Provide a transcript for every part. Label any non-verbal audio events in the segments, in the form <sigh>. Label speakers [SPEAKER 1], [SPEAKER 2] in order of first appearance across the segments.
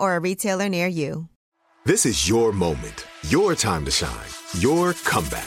[SPEAKER 1] or a retailer near you.
[SPEAKER 2] This is your moment, your time to shine, your comeback.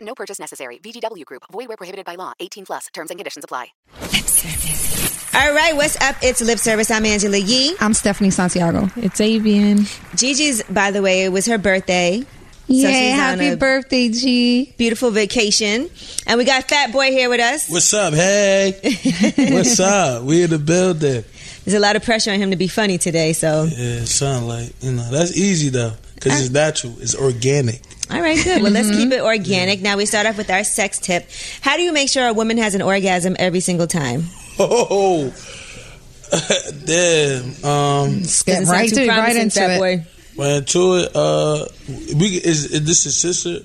[SPEAKER 3] No purchase necessary. VGW Group. Void where prohibited by law. 18 plus. Terms and conditions apply.
[SPEAKER 1] Lip service. All right, what's up? It's Lip Service. I'm Angela Yee.
[SPEAKER 4] I'm Stephanie Santiago. It's Avian.
[SPEAKER 1] Gigi's, by the way, it was her birthday.
[SPEAKER 4] Yay, happy birthday, G.
[SPEAKER 1] Beautiful vacation. And we got Fat Boy here with us.
[SPEAKER 5] What's
[SPEAKER 1] <laughs>
[SPEAKER 5] up? Hey. What's up? We in the building.
[SPEAKER 1] There's a lot of pressure on him to be funny today, so.
[SPEAKER 5] Yeah, it sounds like, you know, that's easy though, because it's natural, it's organic. <laughs>
[SPEAKER 1] All right, good. Well, let's
[SPEAKER 4] Mm-hmm.
[SPEAKER 1] keep it organic. Now we start off with our sex tip. How do you make sure a woman has an orgasm every single time?
[SPEAKER 5] Oh, <laughs> damn.
[SPEAKER 4] Get right,
[SPEAKER 5] Um,
[SPEAKER 1] Doesn't sound too
[SPEAKER 4] dude, right
[SPEAKER 1] promising,
[SPEAKER 4] into
[SPEAKER 1] Fat
[SPEAKER 4] it.
[SPEAKER 1] Boy.
[SPEAKER 5] when to it, uh, we is, is this his sister?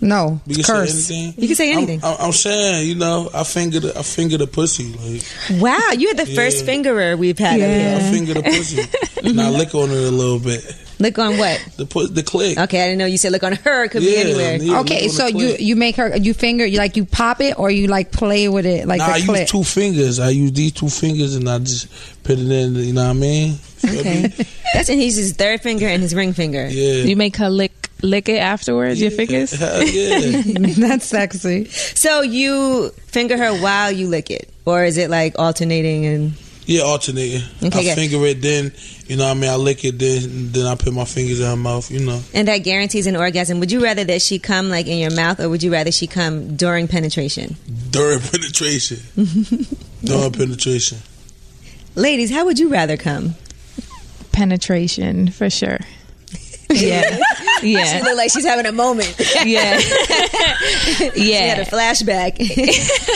[SPEAKER 4] No,
[SPEAKER 5] We can
[SPEAKER 4] curse.
[SPEAKER 5] say anything.
[SPEAKER 1] You can say anything.
[SPEAKER 5] I'm, I'm, I'm saying, you know, I finger the, I finger the pussy, like
[SPEAKER 1] Wow, you are the first
[SPEAKER 5] Yeah.
[SPEAKER 1] fingerer we've had up
[SPEAKER 4] Yeah.
[SPEAKER 5] I
[SPEAKER 1] here.
[SPEAKER 5] finger
[SPEAKER 1] <laughs>
[SPEAKER 5] the pussy, and I lick on it a little bit.
[SPEAKER 1] Look on what?
[SPEAKER 5] The pu- the click.
[SPEAKER 1] Okay, I didn't know you said look on her. It could be anywhere.
[SPEAKER 5] yeah, lick on
[SPEAKER 4] okay,
[SPEAKER 5] the
[SPEAKER 4] so you
[SPEAKER 5] click.
[SPEAKER 4] you make her you finger you like you pop it or you like play with it like
[SPEAKER 5] Nah, I
[SPEAKER 4] the clip.
[SPEAKER 5] use two fingers. I use these two fingers, and I just put it in. You know what I mean?
[SPEAKER 1] Okay. That's and he's his third finger and his ring finger.
[SPEAKER 5] Yeah.
[SPEAKER 6] You make her lick lick it afterwards. Your fingers.
[SPEAKER 5] Hell yeah.
[SPEAKER 4] <laughs> That's sexy.
[SPEAKER 1] So you finger her while you lick it, or is it like alternating? And
[SPEAKER 5] Yeah, alternating.
[SPEAKER 1] Okay,
[SPEAKER 5] I
[SPEAKER 1] good.
[SPEAKER 5] finger it, then you know what I mean. I lick it, then then I put my fingers in her mouth. You know,
[SPEAKER 1] and that guarantees an orgasm. Would you rather that she come like in your mouth, or would you rather she come during penetration?
[SPEAKER 5] during <laughs> penetration. during penetration.
[SPEAKER 1] Ladies, how would you rather come?
[SPEAKER 6] Penetration for sure. Yeah,
[SPEAKER 1] She
[SPEAKER 6] yeah,
[SPEAKER 1] look like <laughs> she's having a moment.
[SPEAKER 4] <laughs>
[SPEAKER 6] yeah,
[SPEAKER 1] She had
[SPEAKER 6] yeah.
[SPEAKER 1] a flashback.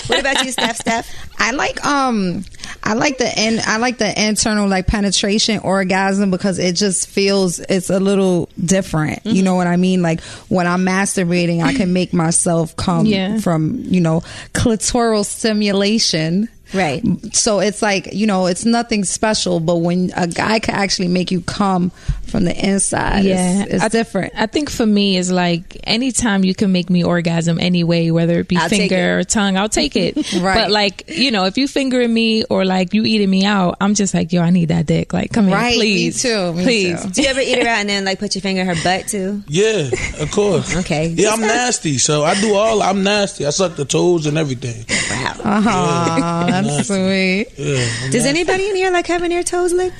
[SPEAKER 1] <laughs> what about you, Steph? Steph?
[SPEAKER 4] I like um I like the in, I like the internal like penetration orgasm because it just feels it's a little different. You know what I mean? Like when I'm masturbating, I can make myself come
[SPEAKER 6] Yeah.
[SPEAKER 4] from you know clitoral stimulation.
[SPEAKER 1] Right.
[SPEAKER 4] So it's like you know it's nothing special, but when a guy can actually make you come from the inside,
[SPEAKER 6] Yeah,
[SPEAKER 4] it's, it's
[SPEAKER 6] I- <laughs>
[SPEAKER 4] different.
[SPEAKER 6] I think for me is like anytime you can make me orgasm any way, whether it be
[SPEAKER 1] I'll take
[SPEAKER 6] finger or tongue, I'll take it.
[SPEAKER 4] <laughs> Right.
[SPEAKER 6] But like you know, if you fingering me or like you eating me out, I'm just like yo, I need that dick. Like come
[SPEAKER 4] Right, me
[SPEAKER 6] here, please,
[SPEAKER 4] too, me
[SPEAKER 6] please.
[SPEAKER 4] too.
[SPEAKER 1] Do you ever eat her out and then like put your finger in her butt too?
[SPEAKER 5] Yeah, of course.
[SPEAKER 1] Okay.
[SPEAKER 5] Yeah, I'm nasty, so I do all. I'm nasty. I suck the toes and everything.
[SPEAKER 4] Aw, <laughs> that's sweet.
[SPEAKER 5] Yeah. I'm
[SPEAKER 1] Does anybody in here like having their toes licked?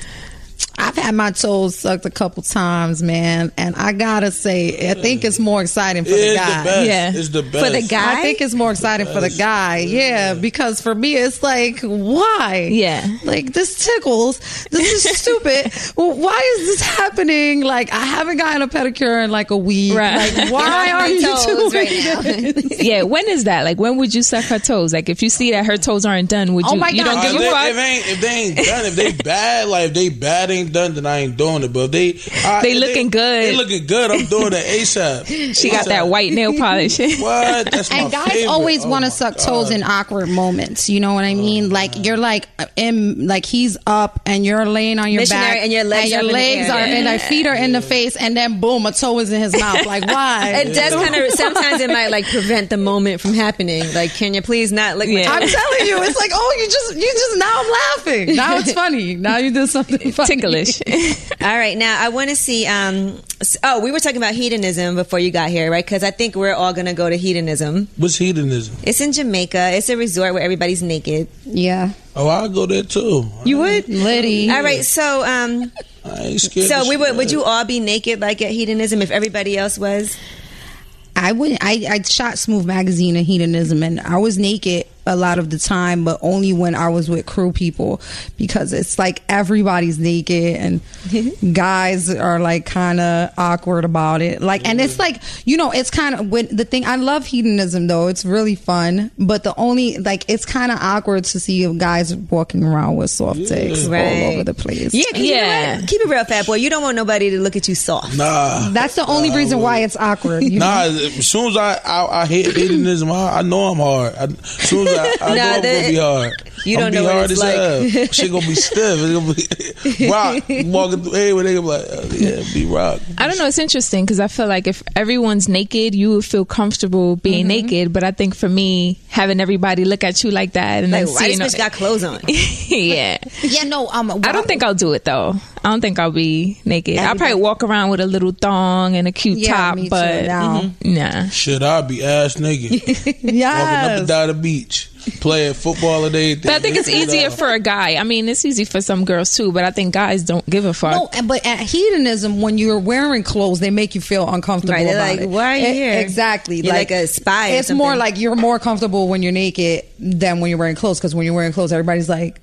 [SPEAKER 4] I've had my toes sucked a couple times, man, and I gotta say, I think it's more exciting for the
[SPEAKER 5] it's
[SPEAKER 4] guy.
[SPEAKER 5] the best.
[SPEAKER 6] Yeah.
[SPEAKER 5] It's the best.
[SPEAKER 1] For the guy?
[SPEAKER 4] I think it's more exciting for the guy, yeah, because for me it's like, why?
[SPEAKER 6] Yeah.
[SPEAKER 4] like this tickles. This <laughs> is stupid. Well, why is this happening? Like I haven't gotten a pedicure in like a week.
[SPEAKER 6] Right.
[SPEAKER 4] <laughs> Like why are you doing
[SPEAKER 1] toes right now.
[SPEAKER 4] this?
[SPEAKER 6] Yeah, when is that? Like when would you suck her toes? Like if you see that her toes aren't done, would
[SPEAKER 4] Oh
[SPEAKER 6] you?
[SPEAKER 4] my
[SPEAKER 6] you
[SPEAKER 4] God.
[SPEAKER 6] don't
[SPEAKER 5] Nah,
[SPEAKER 6] give
[SPEAKER 5] they-
[SPEAKER 6] a fuck.
[SPEAKER 5] if, ain't, if they ain't done, if they bad, like if they bad ain't done, then I ain't doing it. But if they I-
[SPEAKER 6] They
[SPEAKER 5] if
[SPEAKER 6] looking good.
[SPEAKER 5] They looking good. I'm doing
[SPEAKER 1] <laughs>
[SPEAKER 5] it ASAP.
[SPEAKER 6] She got that white nail polish. <laughs>
[SPEAKER 5] What? That's my
[SPEAKER 4] And guys
[SPEAKER 5] favorite.
[SPEAKER 4] always
[SPEAKER 5] Oh
[SPEAKER 4] want
[SPEAKER 5] my
[SPEAKER 4] to suck
[SPEAKER 5] God. Oh
[SPEAKER 4] toes in awkward moments. You know what I mean? Like you're like in, like he's up and you're laying on your
[SPEAKER 1] Missionary
[SPEAKER 4] back
[SPEAKER 1] and your legs
[SPEAKER 4] and
[SPEAKER 1] up
[SPEAKER 4] your
[SPEAKER 1] in the
[SPEAKER 4] legs
[SPEAKER 1] air.
[SPEAKER 4] are and their feet are in the face and then boom a toe is in his mouth. <laughs> Like why?
[SPEAKER 1] It does kind of Uh, sometimes it might like prevent the moment from happening. Like, can you please not lick my
[SPEAKER 6] Yeah.
[SPEAKER 4] I'm telling you, it's like oh you just you just now I'm laughing. Now <laughs> it's funny. Now you did something funny.
[SPEAKER 6] Ticklish.
[SPEAKER 1] <laughs> All right, now I want to see. Um, s- oh, we were talking about hedonism before you got here, right? Because I think we're all gonna go to hedonism.
[SPEAKER 5] Oh, What's hedonism?
[SPEAKER 1] It's in Jamaica. It's a resort where everybody's naked.
[SPEAKER 4] Yeah,
[SPEAKER 5] Oh, I'll go there too.
[SPEAKER 1] You would,
[SPEAKER 4] Liddy.
[SPEAKER 1] All right, so um,
[SPEAKER 5] I ain't scared.
[SPEAKER 1] so
[SPEAKER 5] of
[SPEAKER 1] we would.
[SPEAKER 5] shit.
[SPEAKER 1] Would you all be naked like at hedonism if everybody else was?
[SPEAKER 4] I would I, I shot Smooth Magazine and Hedonism and I was naked a lot of the time, but only when I was with crew people because it's like everybody's naked <laughs> and guys are like kind of awkward about it. Like, and it's like, you know, it's kind of when the thing I love hedonism though, it's really fun, but the only like it's kind of awkward to see guys walking around with soft dicks
[SPEAKER 1] Right.
[SPEAKER 4] all over the place.
[SPEAKER 1] 'cause you know
[SPEAKER 6] Yeah.
[SPEAKER 1] what? Keep it real, fat boy. You don't want nobody to look at you soft.
[SPEAKER 5] Nah.
[SPEAKER 4] That's the only reason why it's awkward. You
[SPEAKER 5] Nah, as soon as I I, I hit hedonism, I, I know I'm hard. I, as soon as
[SPEAKER 1] <laughs>
[SPEAKER 5] I, I
[SPEAKER 1] Nah,
[SPEAKER 5] know I'm
[SPEAKER 1] that-
[SPEAKER 5] gonna be hard.
[SPEAKER 1] you
[SPEAKER 5] I'm
[SPEAKER 1] don't
[SPEAKER 5] be
[SPEAKER 1] know what
[SPEAKER 5] hard
[SPEAKER 1] it's
[SPEAKER 5] as
[SPEAKER 1] like.
[SPEAKER 5] hell. Shit gonna be stiff. It's gonna be <laughs> rock walking through anywhere. They gonna be like, oh, yeah, be rock.
[SPEAKER 6] I don't know. It's interesting because I feel like if everyone's naked, you would feel comfortable
[SPEAKER 1] Mm-hmm.
[SPEAKER 6] being naked. But I think for me, having everybody look at you like that and
[SPEAKER 1] Like,
[SPEAKER 6] then
[SPEAKER 1] why this
[SPEAKER 6] seeing
[SPEAKER 1] bitch got clothes on?
[SPEAKER 6] <laughs> yeah,
[SPEAKER 4] Yeah, no, um,
[SPEAKER 6] I don't think I'll do it though. I don't think I'll be naked. I'll probably walk around with a little thong and a cute
[SPEAKER 4] Yeah,
[SPEAKER 6] top,
[SPEAKER 4] me too,
[SPEAKER 6] but
[SPEAKER 4] no.
[SPEAKER 6] nah.
[SPEAKER 5] Should I be ass
[SPEAKER 6] <laughs>
[SPEAKER 5] nigga walking up
[SPEAKER 4] Yes.
[SPEAKER 5] and down the beach playing football and everything?
[SPEAKER 6] But I think it's easier for a guy. I mean, it's easy for some girls too, but I think guys don't give a fuck.
[SPEAKER 4] No, and- but at hedonism, when you're wearing clothes, they make you feel uncomfortable.
[SPEAKER 1] Right, they're
[SPEAKER 4] about
[SPEAKER 1] like,
[SPEAKER 4] it.
[SPEAKER 1] "Why are you
[SPEAKER 4] E-
[SPEAKER 1] here?"
[SPEAKER 4] Exactly.
[SPEAKER 1] You're like a spy or
[SPEAKER 4] It's more
[SPEAKER 1] something.
[SPEAKER 4] like you're more comfortable when you're naked than when you're wearing clothes because when you're wearing clothes, everybody's like,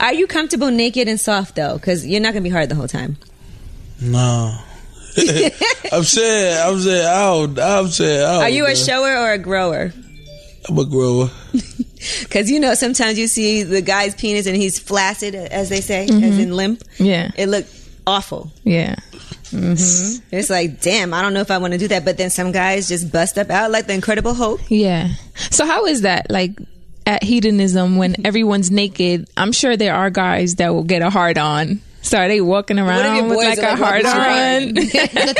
[SPEAKER 1] Are you comfortable naked and soft though? Because you're not gonna be hard the whole time.
[SPEAKER 6] <laughs>
[SPEAKER 5] no. I'm saying, I'm saying, I don't, I'm saying, I don't,
[SPEAKER 1] Are you a
[SPEAKER 5] man.
[SPEAKER 1] shower or a grower?
[SPEAKER 5] I'm a
[SPEAKER 6] <laughs>
[SPEAKER 5] grower.
[SPEAKER 1] Because you know, sometimes you see the guy's penis and he's flaccid, as they say, as in limp.
[SPEAKER 6] Yeah.
[SPEAKER 1] It looked awful.
[SPEAKER 6] yeah.
[SPEAKER 1] It's like, damn, I don't know if I want to do that. But then some guys just bust up out like the Incredible Hulk.
[SPEAKER 6] Yeah. So how is that like at hedonism when everyone's naked? I'm sure there are guys that will get a hard on. So are they walking around with
[SPEAKER 1] boys
[SPEAKER 6] like
[SPEAKER 1] are
[SPEAKER 6] a
[SPEAKER 1] like,
[SPEAKER 6] hard
[SPEAKER 1] "Walking
[SPEAKER 4] <laughs>
[SPEAKER 6] on?
[SPEAKER 4] the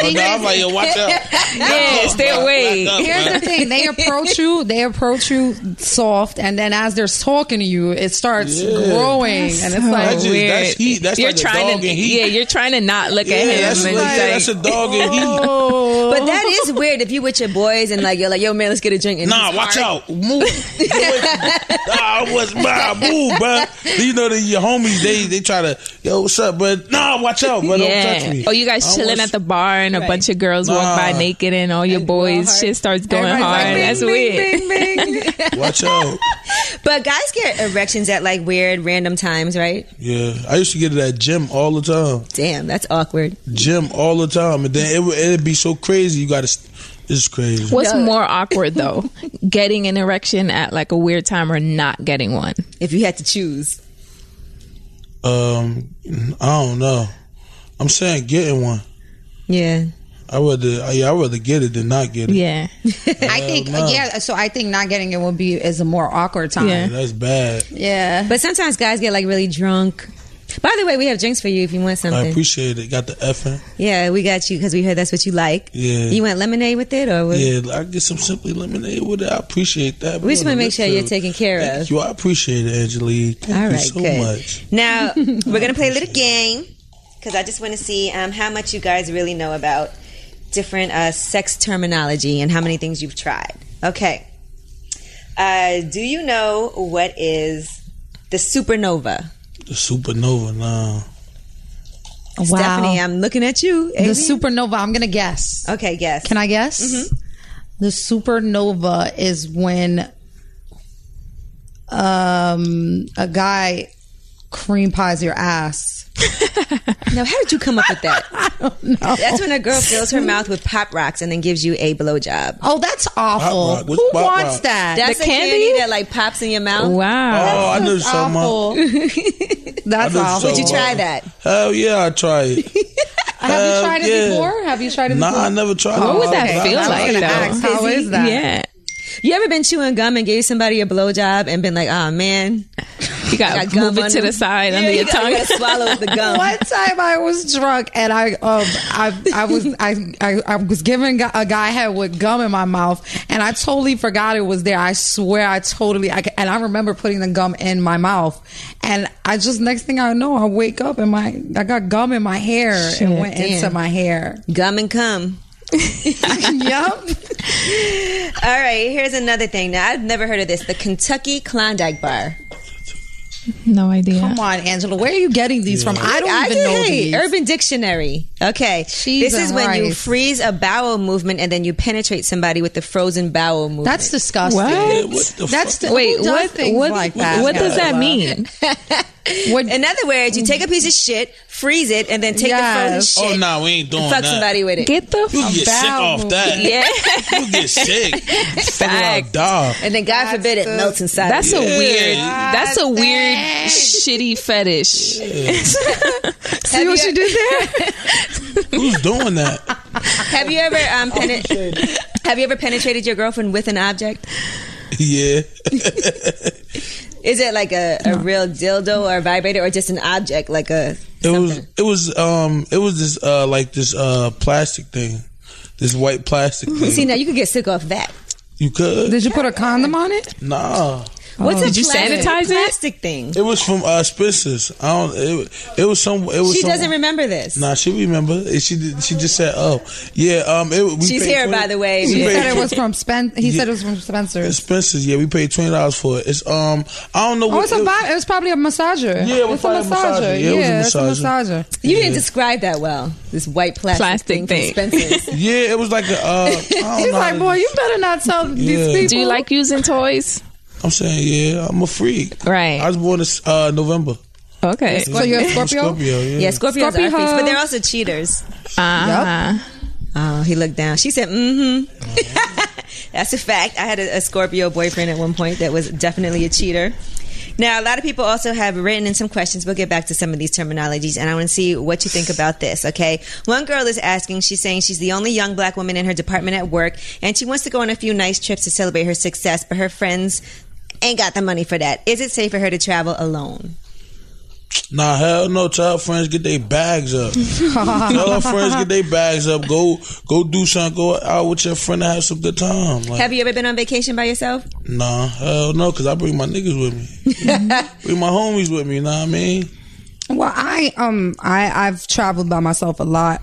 [SPEAKER 4] thing
[SPEAKER 5] No, I'm
[SPEAKER 4] is,
[SPEAKER 5] like, yo, watch
[SPEAKER 6] <laughs>
[SPEAKER 5] out.
[SPEAKER 6] yeah, stay away.
[SPEAKER 4] Here's the thing: they approach you, they approach you soft, and then as they're talking to you, it starts growing, and
[SPEAKER 6] <laughs>
[SPEAKER 4] it's
[SPEAKER 5] That's
[SPEAKER 4] like
[SPEAKER 5] just- that's heat. That's
[SPEAKER 6] you're
[SPEAKER 5] like a
[SPEAKER 6] trying
[SPEAKER 5] dog
[SPEAKER 6] to,
[SPEAKER 5] in heat.
[SPEAKER 6] yeah, you're trying to not look at him.
[SPEAKER 5] Yeah, that's,
[SPEAKER 6] and
[SPEAKER 5] like-
[SPEAKER 6] it's
[SPEAKER 5] that's a
[SPEAKER 6] like, oh,
[SPEAKER 5] dog in heat.
[SPEAKER 1] But that is weird if you with your boys and like you're like, yo man, let's get a drink. And
[SPEAKER 5] Nah,
[SPEAKER 1] he's
[SPEAKER 5] watch
[SPEAKER 1] hard.
[SPEAKER 5] out.
[SPEAKER 6] <laughs>
[SPEAKER 5] Move. You ain't- nah, I was nah, move, bro. You know that your homies they they try to yo, what's up, but nah, watch out, but don't touch
[SPEAKER 6] yeah.
[SPEAKER 5] me.
[SPEAKER 6] Oh, you guys
[SPEAKER 5] I
[SPEAKER 6] chilling
[SPEAKER 5] was-
[SPEAKER 6] at the bar and a
[SPEAKER 1] Right.
[SPEAKER 6] bunch of girls walk by
[SPEAKER 5] Nah.
[SPEAKER 6] naked and all your boys shit starts going
[SPEAKER 4] Everybody's
[SPEAKER 6] hard.
[SPEAKER 4] like, "Bing, bing,
[SPEAKER 6] That's weird.
[SPEAKER 4] bing, bing."
[SPEAKER 1] <laughs>
[SPEAKER 5] <laughs> Watch
[SPEAKER 6] <laughs>
[SPEAKER 5] out.
[SPEAKER 1] But guys get erections at like weird random times, right?
[SPEAKER 5] Yeah, I used to get it at gym all the time,
[SPEAKER 1] Damn, that's awkward.
[SPEAKER 5] gym all the time, and then it would it'd be so crazy. You got to, it's crazy.
[SPEAKER 6] What's more awkward though, <laughs> getting an erection at like a weird time or not getting one?
[SPEAKER 1] If you had to choose.
[SPEAKER 5] Um, I don't know. I'm saying getting one.
[SPEAKER 1] Yeah.
[SPEAKER 5] I would, uh, yeah, I would rather get it than not get it.
[SPEAKER 6] Yeah,
[SPEAKER 4] I think, yeah. So I think not getting it will be is a more awkward time.
[SPEAKER 6] Yeah.
[SPEAKER 5] That's bad.
[SPEAKER 4] yeah.
[SPEAKER 1] But sometimes guys get like really drunk. By the way, we have drinks for you if you want
[SPEAKER 5] I
[SPEAKER 1] something.
[SPEAKER 5] appreciate it. Got the effing.
[SPEAKER 1] yeah, we got you because we heard that's what you like.
[SPEAKER 5] Yeah.
[SPEAKER 1] You want lemonade with it or what?
[SPEAKER 5] Yeah, I get some simply lemonade with it. I appreciate that.
[SPEAKER 1] We just wanna make sure you're taken care
[SPEAKER 5] Thank
[SPEAKER 1] of.
[SPEAKER 5] You, I appreciate it, Angelique. Thank
[SPEAKER 1] All
[SPEAKER 5] you
[SPEAKER 1] right,
[SPEAKER 5] so
[SPEAKER 1] good.
[SPEAKER 5] much.
[SPEAKER 1] Now we're gonna play a little game because I just want to see um, how much you guys really know about different uh, sex terminology and how many things you've tried. Okay. Uh, do you know what is the supernova?
[SPEAKER 5] The supernova, nah.
[SPEAKER 1] Oh,
[SPEAKER 4] Wow.
[SPEAKER 1] Stephanie, I'm looking at you.
[SPEAKER 4] The
[SPEAKER 1] Amy.
[SPEAKER 4] supernova, I'm going to guess.
[SPEAKER 1] okay, yes.
[SPEAKER 4] Can I guess? The supernova is when um, a guy cream pies your ass.
[SPEAKER 1] Now, how did you come up with that? I don't know. That's when a girl fills her mouth with pop rocks and then gives you a blowjob.
[SPEAKER 4] Oh, that's awful.
[SPEAKER 5] rock. What's
[SPEAKER 4] Who
[SPEAKER 5] pop
[SPEAKER 4] wants
[SPEAKER 5] rock?
[SPEAKER 4] that?
[SPEAKER 1] That's a candy?
[SPEAKER 6] candy?
[SPEAKER 1] that like pops in your mouth.
[SPEAKER 6] Wow.
[SPEAKER 5] Oh, I knew
[SPEAKER 4] That's
[SPEAKER 5] someone.
[SPEAKER 4] awful. <laughs> That's
[SPEAKER 5] I know
[SPEAKER 4] awful.
[SPEAKER 1] Did you
[SPEAKER 5] someone.
[SPEAKER 1] try that?
[SPEAKER 5] Hell yeah, I
[SPEAKER 1] <laughs>
[SPEAKER 5] tried it.
[SPEAKER 4] Have you tried it
[SPEAKER 5] Oh, yeah.
[SPEAKER 4] before? Have you tried it
[SPEAKER 5] Nah,
[SPEAKER 4] before?
[SPEAKER 5] I never tried it.
[SPEAKER 6] What would
[SPEAKER 5] I
[SPEAKER 6] that
[SPEAKER 5] was
[SPEAKER 6] feel
[SPEAKER 5] like,
[SPEAKER 6] like?
[SPEAKER 4] gonna
[SPEAKER 6] though?
[SPEAKER 4] ask, how is that?
[SPEAKER 6] Yeah,
[SPEAKER 1] You ever been chewing gum and gave somebody a blowjob and been like, oh man,
[SPEAKER 6] you got
[SPEAKER 1] got
[SPEAKER 6] to
[SPEAKER 1] gum
[SPEAKER 6] move it
[SPEAKER 1] under
[SPEAKER 6] to the
[SPEAKER 1] it.
[SPEAKER 6] side
[SPEAKER 1] Yeah,
[SPEAKER 6] under
[SPEAKER 1] you
[SPEAKER 6] your
[SPEAKER 1] gotta-
[SPEAKER 6] tongue.
[SPEAKER 1] you gotta swallow the gum.
[SPEAKER 4] One time I was drunk and I um I I was I I, I was giving gu- a guy head with gum in my mouth and I totally forgot it was there. I swear I totally I, ca- and I remember putting the gum in my mouth and I just next thing I know I wake up and my I got gum in my hair and went into my
[SPEAKER 6] <laughs>
[SPEAKER 4] hair. <laughs>
[SPEAKER 1] Gum and cum.
[SPEAKER 4] yep.
[SPEAKER 1] All right, here's another thing. Now, I've never heard of this the Kentucky Klondike Bar.
[SPEAKER 6] <laughs> No idea.
[SPEAKER 4] Come on, Angela, where are you getting these from? I don't even
[SPEAKER 1] did-
[SPEAKER 4] know
[SPEAKER 1] hey,
[SPEAKER 4] these.
[SPEAKER 1] Urban Dictionary. Okay.
[SPEAKER 4] Jesus
[SPEAKER 1] this is when you
[SPEAKER 4] Christ.
[SPEAKER 1] freeze a bowel movement and then you penetrate somebody with the frozen bowel movement.
[SPEAKER 4] That's disgusting.
[SPEAKER 6] What?
[SPEAKER 5] Yeah, what the
[SPEAKER 4] That's
[SPEAKER 5] fuck?
[SPEAKER 4] the,
[SPEAKER 6] Wait,
[SPEAKER 4] who does
[SPEAKER 6] what?
[SPEAKER 4] things
[SPEAKER 6] what
[SPEAKER 4] like that?
[SPEAKER 6] what does that
[SPEAKER 4] Angela? <laughs>
[SPEAKER 6] mean?
[SPEAKER 4] What-
[SPEAKER 1] In other words, you take a piece of shit, freeze it, and then take
[SPEAKER 4] Yes.
[SPEAKER 1] the frozen
[SPEAKER 5] Oh,
[SPEAKER 1] shit.
[SPEAKER 5] nah, we ain't doing
[SPEAKER 1] and fuck
[SPEAKER 5] that.
[SPEAKER 1] somebody with it.
[SPEAKER 6] Get the
[SPEAKER 5] You
[SPEAKER 6] f-
[SPEAKER 5] get sick
[SPEAKER 4] bowel
[SPEAKER 5] off that.
[SPEAKER 1] yeah.
[SPEAKER 5] You
[SPEAKER 1] <laughs>
[SPEAKER 5] get sick. Fucking dog.
[SPEAKER 1] And then God forbid it
[SPEAKER 4] the-
[SPEAKER 1] melts inside.
[SPEAKER 6] That's
[SPEAKER 1] of
[SPEAKER 6] a
[SPEAKER 1] you.
[SPEAKER 6] weird.
[SPEAKER 5] Yeah.
[SPEAKER 6] That's a weird shitty fetish.
[SPEAKER 4] See what
[SPEAKER 1] e-
[SPEAKER 4] you did there?
[SPEAKER 5] Who's doing that? <laughs>
[SPEAKER 1] Have you ever um pene- have you ever penetrated your girlfriend with an object?
[SPEAKER 5] Yeah.
[SPEAKER 1] Is it like a, a real dildo or a vibrator or just an object like a
[SPEAKER 5] It was it was um it was this uh like this uh plastic thing. This white plastic thing.
[SPEAKER 1] See now you could get sick off that.
[SPEAKER 5] you could?
[SPEAKER 4] Did you put a condom on it?
[SPEAKER 5] nah.
[SPEAKER 1] What's a
[SPEAKER 6] Did you
[SPEAKER 1] plastic-
[SPEAKER 6] sanitize it?
[SPEAKER 1] Plastic thing.
[SPEAKER 5] It was from uh Spencer's. I don't it, it was some it was
[SPEAKER 1] She
[SPEAKER 5] some-
[SPEAKER 1] doesn't remember this.
[SPEAKER 5] Nah, she remember. Eh, She did, she just said, "Oh, yeah." Um, it, we
[SPEAKER 1] She's
[SPEAKER 5] paid
[SPEAKER 1] here, by the way.
[SPEAKER 5] we
[SPEAKER 1] She
[SPEAKER 4] He
[SPEAKER 5] paid
[SPEAKER 4] said it
[SPEAKER 5] twen-
[SPEAKER 4] was from Spen. He said it was from Spencer's.
[SPEAKER 5] Spencer's. Yeah, we paid twenty dollars for it. It's um, I don't know.
[SPEAKER 4] Oh, it's a vi- it was probably a massager.
[SPEAKER 5] Yeah, it was
[SPEAKER 4] it's a
[SPEAKER 5] probably a
[SPEAKER 4] massager.
[SPEAKER 5] massager. Yeah,
[SPEAKER 4] Yeah,
[SPEAKER 5] it was a
[SPEAKER 4] it's a
[SPEAKER 5] massager.
[SPEAKER 4] massager.
[SPEAKER 1] You didn't describe that well. This white plastic,
[SPEAKER 6] Plastic
[SPEAKER 1] thing. from Spencer's.
[SPEAKER 5] Yeah, it was like
[SPEAKER 4] <laughs>
[SPEAKER 5] a. Uh, I
[SPEAKER 4] He's
[SPEAKER 5] don't know how
[SPEAKER 4] like,
[SPEAKER 5] to-
[SPEAKER 4] boy, you better not tell
[SPEAKER 5] Yeah.
[SPEAKER 4] these people.
[SPEAKER 6] Do you like using toys?
[SPEAKER 5] I'm saying, yeah, I'm a freak.
[SPEAKER 6] Right.
[SPEAKER 5] I was born in uh, November.
[SPEAKER 6] Okay.
[SPEAKER 4] So you're a Scorpio?
[SPEAKER 5] Scorpio. <laughs> Yeah.
[SPEAKER 1] yeah, Scorpios are
[SPEAKER 4] Scorpio.
[SPEAKER 1] freaks, but they're also cheaters.
[SPEAKER 6] Ah.
[SPEAKER 1] Oh, he looked down. She said, mm-hmm. <laughs> That's a fact. I had a, a Scorpio boyfriend at one point that was definitely a cheater. Now, a lot of people also have written in some questions. We'll get back to some of these terminologies, and I want to see what you think about this, okay? One girl is asking, she's saying she's the only young black woman in her department at work, and she wants to go on a few nice trips to celebrate her success, but her friends ain't got the money for that. Is it safe for her to travel alone?
[SPEAKER 5] Nah, hell no. Tell her friends get their
[SPEAKER 4] <laughs>
[SPEAKER 5] bags up. Tell her friends get their bags up. Go, go do something. Go out with your friend and have some good time. Like,
[SPEAKER 1] Have you ever been on vacation by yourself?
[SPEAKER 5] nah, hell no. Cause I bring my niggas with
[SPEAKER 4] <laughs>
[SPEAKER 5] me. bring my homies with me. Know what I mean?
[SPEAKER 4] Well, I um I I've traveled by myself a lot.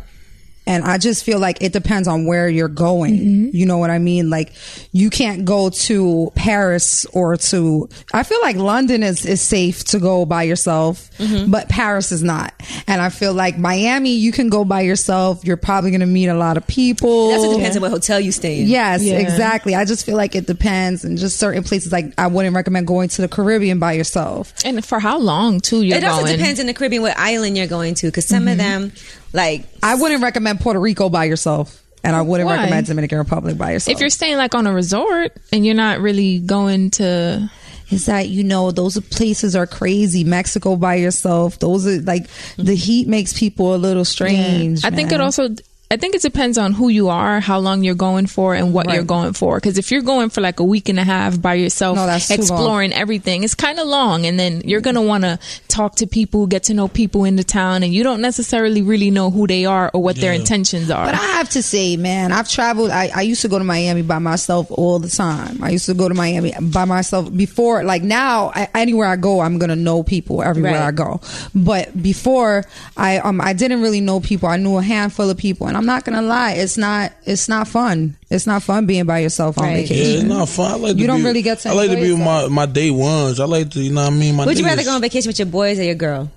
[SPEAKER 4] And I just feel like it depends on where you're going. You know what I mean? Like you can't go to Paris or to I feel like London is is safe to go by yourself, but Paris is not. And I feel like Miami you can go by yourself. You're probably going to meet a lot of people.
[SPEAKER 1] That's what depends on what hotel you stay in.
[SPEAKER 4] Yes, exactly. I just feel like it depends, and just certain places. Like I wouldn't recommend going to the Caribbean by yourself.
[SPEAKER 6] And for how long too? You're
[SPEAKER 1] It also
[SPEAKER 6] going?
[SPEAKER 1] depends in the Caribbean what island you're going to, because some of them, like,
[SPEAKER 4] I wouldn't recommend Puerto Rico by yourself, and I wouldn't
[SPEAKER 6] Why?
[SPEAKER 4] recommend Dominican Republic by yourself.
[SPEAKER 6] If you're staying like on a resort and you're not really going to,
[SPEAKER 4] is that you know those places are crazy. Mexico by yourself. Those are like the heat makes people a little strange.
[SPEAKER 6] I think it
[SPEAKER 4] man.
[SPEAKER 6] also. I think it depends on who you are, how long you're going for, and what you're going for. Because if you're going for like a week and a half by yourself,
[SPEAKER 4] No, that's too long.
[SPEAKER 6] exploring everything, it's kind of long. And then you're gonna want to talk to people, get to know people in the town, and you don't necessarily really know who they are or what their intentions are. <laughs>
[SPEAKER 4] But I have to say, man, I've traveled. I, I used to go to Miami by myself all the time. I used to go to Miami by myself before. Like now, I, anywhere I go, I'm gonna know people everywhere
[SPEAKER 1] Right.
[SPEAKER 4] I go. But before, I um I didn't really know people. I knew a handful of people, and I'm not gonna lie, it's not it's not fun. It's not fun being by yourself on
[SPEAKER 1] Right.
[SPEAKER 5] Yeah, it's
[SPEAKER 4] vacation.
[SPEAKER 5] not fun. I like
[SPEAKER 4] You
[SPEAKER 5] to
[SPEAKER 4] don't
[SPEAKER 5] be-
[SPEAKER 4] really get to
[SPEAKER 5] I like to
[SPEAKER 4] enjoy
[SPEAKER 5] be with my
[SPEAKER 4] yourself.
[SPEAKER 5] my day ones. I like to, you know what I mean. My
[SPEAKER 1] would you
[SPEAKER 5] niggas.
[SPEAKER 1] rather go on vacation with your boys or your girl?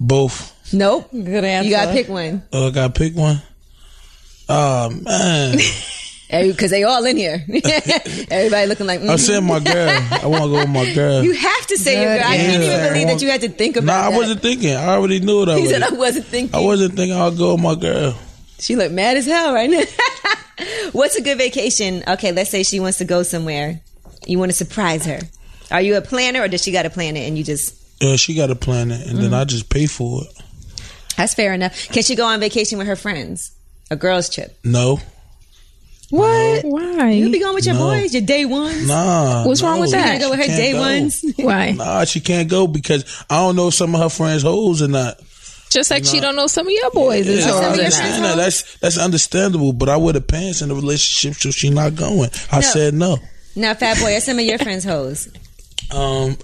[SPEAKER 5] both?
[SPEAKER 1] Nope.
[SPEAKER 4] Good answer.
[SPEAKER 1] You gotta pick one.
[SPEAKER 5] Uh, got to pick one. Oh Ah, man,
[SPEAKER 1] because they all in here. <laughs> Everybody looking like.
[SPEAKER 5] I
[SPEAKER 1] mhm.
[SPEAKER 5] said my girl. I want to go with my girl.
[SPEAKER 1] You have to say your girl. I can't
[SPEAKER 5] Yeah.
[SPEAKER 1] even believe that you had to think about.
[SPEAKER 5] nah, I
[SPEAKER 1] that.
[SPEAKER 5] wasn't thinking. I already knew that.
[SPEAKER 1] <laughs> He said I
[SPEAKER 5] was.
[SPEAKER 1] wasn't thinking.
[SPEAKER 5] I wasn't thinking I'll go with my girl.
[SPEAKER 1] She looked mad as hell right now. <laughs> What's a good vacation? Okay, let's say she wants to go somewhere. You want to surprise her. Are you a planner or does she got to plan it and you just.
[SPEAKER 5] Yeah, she got a plan, and then I just pay for it.
[SPEAKER 1] That's fair enough. Can she go on vacation with her friends? A girls' trip.
[SPEAKER 5] No,
[SPEAKER 1] What? You be
[SPEAKER 6] Why?
[SPEAKER 1] going with your
[SPEAKER 5] No.
[SPEAKER 1] boys, your day ones.
[SPEAKER 5] nah.
[SPEAKER 6] What's wrong
[SPEAKER 5] no.
[SPEAKER 6] with
[SPEAKER 1] You
[SPEAKER 6] that?
[SPEAKER 1] gotta go with her
[SPEAKER 5] Can't
[SPEAKER 1] day
[SPEAKER 5] go. <laughs>
[SPEAKER 1] ones.
[SPEAKER 6] Why?
[SPEAKER 5] Nah, she can't go because I don't know if some of her friends hoes or not.
[SPEAKER 6] Just like she don't know some of your boys is
[SPEAKER 5] Yeah, I
[SPEAKER 6] hoes or
[SPEAKER 5] understand
[SPEAKER 6] not.
[SPEAKER 5] that. That's that's understandable. But I wear the pants in the relationship, so she not going. I
[SPEAKER 1] No.
[SPEAKER 5] said no.
[SPEAKER 1] Now, fat boy, are some of your friends
[SPEAKER 5] <laughs>
[SPEAKER 1] hoes?
[SPEAKER 5] Um,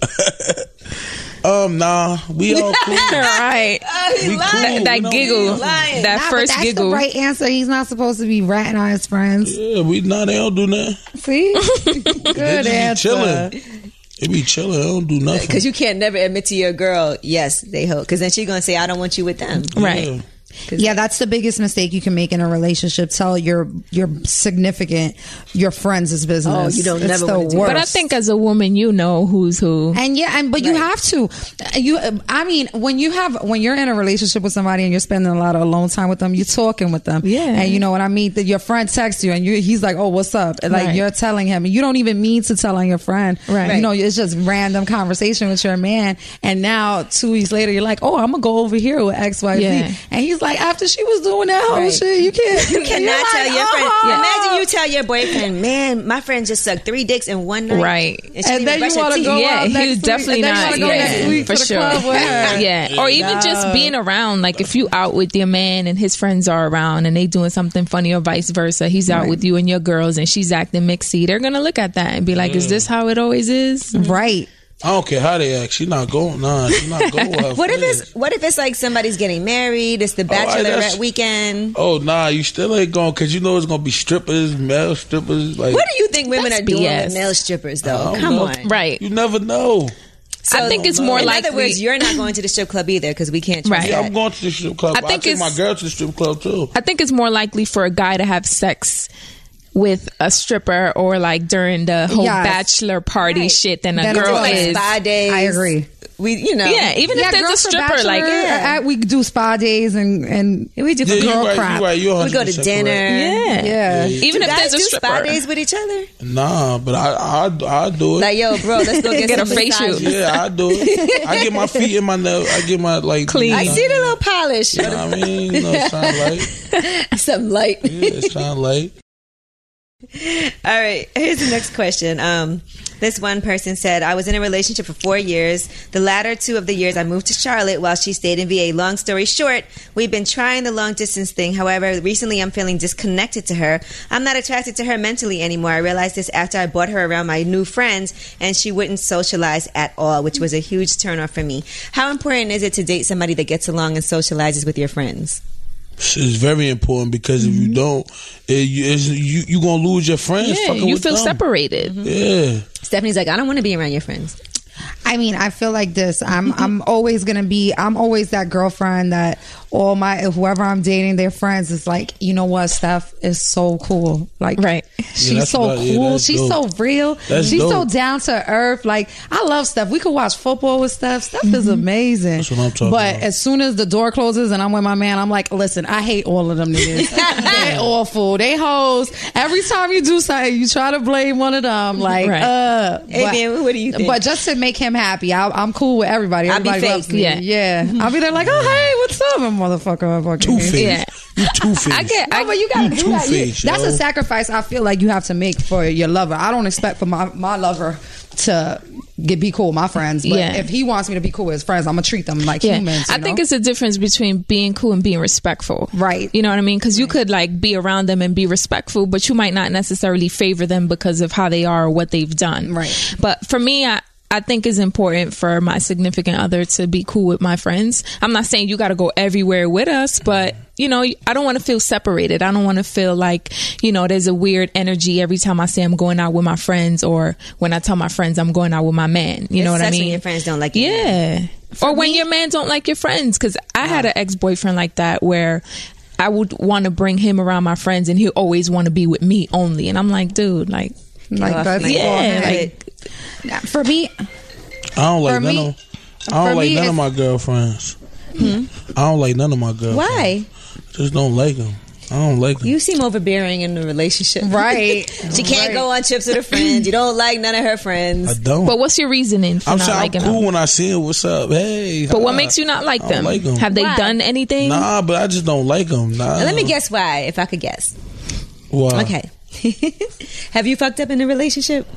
[SPEAKER 5] <laughs> um, nah, we all cool.
[SPEAKER 4] <laughs>
[SPEAKER 6] right.
[SPEAKER 5] we cool.
[SPEAKER 6] That, that
[SPEAKER 5] we don't-
[SPEAKER 6] giggle,
[SPEAKER 1] lying.
[SPEAKER 6] that
[SPEAKER 4] Nah, but
[SPEAKER 6] first
[SPEAKER 4] that's
[SPEAKER 6] giggle.
[SPEAKER 4] the right answer. He's not supposed to be ratting on his friends.
[SPEAKER 5] Yeah, we nah, they don't do nothing.
[SPEAKER 4] See, good
[SPEAKER 5] They just be
[SPEAKER 4] answer.
[SPEAKER 5] chilling. They be chilling. They don't do nothing.
[SPEAKER 1] Because you can't never admit to your girl, yes, they hoe. Because then she gonna say, I don't want you with them.
[SPEAKER 6] Right.
[SPEAKER 5] Yeah.
[SPEAKER 4] Yeah, that's the biggest mistake you can make in a relationship. Tell your your significant, your friends is business.
[SPEAKER 1] Oh, you don't
[SPEAKER 4] It's
[SPEAKER 1] never
[SPEAKER 4] the
[SPEAKER 1] wanna do that.
[SPEAKER 4] worst.
[SPEAKER 6] But I think as a woman, you know who's who.
[SPEAKER 4] And yeah, and but you have to. Uh, You, I mean, when you have when you're in a relationship with somebody and you're spending a lot of alone time with them, you're talking with them.
[SPEAKER 6] Yeah.
[SPEAKER 4] and you know what I mean. That your friend texts you and you, he's like, "Oh, what's up?" And like
[SPEAKER 6] Right.
[SPEAKER 4] you're telling him, and you don't even mean to tell on your friend.
[SPEAKER 6] Right.
[SPEAKER 4] You know, it's just random conversation with your man, and now two weeks later, you're like, "Oh, I'm gonna go over here with X, Y, Z,"
[SPEAKER 6] Yeah.
[SPEAKER 4] and he's like, "After she was doing that whole
[SPEAKER 1] Right.
[SPEAKER 4] shit, you can't,
[SPEAKER 1] <laughs> You cannot
[SPEAKER 4] <laughs> you're
[SPEAKER 1] tell
[SPEAKER 4] like,
[SPEAKER 1] your friend.
[SPEAKER 4] "Oh."
[SPEAKER 1] Imagine you tell your boyfriend, "Man, my friend just sucked three dicks in one night."
[SPEAKER 6] Right.
[SPEAKER 1] And, she
[SPEAKER 4] And then you want
[SPEAKER 1] want
[SPEAKER 4] to go
[SPEAKER 6] Yeah,
[SPEAKER 4] out
[SPEAKER 6] he
[SPEAKER 4] next
[SPEAKER 6] was
[SPEAKER 4] week.
[SPEAKER 6] definitely
[SPEAKER 4] and then
[SPEAKER 6] not.
[SPEAKER 4] You wanna go
[SPEAKER 6] Yeah,
[SPEAKER 4] next week
[SPEAKER 6] for
[SPEAKER 4] to the
[SPEAKER 6] sure.
[SPEAKER 4] Club with her.
[SPEAKER 6] <laughs> Yeah, or even just being around. Like if you out with your man and his friends are around and they doing something funny or vice versa, he's out with you and your girls and she's acting mixy. They're gonna look at that and be like, "Is this how it always is?"
[SPEAKER 4] Right.
[SPEAKER 5] I don't care how they act. She not going. Nah,
[SPEAKER 1] <laughs>
[SPEAKER 5] she not going. With her
[SPEAKER 1] What if
[SPEAKER 5] friends.
[SPEAKER 1] it's What if it's like somebody's getting married? It's the
[SPEAKER 5] Oh, I-
[SPEAKER 1] bachelorette
[SPEAKER 5] that's-
[SPEAKER 1] weekend.
[SPEAKER 5] Oh nah, you still ain't going because you know it's gonna be strippers, male strippers. Like
[SPEAKER 1] What do you think women
[SPEAKER 6] That's
[SPEAKER 1] are doing
[SPEAKER 6] BS.
[SPEAKER 1] with male strippers,
[SPEAKER 5] I
[SPEAKER 1] though?
[SPEAKER 5] don't
[SPEAKER 1] Come
[SPEAKER 5] know.
[SPEAKER 1] on.
[SPEAKER 6] Right.
[SPEAKER 5] you never know.
[SPEAKER 6] I think it's more
[SPEAKER 1] In
[SPEAKER 6] likely.
[SPEAKER 1] other words, you're not going to the strip club either because we can't. Trust
[SPEAKER 6] Right.
[SPEAKER 5] Yeah,
[SPEAKER 1] that.
[SPEAKER 5] I'm going to the strip club.
[SPEAKER 6] I
[SPEAKER 5] I,
[SPEAKER 6] think
[SPEAKER 5] take my
[SPEAKER 6] it's-
[SPEAKER 5] girl to the strip club too.
[SPEAKER 6] I think it's more likely for a guy to have sex with a stripper or like during the whole
[SPEAKER 4] Yes.
[SPEAKER 6] bachelor party shit than a
[SPEAKER 4] Than a
[SPEAKER 6] girl
[SPEAKER 4] girl.
[SPEAKER 1] Like
[SPEAKER 6] is.
[SPEAKER 1] spa days.
[SPEAKER 4] I agree.
[SPEAKER 1] We, you know.
[SPEAKER 6] Yeah, even if there's a
[SPEAKER 4] girls for
[SPEAKER 6] stripper, like
[SPEAKER 4] bachelor,
[SPEAKER 1] Yeah.
[SPEAKER 4] uh, we do spa days and and
[SPEAKER 1] We do.
[SPEAKER 5] Yeah, you
[SPEAKER 4] girl
[SPEAKER 5] right,
[SPEAKER 4] crap.
[SPEAKER 5] You right. You
[SPEAKER 1] we go to
[SPEAKER 5] 100%
[SPEAKER 1] dinner.
[SPEAKER 5] correct.
[SPEAKER 6] yeah,
[SPEAKER 4] yeah.
[SPEAKER 6] Even
[SPEAKER 1] You
[SPEAKER 6] if
[SPEAKER 1] guys
[SPEAKER 6] there's a
[SPEAKER 1] do spa
[SPEAKER 6] stripper,
[SPEAKER 1] days with each other.
[SPEAKER 5] Nah, but I I I do it.
[SPEAKER 1] Like, yo, bro, let's go get,
[SPEAKER 6] Get
[SPEAKER 1] some
[SPEAKER 6] a facial.
[SPEAKER 1] massages.
[SPEAKER 5] yeah, I do
[SPEAKER 1] <laughs>
[SPEAKER 5] it. I get my feet in my nail. I get my like
[SPEAKER 6] Clean.
[SPEAKER 1] I see the little <laughs> polish.
[SPEAKER 5] You know what I mean, you know, it's kind of light.
[SPEAKER 1] Something light.
[SPEAKER 5] <laughs> Yeah, it's kind of light.
[SPEAKER 1] All right, <laughs> here's the next question. Um, this one person said, I was in a relationship for four years. The latter two of the years, I moved to Charlotte while she stayed in VA. Long story short, we've been trying the long distance thing. However, recently I'm feeling disconnected to her. I'm not attracted to her mentally anymore. I realized this after I brought her around my new friends and she wouldn't socialize at all, which was a huge turnoff for me. How important is it to date somebody that gets along and socializes with your friends?
[SPEAKER 5] It's very important because if you don't, it, you, it's, you you gonna lose your friends.
[SPEAKER 6] yeah,
[SPEAKER 5] fucking
[SPEAKER 6] you
[SPEAKER 5] with
[SPEAKER 6] feel
[SPEAKER 5] them. Mm-hmm.
[SPEAKER 6] separated.
[SPEAKER 5] Yeah.
[SPEAKER 1] Stephanie's like, I don't want to be around your friends.
[SPEAKER 4] I mean, I feel like
[SPEAKER 1] <laughs>
[SPEAKER 4] this. I'm I'm always gonna be. I'm always that girlfriend that all my whoever I'm dating, their friends is like, you know what, Steph is so cool. Like, <laughs>
[SPEAKER 6] Right.
[SPEAKER 4] She's
[SPEAKER 5] that's
[SPEAKER 4] so
[SPEAKER 5] what I- yeah,
[SPEAKER 4] cool.
[SPEAKER 5] that's
[SPEAKER 4] she's
[SPEAKER 5] dope.
[SPEAKER 4] so real.
[SPEAKER 5] That's
[SPEAKER 4] she's so
[SPEAKER 5] dope.
[SPEAKER 4] down to earth. Like, I love Steph. We could watch football with Steph. Steph is
[SPEAKER 1] Mm-hmm.
[SPEAKER 4] amazing.
[SPEAKER 5] That's what I'm talking
[SPEAKER 4] But
[SPEAKER 5] about.
[SPEAKER 4] as soon as the door closes and I'm with my man, I'm like, listen, I hate all of them niggas.
[SPEAKER 1] <laughs>
[SPEAKER 4] They're awful. They hoes. Every time you do something, you try to blame one of them. Like,
[SPEAKER 6] Right.
[SPEAKER 4] uh,
[SPEAKER 1] Hey, man, what do you think?
[SPEAKER 4] But just to make him happy, I, I'm cool with everybody.
[SPEAKER 1] I'll be
[SPEAKER 4] Everybody
[SPEAKER 1] fake,
[SPEAKER 4] loves me.
[SPEAKER 6] yeah.
[SPEAKER 4] Yeah. I'll be there like, oh hey, what's up, and motherfucker? motherfucker.
[SPEAKER 5] Two faced.
[SPEAKER 6] Yeah.
[SPEAKER 5] You two faced.
[SPEAKER 6] I get.
[SPEAKER 4] No,
[SPEAKER 6] I,
[SPEAKER 4] but you gotta do that. You-
[SPEAKER 5] two-faced,
[SPEAKER 4] that's
[SPEAKER 5] yo.
[SPEAKER 4] a sacrifice I feel like you have to make for your lover. I don't expect for my, my lover to get be cool with my friends. But
[SPEAKER 6] Yeah.
[SPEAKER 4] if he wants me to be cool with his friends, I'm gonna treat them like
[SPEAKER 6] yeah,
[SPEAKER 4] humans.
[SPEAKER 6] I
[SPEAKER 4] you
[SPEAKER 6] think
[SPEAKER 4] know?
[SPEAKER 6] it's a difference between being cool and being respectful.
[SPEAKER 4] Right.
[SPEAKER 6] You know what I mean? Because you could like be around them and be respectful, but you might not necessarily favor them because of how they are or what they've done.
[SPEAKER 4] Right.
[SPEAKER 6] But for me, I. I think it's important for my significant other to be cool with my friends. I'm not saying you got to go everywhere with us, but you know, I don't want to feel separated. I don't want to feel like, you know, there's a weird energy every time I say I'm going out with my friends or when I tell my friends I'm going out with my man. You know
[SPEAKER 1] It
[SPEAKER 6] what I
[SPEAKER 1] sucks
[SPEAKER 6] mean?
[SPEAKER 1] when your friends don't like you.
[SPEAKER 6] Yeah. or when your man don't like your friends. Because I had an ex boyfriend like that where I would want to bring him around my friends, and he always want to be with me only. And I'm like, dude, like,
[SPEAKER 4] Like that's
[SPEAKER 1] me.
[SPEAKER 6] yeah,
[SPEAKER 4] yeah.
[SPEAKER 6] like,
[SPEAKER 4] for me,
[SPEAKER 5] I don't like
[SPEAKER 4] For
[SPEAKER 5] none
[SPEAKER 4] me-
[SPEAKER 5] of. I
[SPEAKER 4] for
[SPEAKER 5] don't like
[SPEAKER 4] me,
[SPEAKER 5] none of
[SPEAKER 4] it's-
[SPEAKER 5] my girlfriends. I don't like none of my girlfriends.
[SPEAKER 1] Why?
[SPEAKER 5] Just don't like them. I don't like them.
[SPEAKER 1] You seem overbearing in the relationship.
[SPEAKER 4] right?
[SPEAKER 1] She can't go on trips with her friends. You don't like none of her
[SPEAKER 5] I
[SPEAKER 1] friends.
[SPEAKER 5] don't.
[SPEAKER 6] but what's your reasoning for
[SPEAKER 5] I'm
[SPEAKER 6] not
[SPEAKER 5] sorry. I'm
[SPEAKER 6] liking
[SPEAKER 5] cool
[SPEAKER 6] them?
[SPEAKER 5] when I see him. What's up? Hey.
[SPEAKER 6] But what
[SPEAKER 5] hi.
[SPEAKER 6] makes you not like
[SPEAKER 5] I
[SPEAKER 6] them?
[SPEAKER 5] don't like 'em.
[SPEAKER 6] Have they
[SPEAKER 1] Why?
[SPEAKER 6] done anything?
[SPEAKER 5] Nah, but I just don't Uh. like them. Nah.
[SPEAKER 1] Now, let me guess why, if I could guess.
[SPEAKER 5] Why?
[SPEAKER 1] Okay. <laughs> Have you fucked up in a relationship?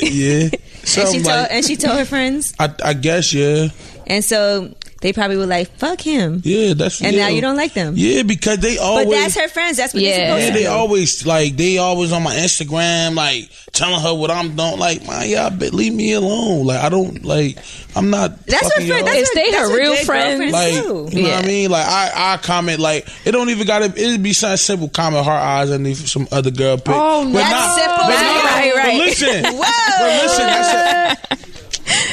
[SPEAKER 5] yeah.
[SPEAKER 1] And she,
[SPEAKER 5] Something
[SPEAKER 1] told,
[SPEAKER 5] like,
[SPEAKER 1] and she told her friends,
[SPEAKER 5] I, I guess yeah.
[SPEAKER 1] and so they probably were like, "Fuck him."
[SPEAKER 5] Yeah, that's.
[SPEAKER 1] And now
[SPEAKER 5] yeah.
[SPEAKER 1] you don't like them.
[SPEAKER 5] Yeah, because they always.
[SPEAKER 1] But that's her friends. That's what
[SPEAKER 6] Yeah.
[SPEAKER 1] they're
[SPEAKER 5] Yeah,
[SPEAKER 1] supposed
[SPEAKER 5] they
[SPEAKER 1] to do.
[SPEAKER 5] always like they always on my Instagram, like telling her what I'm doing. Like, man, y'all be- leave me alone. Like, I don't like. I'm not.
[SPEAKER 1] That's her
[SPEAKER 5] fucking
[SPEAKER 1] friend.
[SPEAKER 5] y'all.
[SPEAKER 1] That's
[SPEAKER 6] If
[SPEAKER 1] her,
[SPEAKER 6] they
[SPEAKER 1] that's
[SPEAKER 6] her real
[SPEAKER 1] good
[SPEAKER 6] friends-
[SPEAKER 1] girlfriends
[SPEAKER 5] like,
[SPEAKER 1] too.
[SPEAKER 5] you know what
[SPEAKER 6] Yeah.
[SPEAKER 5] I mean? Like, I, I comment like it don't even gotta. It'd be something simple. Comment heart eyes underneath some other girl pic.
[SPEAKER 6] Oh,
[SPEAKER 5] But
[SPEAKER 6] that's
[SPEAKER 5] not-
[SPEAKER 1] simple.
[SPEAKER 5] but
[SPEAKER 1] Right,
[SPEAKER 5] not-
[SPEAKER 6] right,
[SPEAKER 5] but
[SPEAKER 6] right.
[SPEAKER 5] listen, but listen. That's a,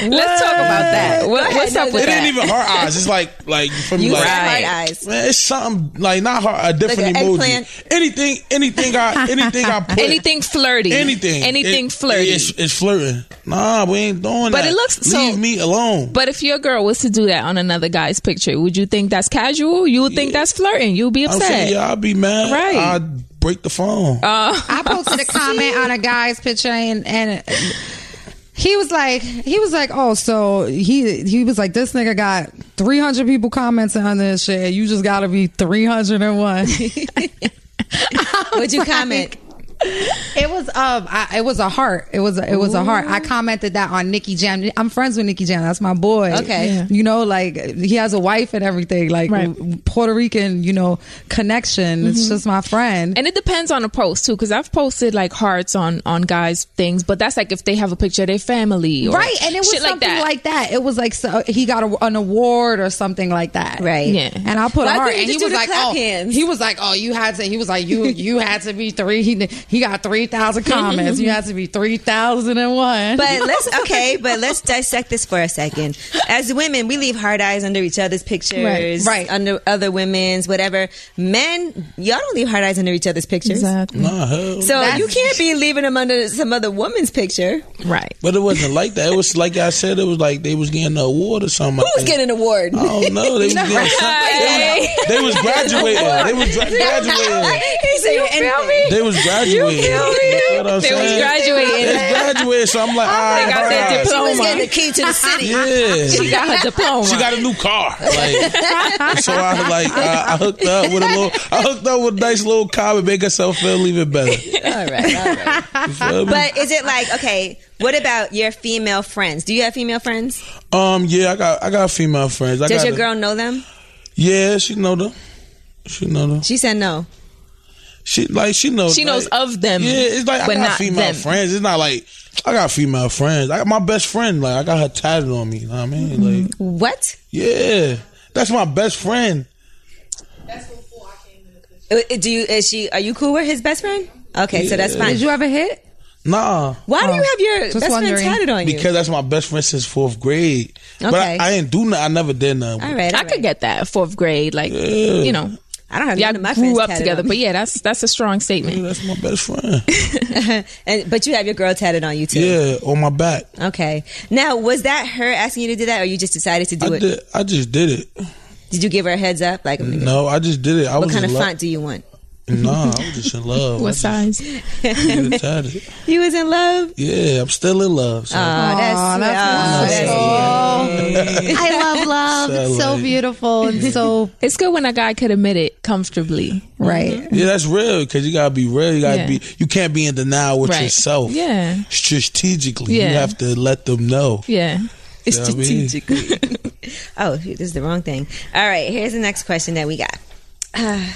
[SPEAKER 6] Let's talk about that. What, what's up with
[SPEAKER 5] it
[SPEAKER 6] that?
[SPEAKER 5] ain't even hard eyes. It's like like for me,
[SPEAKER 1] You
[SPEAKER 5] like
[SPEAKER 1] said
[SPEAKER 6] Right.
[SPEAKER 1] hard eyes.
[SPEAKER 5] Man, it's something like not hard. A different
[SPEAKER 1] Like a
[SPEAKER 5] emoji.
[SPEAKER 1] eggplant.
[SPEAKER 5] Anything, anything I, anything I put,
[SPEAKER 6] anything flirty?
[SPEAKER 5] anything,
[SPEAKER 6] Anything
[SPEAKER 5] It-
[SPEAKER 6] flirty?
[SPEAKER 5] It's, it's flirting. Nah, we ain't doing that.
[SPEAKER 6] But it looks- so-
[SPEAKER 5] Leave me alone.
[SPEAKER 6] But if your girl was to do that on another guy's picture, would you think that's casual? You would think that's flirting. You'd be
[SPEAKER 5] I'm
[SPEAKER 6] upset.
[SPEAKER 5] saying, yeah, I'll be mad.
[SPEAKER 6] Right. Uh,
[SPEAKER 5] I'd break the phone.
[SPEAKER 4] I posted <laughs> a comment on a guy's picture and and he was like he was like oh so he he was like this nigga got 300 people commenting on this shit you just gotta be 301
[SPEAKER 1] Would you comment?
[SPEAKER 4] <laughs> It was um, I, it was a heart. It was a, it was a heart. I commented that on Nikki Jam. I'm friends with Nikki Jam. That's my boy.
[SPEAKER 1] Okay. Yeah.
[SPEAKER 4] you know, like he has a wife and everything. Like
[SPEAKER 6] Right.
[SPEAKER 4] Puerto Rican, you know, connection. It's just my friend.
[SPEAKER 6] and it depends on the post too, because I've posted like hearts on on guys' things, but that's like if they have a picture of their family, or
[SPEAKER 4] Right, and it was
[SPEAKER 6] shit
[SPEAKER 4] something
[SPEAKER 6] like that.
[SPEAKER 4] It was like so, he got a, an award or something like that.
[SPEAKER 1] Right.
[SPEAKER 6] Yeah.
[SPEAKER 4] And I put
[SPEAKER 1] Why
[SPEAKER 4] a heart,
[SPEAKER 1] couldn't you
[SPEAKER 4] and he
[SPEAKER 1] just do
[SPEAKER 4] was
[SPEAKER 1] the
[SPEAKER 4] like,
[SPEAKER 1] clap
[SPEAKER 4] "Oh,
[SPEAKER 1] hands?
[SPEAKER 4] he was like, oh, you had to." He was like, "You, you had to be three. He, he got three thousand comments. you had to be three thousand and one.
[SPEAKER 1] But let's okay, but let's dissect this for a second. As women, we leave hard eyes under each other's pictures,
[SPEAKER 4] Right.
[SPEAKER 1] Under other women's, whatever. Men, y'all don't leave hard eyes under each other's pictures.
[SPEAKER 6] Exactly.
[SPEAKER 5] nah, hell.
[SPEAKER 1] So
[SPEAKER 4] That's-
[SPEAKER 1] you can't be leaving them under some other woman's picture.
[SPEAKER 6] Right.
[SPEAKER 5] but it wasn't like that. It was like I said. It was like they was getting an award or something. I
[SPEAKER 1] Who's
[SPEAKER 5] think.
[SPEAKER 1] getting an award?
[SPEAKER 5] I don't know.
[SPEAKER 6] <laughs>
[SPEAKER 5] They was getting something. They was graduating. <laughs> They was
[SPEAKER 1] <laughs>
[SPEAKER 5] dra- graduating.
[SPEAKER 1] He said, "You feel me?"
[SPEAKER 5] They was graduating. That's what I'm
[SPEAKER 6] They was
[SPEAKER 5] saying.
[SPEAKER 6] graduating.
[SPEAKER 5] They was graduating. So I'm like,
[SPEAKER 1] Oh
[SPEAKER 5] all
[SPEAKER 6] they
[SPEAKER 5] right,
[SPEAKER 6] got their
[SPEAKER 5] all right.
[SPEAKER 6] diploma.
[SPEAKER 1] She was getting the key to the <laughs> city.
[SPEAKER 5] Yeah.
[SPEAKER 6] <laughs> She got her diploma.
[SPEAKER 5] She got a new car. Like, and so I like I, I hooked up with a little. I hooked up with a nice little car and make herself feel even better.
[SPEAKER 1] All right, all right.
[SPEAKER 5] You feel me?
[SPEAKER 1] But is it like okay? What about your female friends? Do you have female friends?
[SPEAKER 5] um, yeah, I got I got female friends. I
[SPEAKER 1] Does
[SPEAKER 5] got
[SPEAKER 1] your
[SPEAKER 5] a-
[SPEAKER 1] girl know them?
[SPEAKER 5] Yeah, she know them. She know them.
[SPEAKER 1] She said no.
[SPEAKER 5] She like she knows.
[SPEAKER 6] She knows
[SPEAKER 5] like-
[SPEAKER 6] of them,
[SPEAKER 5] Yeah, it's like
[SPEAKER 6] but
[SPEAKER 5] I got
[SPEAKER 6] not
[SPEAKER 5] female
[SPEAKER 6] them.
[SPEAKER 5] friends. It's not like I got female friends. I got my best friend. Like I got her tatted on me. You know what I mean? Like
[SPEAKER 1] Mm-hmm. What?
[SPEAKER 5] yeah, that's my best friend.
[SPEAKER 1] Uh, Do you? Is she? Are you cool with his best friend? Okay, so that's fine.
[SPEAKER 4] Did you ever hit?
[SPEAKER 5] Nah,
[SPEAKER 1] Why do you have your
[SPEAKER 4] just
[SPEAKER 1] best
[SPEAKER 4] wondering.
[SPEAKER 1] friend tatted on you?
[SPEAKER 5] Uh, because that's my best friend since fourth grade. But I,
[SPEAKER 1] Okay.
[SPEAKER 5] I didn't do nothing. I never did nothing.
[SPEAKER 1] all right, all
[SPEAKER 6] I
[SPEAKER 1] right.
[SPEAKER 6] could get that fourth grade, like you know.
[SPEAKER 1] I don't have
[SPEAKER 6] Y'all
[SPEAKER 1] none of my friends
[SPEAKER 6] grew up
[SPEAKER 1] tatted
[SPEAKER 6] together,
[SPEAKER 1] on me.
[SPEAKER 6] but yeah, that's that's a strong statement.
[SPEAKER 5] That's my best
[SPEAKER 1] <laughs>
[SPEAKER 5] friend.
[SPEAKER 1] and, but you have your girl tatted on you too.
[SPEAKER 5] yeah, on my back.
[SPEAKER 1] Okay. Now, was that her asking you to do that, or you just decided to do
[SPEAKER 5] I
[SPEAKER 1] it?
[SPEAKER 5] did. I just did it.
[SPEAKER 1] Did you give her a heads up? Like,
[SPEAKER 5] No, I just did it. I
[SPEAKER 1] what
[SPEAKER 5] was
[SPEAKER 1] kind of
[SPEAKER 5] in
[SPEAKER 1] font do you want?
[SPEAKER 5] font? Nah, I was just in
[SPEAKER 1] <laughs>
[SPEAKER 5] love.
[SPEAKER 6] What size?
[SPEAKER 5] I just did it, tatted.
[SPEAKER 1] You was in love.
[SPEAKER 5] Yeah, I'm still in love. So.
[SPEAKER 1] Aw, that's,
[SPEAKER 4] that's I love love. It's so
[SPEAKER 5] Satellite.
[SPEAKER 4] beautiful and so
[SPEAKER 6] It's good when a guy could admit it comfortably.
[SPEAKER 4] <laughs> right.
[SPEAKER 5] Yeah, that's real because you gotta be real. You gotta
[SPEAKER 6] Yeah.
[SPEAKER 5] be. You can't be in denial with
[SPEAKER 6] Right.
[SPEAKER 5] yourself.
[SPEAKER 6] Yeah.
[SPEAKER 5] Strategically,
[SPEAKER 6] Yeah.
[SPEAKER 5] you have to let them know.
[SPEAKER 6] Yeah.
[SPEAKER 5] It's <laughs> strategic.
[SPEAKER 1] <laughs> Oh, shoot, this is the wrong thing. All right, here's the next question that we got. <sighs> Uh,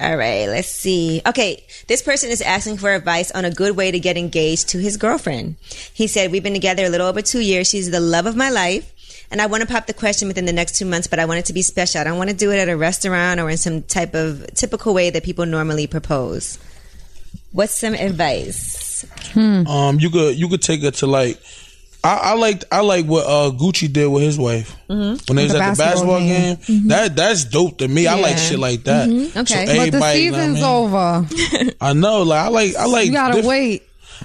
[SPEAKER 1] all right, let's see. Okay, this person is asking for advice on a good way to get engaged to his girlfriend. He said, We've been together a little over two years. She's the love of my life. And I want to pop the question within the next two months, but I want it to be special. I don't want to do it at a restaurant or in some type of typical way that people normally propose. What's some advice?
[SPEAKER 5] Um, you could you could take her to like I, I liked I like what uh, Gucci did with his wife when they was
[SPEAKER 4] The
[SPEAKER 5] at the
[SPEAKER 4] basketball
[SPEAKER 5] basketball game. That that's dope to me. I like
[SPEAKER 1] Yeah.
[SPEAKER 5] shit like that.
[SPEAKER 1] Okay.
[SPEAKER 5] So
[SPEAKER 1] But the
[SPEAKER 4] But the
[SPEAKER 5] everybody, you know what I
[SPEAKER 4] season's
[SPEAKER 5] mean?
[SPEAKER 4] over.
[SPEAKER 5] I know. Like I like I like
[SPEAKER 4] You gotta
[SPEAKER 5] diff-
[SPEAKER 4] wait.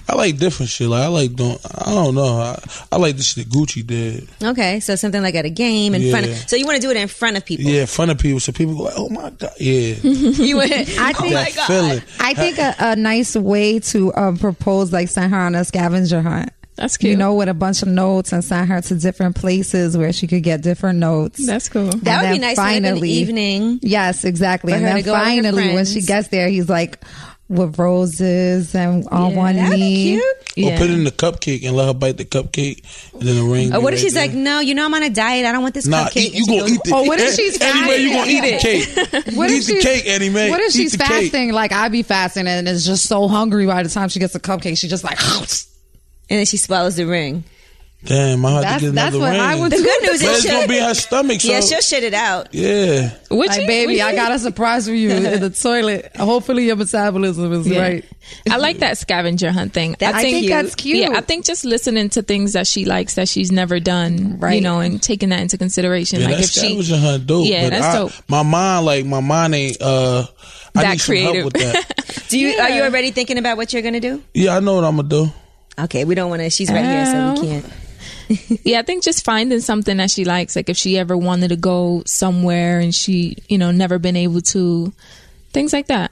[SPEAKER 5] I like different shit. Like I like don't I don't know. I, I like the shit that Gucci did.
[SPEAKER 1] Okay, so something like at a game in front of.
[SPEAKER 5] Yeah.
[SPEAKER 1] So you want to do it in front of people.
[SPEAKER 5] Yeah, in front of people, so people go like, "Oh my god, yeah."
[SPEAKER 1] <laughs> You Oh want, I
[SPEAKER 4] think-
[SPEAKER 5] that feeling.
[SPEAKER 4] I think a, a nice way to um, propose, like, send her on a scavenger hunt.
[SPEAKER 6] That's cute.
[SPEAKER 4] You know, with a bunch of notes and send her to different places where she could get different notes.
[SPEAKER 6] That's cool.
[SPEAKER 1] That would
[SPEAKER 4] And
[SPEAKER 1] be
[SPEAKER 4] then
[SPEAKER 1] nice. Finally, in the evening.
[SPEAKER 4] Yes, exactly.
[SPEAKER 1] For
[SPEAKER 4] And
[SPEAKER 1] her
[SPEAKER 4] then
[SPEAKER 1] to go with her
[SPEAKER 4] finally, when she
[SPEAKER 1] friends.
[SPEAKER 4] gets there, he's like with roses and on one
[SPEAKER 1] That'd
[SPEAKER 4] knee.
[SPEAKER 1] be Oh, cute.
[SPEAKER 5] Or put it in the cupcake and let her bite the cupcake and then the ring.
[SPEAKER 1] Or
[SPEAKER 5] be
[SPEAKER 1] Uh, what if
[SPEAKER 5] right
[SPEAKER 1] she's
[SPEAKER 5] there.
[SPEAKER 1] like, no, you know, I'm on a diet. I don't want this
[SPEAKER 5] Nah,
[SPEAKER 1] cupcake.
[SPEAKER 5] eat, you
[SPEAKER 1] And she
[SPEAKER 5] gonna
[SPEAKER 1] goes,
[SPEAKER 5] eat the.
[SPEAKER 4] Oh, what if she's
[SPEAKER 5] anyway? You gonna
[SPEAKER 4] fasting?
[SPEAKER 5] eat the
[SPEAKER 4] <laughs>
[SPEAKER 5] cake?
[SPEAKER 4] What
[SPEAKER 5] eat
[SPEAKER 4] if
[SPEAKER 5] the
[SPEAKER 4] she's-
[SPEAKER 5] cake, Annie Mae.
[SPEAKER 4] What if
[SPEAKER 5] Eat
[SPEAKER 4] she's
[SPEAKER 5] the cake.
[SPEAKER 4] fasting? Like I be fasting and it's just so hungry by the time she gets a cupcake, she just like.
[SPEAKER 1] <laughs> And then she swallows the ring.
[SPEAKER 5] Damn, I had
[SPEAKER 4] That's-
[SPEAKER 5] to get
[SPEAKER 4] that's
[SPEAKER 5] another
[SPEAKER 4] what
[SPEAKER 5] ring.
[SPEAKER 4] I would
[SPEAKER 1] The good news is
[SPEAKER 5] But it's
[SPEAKER 1] she'll,
[SPEAKER 5] gonna be in her stomach. So
[SPEAKER 1] <laughs> yeah, she'll shit it out.
[SPEAKER 5] yeah.
[SPEAKER 6] Would
[SPEAKER 4] Like,
[SPEAKER 6] you-
[SPEAKER 4] baby,
[SPEAKER 6] would
[SPEAKER 4] I
[SPEAKER 6] you-
[SPEAKER 4] got a surprise for you in
[SPEAKER 1] <laughs>
[SPEAKER 4] the toilet. Hopefully, your metabolism is
[SPEAKER 6] Yeah.
[SPEAKER 4] right.
[SPEAKER 6] I like that scavenger hunt thing.
[SPEAKER 1] That's
[SPEAKER 6] I
[SPEAKER 1] cute.
[SPEAKER 6] think,
[SPEAKER 1] That's
[SPEAKER 4] cute.
[SPEAKER 6] Yeah, I think just listening to things that she likes that she's never done,
[SPEAKER 4] Right.
[SPEAKER 6] you know, and taking that into consideration.
[SPEAKER 5] Yeah,
[SPEAKER 6] like
[SPEAKER 5] that
[SPEAKER 6] if she,
[SPEAKER 5] scavenger hunt dope.
[SPEAKER 6] Yeah,
[SPEAKER 5] but
[SPEAKER 6] that's
[SPEAKER 5] I,
[SPEAKER 6] dope.
[SPEAKER 5] My mind, like my mind ain't. uh I
[SPEAKER 6] That
[SPEAKER 5] need some help
[SPEAKER 6] creative.
[SPEAKER 5] with that.
[SPEAKER 1] Do you? Are you already thinking about what you're gonna do?
[SPEAKER 5] yeah, I know what I'm gonna do.
[SPEAKER 1] Okay, we don't want to. She's right here, so we can't.
[SPEAKER 6] yeah, I think just finding something that she likes. Like if she ever wanted to go somewhere and she, you know, never been able to, things like that.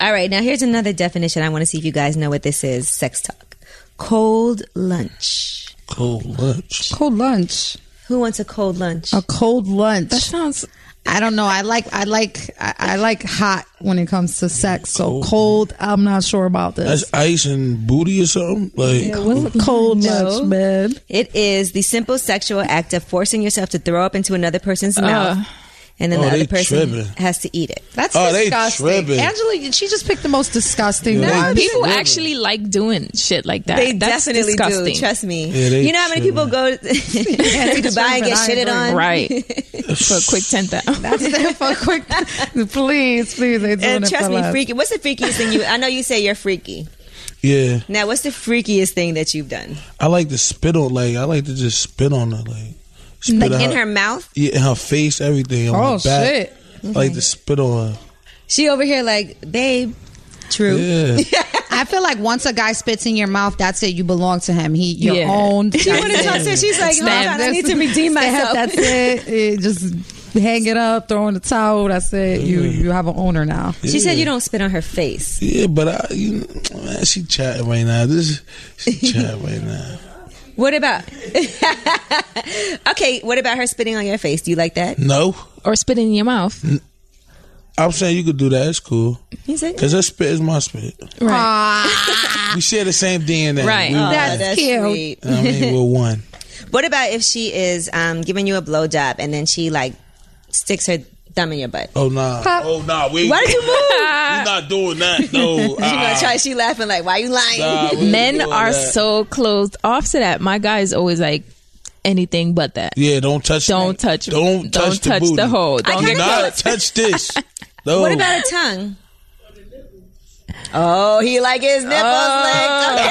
[SPEAKER 1] All right, now here's another definition. I want to see if you guys know what this is. Sex talk. Cold lunch.
[SPEAKER 5] Cold lunch.
[SPEAKER 4] Cold lunch.
[SPEAKER 1] Who wants a cold lunch?
[SPEAKER 4] A cold lunch.
[SPEAKER 6] That sounds.
[SPEAKER 4] I don't know. I like. I like. I, I like hot when it comes to sex. So cold. I'm not sure about this.
[SPEAKER 5] That's ice and booty or something. Like
[SPEAKER 4] What's a cold lunch, man?
[SPEAKER 1] It is the simple sexual act of forcing yourself to throw up into another person's mouth, and then
[SPEAKER 5] Oh,
[SPEAKER 1] the
[SPEAKER 5] they
[SPEAKER 1] other person
[SPEAKER 5] tripping.
[SPEAKER 1] has to eat it.
[SPEAKER 4] That's
[SPEAKER 5] Oh, they
[SPEAKER 4] disgusting.
[SPEAKER 5] tripping.
[SPEAKER 4] Angela, she just picked the most disgusting
[SPEAKER 5] Yeah, they
[SPEAKER 4] one.
[SPEAKER 5] tripping.
[SPEAKER 6] People actually like doing shit like that.
[SPEAKER 1] They
[SPEAKER 6] That's
[SPEAKER 1] definitely
[SPEAKER 6] disgusting.
[SPEAKER 1] do. Trust me.
[SPEAKER 5] Yeah, they
[SPEAKER 1] you know how many people go <laughs> to Dubai and get
[SPEAKER 4] I
[SPEAKER 1] shitted
[SPEAKER 4] agree.
[SPEAKER 1] on?
[SPEAKER 5] <laughs>
[SPEAKER 6] Right. For a quick 10,000.
[SPEAKER 4] That's it
[SPEAKER 1] <laughs>
[SPEAKER 4] for quick. please, please, they're doing
[SPEAKER 1] And
[SPEAKER 4] it
[SPEAKER 1] trust
[SPEAKER 4] for
[SPEAKER 1] me,
[SPEAKER 4] us.
[SPEAKER 1] freaky. What's the freakiest thing you? I know you say you're freaky.
[SPEAKER 5] yeah,
[SPEAKER 1] Now, what's the freakiest thing that you've done?
[SPEAKER 5] I like to spit on. Like I like to just spit on her. Like spit
[SPEAKER 1] Like
[SPEAKER 5] on
[SPEAKER 1] in her mouth?
[SPEAKER 5] Yeah, in her face, everything. On
[SPEAKER 4] Oh
[SPEAKER 5] her back.
[SPEAKER 4] shit!
[SPEAKER 5] I like to spit on her.
[SPEAKER 1] She over here like, babe. True.
[SPEAKER 5] Yeah.
[SPEAKER 4] I feel like once a guy spits in your mouth, that's it. You belong to him. He your
[SPEAKER 6] Yeah.
[SPEAKER 1] <laughs>
[SPEAKER 4] own.
[SPEAKER 1] She wanted to talk to her. She's like, hold
[SPEAKER 6] Snap.
[SPEAKER 1] on, I need to redeem
[SPEAKER 4] Stamp,
[SPEAKER 1] myself.
[SPEAKER 4] That's
[SPEAKER 1] <laughs>
[SPEAKER 4] <laughs> it. It- Just hang it up, throw in the towel. That's it. You
[SPEAKER 5] Mm.
[SPEAKER 4] you have an owner now.
[SPEAKER 1] She said you don't spit on her face.
[SPEAKER 5] Yeah, but I, you know, man, she chatting right now. This,
[SPEAKER 6] <laughs>
[SPEAKER 5] she chatting right now.
[SPEAKER 1] What about? <laughs> okay, what about her spitting on your face? Do you like that?
[SPEAKER 5] No,
[SPEAKER 6] or spit in your mouth.
[SPEAKER 5] I'm saying you could do that. It's cool.
[SPEAKER 1] He said,
[SPEAKER 5] Cause her spit is my spit.
[SPEAKER 6] Right.
[SPEAKER 5] We share the same DNA.
[SPEAKER 6] Ah. Right.
[SPEAKER 5] We,
[SPEAKER 6] Oh.
[SPEAKER 1] "Aw, that's
[SPEAKER 4] cute.
[SPEAKER 1] sweet."
[SPEAKER 5] I mean, we're one.
[SPEAKER 1] What about if she is um, giving you a blowjob and then she like sticks her thumb in your butt?
[SPEAKER 5] Oh
[SPEAKER 6] <laughs>
[SPEAKER 5] nah. Oh nah. Wait.
[SPEAKER 1] Why did you move?
[SPEAKER 5] We're not doing that. Ah, No.
[SPEAKER 1] she gonna try. She laughing like, why you lying? <laughs>
[SPEAKER 6] Men are so closed off to that. My guy is always like, anything but that.
[SPEAKER 5] Yeah. Don't touch.
[SPEAKER 6] Don't touch-
[SPEAKER 5] Don't
[SPEAKER 6] don't
[SPEAKER 5] touch.
[SPEAKER 6] touch
[SPEAKER 5] the,
[SPEAKER 6] the
[SPEAKER 5] booty.
[SPEAKER 6] hole. Don't
[SPEAKER 5] Do
[SPEAKER 6] get
[SPEAKER 5] not touch this.
[SPEAKER 6] <laughs>
[SPEAKER 5] No.
[SPEAKER 1] What about a tongue? Oh, he like his nipples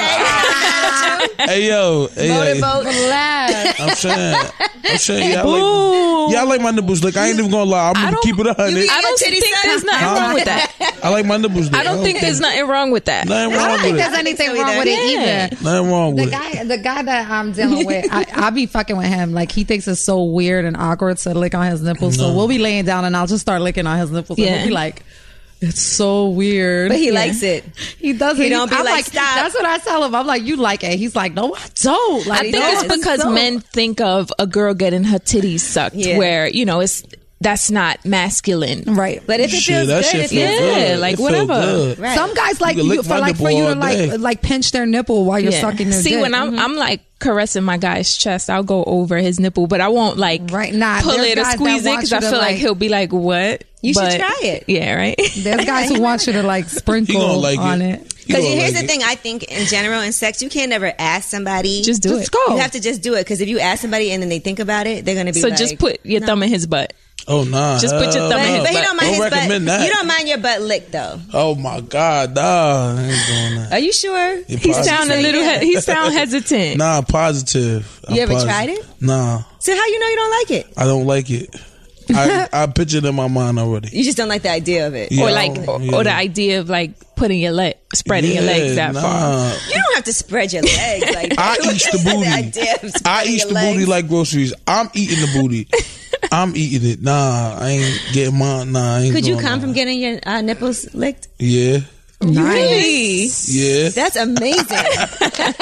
[SPEAKER 1] licked. Okay.
[SPEAKER 5] Hey yo. Hey, hey.
[SPEAKER 1] Motorboat.
[SPEAKER 4] Laugh.
[SPEAKER 5] I'm saying. I'm saying.
[SPEAKER 6] <laughs>
[SPEAKER 5] Y'all like, y'all like my nipples. Like I ain't even gonna lie. I'm
[SPEAKER 6] I
[SPEAKER 5] gonna
[SPEAKER 6] don't-
[SPEAKER 5] keep it a hundred.
[SPEAKER 6] I don't think there's nothing wrong with that.
[SPEAKER 5] I like my nipples.
[SPEAKER 6] I don't think there's nothing wrong with that.
[SPEAKER 5] nothing
[SPEAKER 4] I
[SPEAKER 5] wrong
[SPEAKER 4] don't
[SPEAKER 5] with
[SPEAKER 4] think
[SPEAKER 5] it.
[SPEAKER 4] there's anything
[SPEAKER 1] so
[SPEAKER 4] wrong with it
[SPEAKER 6] either.
[SPEAKER 4] either.
[SPEAKER 5] Nothing wrong
[SPEAKER 4] The
[SPEAKER 5] with it.
[SPEAKER 4] guy, the guy that I'm <laughs> dealing with, I, I be fucking with him. Like he thinks it's so weird and awkward to lick on his nipples. So we'll be laying down and I'll just start licking on his nipples. And
[SPEAKER 6] Yeah.
[SPEAKER 4] we'll be like, it's so weird.
[SPEAKER 1] But he
[SPEAKER 4] Yeah.
[SPEAKER 1] likes it.
[SPEAKER 4] He doesn't.
[SPEAKER 1] He don't be
[SPEAKER 4] I'm
[SPEAKER 1] like, "Stop."
[SPEAKER 4] That's what I tell him. I'm like, you like it. He's like, no, I don't. Like,
[SPEAKER 6] I think
[SPEAKER 4] no,
[SPEAKER 6] it's because
[SPEAKER 4] don't."
[SPEAKER 6] men think of a girl getting her titties sucked,
[SPEAKER 1] Yeah.
[SPEAKER 6] where you know it's that's not masculine.
[SPEAKER 4] right?
[SPEAKER 1] But if it
[SPEAKER 5] Shit,
[SPEAKER 1] feels
[SPEAKER 5] that
[SPEAKER 1] good,
[SPEAKER 5] shit
[SPEAKER 1] if
[SPEAKER 5] feel
[SPEAKER 1] you-
[SPEAKER 5] good.
[SPEAKER 6] Yeah, like,
[SPEAKER 5] It feel
[SPEAKER 6] whatever.
[SPEAKER 5] good.
[SPEAKER 1] Right.
[SPEAKER 4] Some guys like
[SPEAKER 5] You
[SPEAKER 4] you,
[SPEAKER 5] can lick
[SPEAKER 4] for
[SPEAKER 5] my
[SPEAKER 4] like for
[SPEAKER 5] nipple
[SPEAKER 4] you to
[SPEAKER 5] all day.
[SPEAKER 4] like like pinch their nipple while you're
[SPEAKER 6] Yeah.
[SPEAKER 4] sucking their
[SPEAKER 6] See,
[SPEAKER 4] dick. Mm-hmm.
[SPEAKER 6] when I'm I'm like caressing my guy's chest, I'll go over his nipple, but I won't like
[SPEAKER 4] Right, nah,
[SPEAKER 6] pull
[SPEAKER 4] there's
[SPEAKER 6] it or
[SPEAKER 4] guys that
[SPEAKER 6] squeeze it
[SPEAKER 4] want
[SPEAKER 6] because
[SPEAKER 4] you
[SPEAKER 6] I
[SPEAKER 4] to,
[SPEAKER 6] feel like,
[SPEAKER 4] like-
[SPEAKER 6] he'll be like, "What?
[SPEAKER 1] You should
[SPEAKER 6] But-
[SPEAKER 1] try it.
[SPEAKER 6] Yeah, right.
[SPEAKER 4] <laughs> there's guys who want you to like
[SPEAKER 5] <laughs> He gonna
[SPEAKER 4] sprinkle
[SPEAKER 5] like
[SPEAKER 4] on
[SPEAKER 5] it.
[SPEAKER 4] it.
[SPEAKER 5] He
[SPEAKER 1] Because
[SPEAKER 5] gonna
[SPEAKER 1] here's
[SPEAKER 5] like
[SPEAKER 1] the
[SPEAKER 5] it.
[SPEAKER 1] thing, I think in general in sex, you can't ever ask somebody.
[SPEAKER 6] Just do
[SPEAKER 4] Just
[SPEAKER 6] it.
[SPEAKER 4] go.
[SPEAKER 1] You have to just do it because if you ask somebody and then they think about it, they're gonna be
[SPEAKER 6] <laughs> So
[SPEAKER 1] like,
[SPEAKER 6] just put your thumb in his butt.
[SPEAKER 5] Oh nah.
[SPEAKER 6] Just put your
[SPEAKER 5] hell
[SPEAKER 6] thumb in
[SPEAKER 5] no.
[SPEAKER 6] his
[SPEAKER 1] But he
[SPEAKER 6] butt.
[SPEAKER 1] don't mind
[SPEAKER 5] Don't
[SPEAKER 1] his
[SPEAKER 5] recommend
[SPEAKER 1] butt.
[SPEAKER 5] that.
[SPEAKER 1] You don't mind your butt lick though.
[SPEAKER 5] Oh my god, nah, I ain't doing that.
[SPEAKER 1] Are you sure?
[SPEAKER 5] You
[SPEAKER 6] He
[SPEAKER 5] positive.
[SPEAKER 6] sound a little. He, he sound hesitant.
[SPEAKER 5] Nah, positive. I'm
[SPEAKER 1] You ever
[SPEAKER 5] positive.
[SPEAKER 1] tried it?
[SPEAKER 5] Nah,
[SPEAKER 1] So how you know you don't like it?
[SPEAKER 5] I don't like it. I I picture it in my mind already.
[SPEAKER 1] You just don't like the idea of it.
[SPEAKER 5] Yeah,
[SPEAKER 6] or
[SPEAKER 5] I
[SPEAKER 6] like, or,
[SPEAKER 5] don't-
[SPEAKER 6] or the
[SPEAKER 5] yeah.
[SPEAKER 6] idea of like putting your leg, spreading your
[SPEAKER 5] Yeah,
[SPEAKER 6] legs that far.
[SPEAKER 5] nah.
[SPEAKER 1] You don't have to spread your legs like that. <laughs>
[SPEAKER 4] <laughs>
[SPEAKER 5] <laughs> I eat the
[SPEAKER 1] Just
[SPEAKER 5] booty.
[SPEAKER 1] idea of
[SPEAKER 5] I
[SPEAKER 1] spreading
[SPEAKER 5] eat
[SPEAKER 1] your
[SPEAKER 5] the
[SPEAKER 1] legs.
[SPEAKER 5] booty like groceries. I'm eating the
[SPEAKER 4] <laughs>
[SPEAKER 5] booty. I'm eating it. Nah, I ain't getting mine. Nah, I ain't
[SPEAKER 1] Could you
[SPEAKER 5] doing
[SPEAKER 1] come
[SPEAKER 5] that.
[SPEAKER 1] from getting your uh, nipples
[SPEAKER 5] <laughs>
[SPEAKER 1] licked?
[SPEAKER 5] Yeah,
[SPEAKER 6] Really?
[SPEAKER 5] yeah.
[SPEAKER 1] That's amazing. <laughs>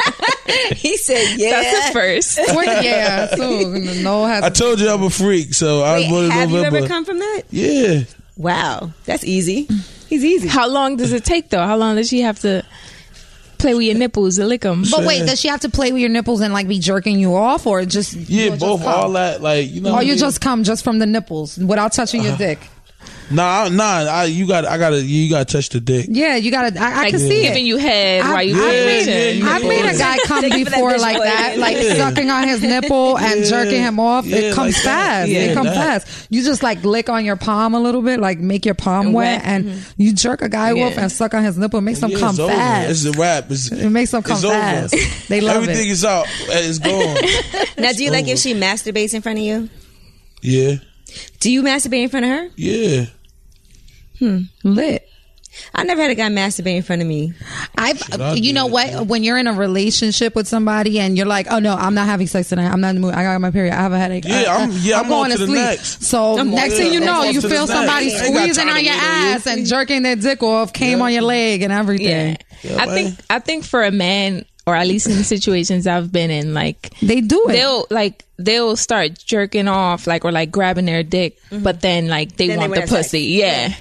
[SPEAKER 1] he said, "Yeah."
[SPEAKER 6] That's a first.
[SPEAKER 4] Well, <laughs> yeah, so no has
[SPEAKER 5] I told you I'm a freak, so I was born
[SPEAKER 1] Wait,
[SPEAKER 5] in
[SPEAKER 1] have you
[SPEAKER 5] November.
[SPEAKER 1] ever come from that?
[SPEAKER 5] yeah,
[SPEAKER 1] Wow, that's easy. He's easy.
[SPEAKER 6] How long does it take though? How long does she have to play with your nipples and lick them?
[SPEAKER 4] But wait, does she have to play with your nipples and like be jerking you off, or just
[SPEAKER 5] yeah.
[SPEAKER 4] you'll just
[SPEAKER 5] both
[SPEAKER 4] come?
[SPEAKER 5] all that, like you know.
[SPEAKER 4] Or
[SPEAKER 5] what I
[SPEAKER 4] you
[SPEAKER 5] mean?
[SPEAKER 4] just come just from the nipples without touching
[SPEAKER 5] Uh-huh.
[SPEAKER 4] your dick?
[SPEAKER 5] nah, I- nah. I, you got. I gotta. You gotta touch the dick.
[SPEAKER 4] Yeah, you gotta. I, I
[SPEAKER 6] Like
[SPEAKER 4] can see
[SPEAKER 6] giving
[SPEAKER 4] it.
[SPEAKER 6] you head
[SPEAKER 4] I-
[SPEAKER 6] while you
[SPEAKER 4] I
[SPEAKER 6] pay
[SPEAKER 5] made-
[SPEAKER 6] attention.
[SPEAKER 5] yeah,
[SPEAKER 4] I've made a guy come
[SPEAKER 1] Thank you for that
[SPEAKER 4] before
[SPEAKER 1] bitch
[SPEAKER 4] like
[SPEAKER 1] boy.
[SPEAKER 4] that, like
[SPEAKER 5] Yeah.
[SPEAKER 4] sucking on his
[SPEAKER 5] <laughs>
[SPEAKER 4] nipple and
[SPEAKER 5] Yeah.
[SPEAKER 4] jerking him off.
[SPEAKER 5] Yeah,
[SPEAKER 4] it comes
[SPEAKER 5] like that.
[SPEAKER 4] fast.
[SPEAKER 5] Yeah,
[SPEAKER 4] it comes
[SPEAKER 5] that.
[SPEAKER 4] fast. You just like lick on your palm a little bit, like make your palm wet,
[SPEAKER 6] Wet.
[SPEAKER 4] and you jerk a guy
[SPEAKER 6] Yeah.
[SPEAKER 4] off and suck on his nipple. It makes him
[SPEAKER 5] Yeah,
[SPEAKER 4] come
[SPEAKER 5] it's over.
[SPEAKER 4] fast.
[SPEAKER 5] It's a wrap. It's,
[SPEAKER 4] It makes them come
[SPEAKER 5] it's over.
[SPEAKER 4] fast. <laughs> They love
[SPEAKER 5] Everything
[SPEAKER 4] it.
[SPEAKER 5] is out. It's gone.
[SPEAKER 4] <laughs>
[SPEAKER 1] now, do you like if
[SPEAKER 5] Oh.
[SPEAKER 1] she masturbates in front of you?
[SPEAKER 5] yeah,
[SPEAKER 1] Do you masturbate in front of her?
[SPEAKER 5] yeah.
[SPEAKER 4] lit.
[SPEAKER 1] I never had a guy masturbate in front of me.
[SPEAKER 4] I've,
[SPEAKER 5] I
[SPEAKER 4] you
[SPEAKER 5] do
[SPEAKER 4] know
[SPEAKER 5] it,
[SPEAKER 4] what? When you're in a relationship with somebody and you're like, oh no, I'm not having sex tonight. I'm not in the mood. I got my period. I have a headache. I,
[SPEAKER 5] Yeah,
[SPEAKER 4] I-
[SPEAKER 5] I'm- yeah, I'm on
[SPEAKER 4] going
[SPEAKER 5] to the
[SPEAKER 4] sleep.
[SPEAKER 5] next.
[SPEAKER 4] So
[SPEAKER 1] I'm
[SPEAKER 4] next
[SPEAKER 1] on-
[SPEAKER 4] thing you
[SPEAKER 1] I'm
[SPEAKER 4] know,
[SPEAKER 1] on
[SPEAKER 4] you
[SPEAKER 5] to the
[SPEAKER 4] feel
[SPEAKER 5] next.
[SPEAKER 4] somebody
[SPEAKER 5] I ain't got
[SPEAKER 4] squeezing
[SPEAKER 5] time
[SPEAKER 4] on
[SPEAKER 5] to
[SPEAKER 4] your
[SPEAKER 5] wait on you.
[SPEAKER 4] ass and jerking their dick off, came on your leg and everything.
[SPEAKER 6] I think I think for a man, or at least in the situations I've been in, like
[SPEAKER 4] They do it.
[SPEAKER 6] they'll like they'll start jerking off, like or like grabbing their dick,
[SPEAKER 4] Mm-hmm.
[SPEAKER 6] but then like they
[SPEAKER 1] Then they
[SPEAKER 6] want
[SPEAKER 1] wanna
[SPEAKER 6] the
[SPEAKER 1] have sex.
[SPEAKER 6] pussy. Yeah.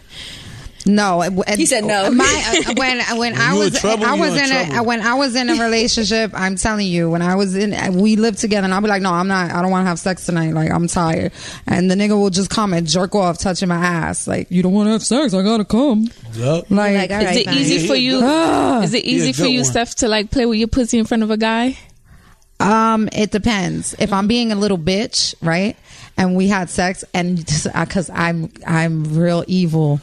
[SPEAKER 4] No, it- it-
[SPEAKER 1] He said no.
[SPEAKER 4] My, uh, when when I
[SPEAKER 5] You in
[SPEAKER 4] was
[SPEAKER 5] trouble,
[SPEAKER 4] I
[SPEAKER 5] you
[SPEAKER 4] was
[SPEAKER 5] in
[SPEAKER 4] in, a uh,
[SPEAKER 5] trouble.
[SPEAKER 4] when I was in a relationship, I'm telling you, when I was in, uh, we lived together, and I'll be like, no, I'm not, I don't want to have sex tonight. Like I'm tired, and the nigga will just come and jerk off, touching my ass. Like you don't want to have sex, I gotta come.
[SPEAKER 5] Yup.
[SPEAKER 4] Like,
[SPEAKER 1] all
[SPEAKER 6] Is it
[SPEAKER 1] Right,
[SPEAKER 6] easy
[SPEAKER 5] fine.
[SPEAKER 4] <gasps>
[SPEAKER 6] for you?
[SPEAKER 4] Ah.
[SPEAKER 6] Is it
[SPEAKER 5] Yeah,
[SPEAKER 6] easy for
[SPEAKER 5] good
[SPEAKER 6] you,
[SPEAKER 5] one.
[SPEAKER 6] Steph, to like play with your pussy in front of a guy?
[SPEAKER 4] Um, it depends. If I'm being a little bitch, right, and we had sex, and because I'm I'm real evil,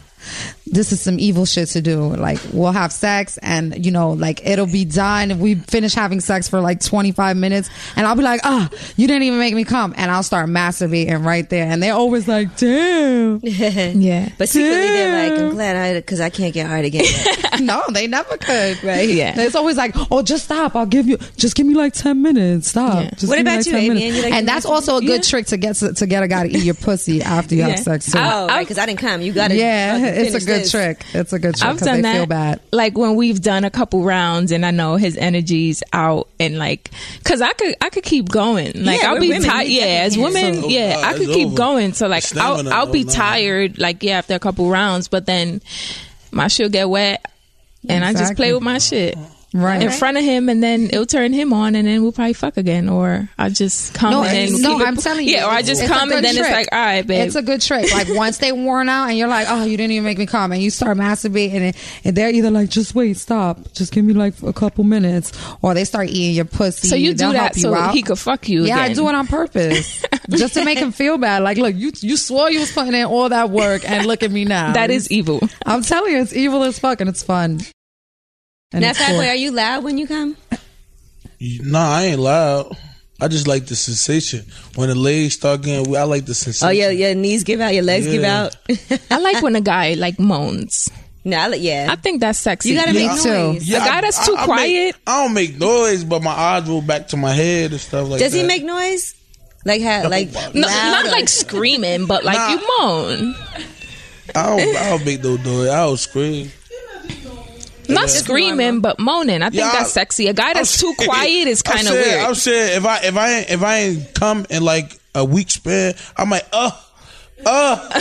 [SPEAKER 4] this is some evil shit to do. Like we'll have sex, and you know, like it'll be done. We finish having sex for like 25 minutes, and I'll be like, ah, you didn't even make me come, and I'll start masturbating right there, and they're always
[SPEAKER 1] <laughs>
[SPEAKER 4] like, damn,
[SPEAKER 6] Yeah.
[SPEAKER 1] But secretly, they're like, "I'm glad I because I can't get hard again."
[SPEAKER 4] <laughs> no, they never could,
[SPEAKER 1] Right?
[SPEAKER 6] Yeah.
[SPEAKER 4] It's always like, oh, just stop. I'll give you, just give me like ten minutes. Stop.
[SPEAKER 6] Yeah.
[SPEAKER 4] Just
[SPEAKER 1] What
[SPEAKER 4] give me,
[SPEAKER 1] about
[SPEAKER 4] like,
[SPEAKER 1] you,
[SPEAKER 4] 10
[SPEAKER 1] Amy?
[SPEAKER 4] minutes."
[SPEAKER 1] You like
[SPEAKER 4] and
[SPEAKER 1] to
[SPEAKER 4] that's also a good trick to get to, to get a guy to eat your pussy after you have
[SPEAKER 6] Yeah.
[SPEAKER 4] sex. too.
[SPEAKER 1] oh, right, because I didn't come. You got to.
[SPEAKER 4] yeah, it's a good trick. It's a good trick.
[SPEAKER 6] I've
[SPEAKER 4] 'cause
[SPEAKER 6] done
[SPEAKER 4] they
[SPEAKER 6] that.
[SPEAKER 4] Feel bad.
[SPEAKER 6] Like when we've done a couple rounds, and I know his energy's out, and like, cause I could, I could keep going. Like
[SPEAKER 1] Yeah,
[SPEAKER 6] I'll
[SPEAKER 1] we're
[SPEAKER 6] be
[SPEAKER 1] women,
[SPEAKER 6] tired.
[SPEAKER 1] we
[SPEAKER 6] Yeah, as
[SPEAKER 1] definitely
[SPEAKER 6] women,
[SPEAKER 5] So-
[SPEAKER 6] yeah,
[SPEAKER 5] Oh,
[SPEAKER 6] I
[SPEAKER 5] God,
[SPEAKER 6] could
[SPEAKER 5] it's
[SPEAKER 6] keep
[SPEAKER 5] over.
[SPEAKER 6] going. So like,
[SPEAKER 5] The
[SPEAKER 6] I'll,
[SPEAKER 5] stamina,
[SPEAKER 6] I'll be
[SPEAKER 5] oh, no.
[SPEAKER 6] tired. Like yeah, after a couple rounds, but then my shit get wet, and I just
[SPEAKER 4] Exactly.
[SPEAKER 6] play with my shit.
[SPEAKER 4] Right.
[SPEAKER 6] In front of him, and then it'll turn him on, and then we'll probably fuck again, or I just come
[SPEAKER 4] No,
[SPEAKER 6] and
[SPEAKER 4] it's-
[SPEAKER 6] then
[SPEAKER 4] no,
[SPEAKER 6] keep it-
[SPEAKER 4] I'm telling you,
[SPEAKER 6] yeah, or I just
[SPEAKER 4] it's a
[SPEAKER 6] come and
[SPEAKER 4] good
[SPEAKER 6] then it's
[SPEAKER 4] trick.
[SPEAKER 6] like, all right, babe,
[SPEAKER 4] It's a good trick.
[SPEAKER 6] <laughs>
[SPEAKER 4] Like once they worn out and you're like, oh, you didn't even make me come, and you start masturbating, and, and they're either like, just wait, stop, just give me like a couple minutes, or they start eating your pussy.
[SPEAKER 6] So you do
[SPEAKER 4] They'll
[SPEAKER 6] that
[SPEAKER 4] help you
[SPEAKER 6] so
[SPEAKER 4] out.
[SPEAKER 6] he could fuck you
[SPEAKER 4] Yeah, I
[SPEAKER 6] again.
[SPEAKER 4] do it on
[SPEAKER 6] <laughs>
[SPEAKER 4] purpose, just to make him feel bad. Like, look, you you swore you was putting in all that work, and look at me now.
[SPEAKER 6] that is evil.
[SPEAKER 4] I'm telling you, it's evil as fuck, and it's fun. And
[SPEAKER 1] Now,
[SPEAKER 4] it's cool.
[SPEAKER 1] Fatboy, are you loud when you come?
[SPEAKER 5] Nah, I ain't loud. I just like the sensation when the legs start getting. I like the sensation.
[SPEAKER 1] Oh, your your knees give out, your legs give
[SPEAKER 5] Yeah.
[SPEAKER 1] out. <laughs>
[SPEAKER 6] I like when a guy like moans.
[SPEAKER 1] no, I, li- yeah.
[SPEAKER 6] I think that's sexy.
[SPEAKER 1] you got to
[SPEAKER 4] Yeah,
[SPEAKER 1] make
[SPEAKER 4] I-
[SPEAKER 1] noise.
[SPEAKER 6] A guy that's too
[SPEAKER 5] make-
[SPEAKER 6] quiet.
[SPEAKER 5] I don't make noise, but my eyes roll back to my head and stuff like
[SPEAKER 1] Does
[SPEAKER 5] that.
[SPEAKER 1] he make noise? Like how? Like
[SPEAKER 6] no,
[SPEAKER 1] loud
[SPEAKER 6] not
[SPEAKER 1] or-
[SPEAKER 6] like screaming, but like
[SPEAKER 5] Nah.
[SPEAKER 6] you moan.
[SPEAKER 5] I don't, I don't
[SPEAKER 6] <laughs>
[SPEAKER 5] make no noise. I don't scream.
[SPEAKER 6] Not screaming, but moaning. I think
[SPEAKER 5] Yeah, Oh,
[SPEAKER 6] that's
[SPEAKER 5] I-
[SPEAKER 6] sexy. A guy that's
[SPEAKER 5] I'm
[SPEAKER 6] too quiet is
[SPEAKER 5] <laughs> I'm
[SPEAKER 6] kind of
[SPEAKER 5] saying-
[SPEAKER 6] weird.
[SPEAKER 5] I'm saying if I if I ain't, if I ain't come in like a week span, I'm like uh. Uh, uh,
[SPEAKER 6] <laughs>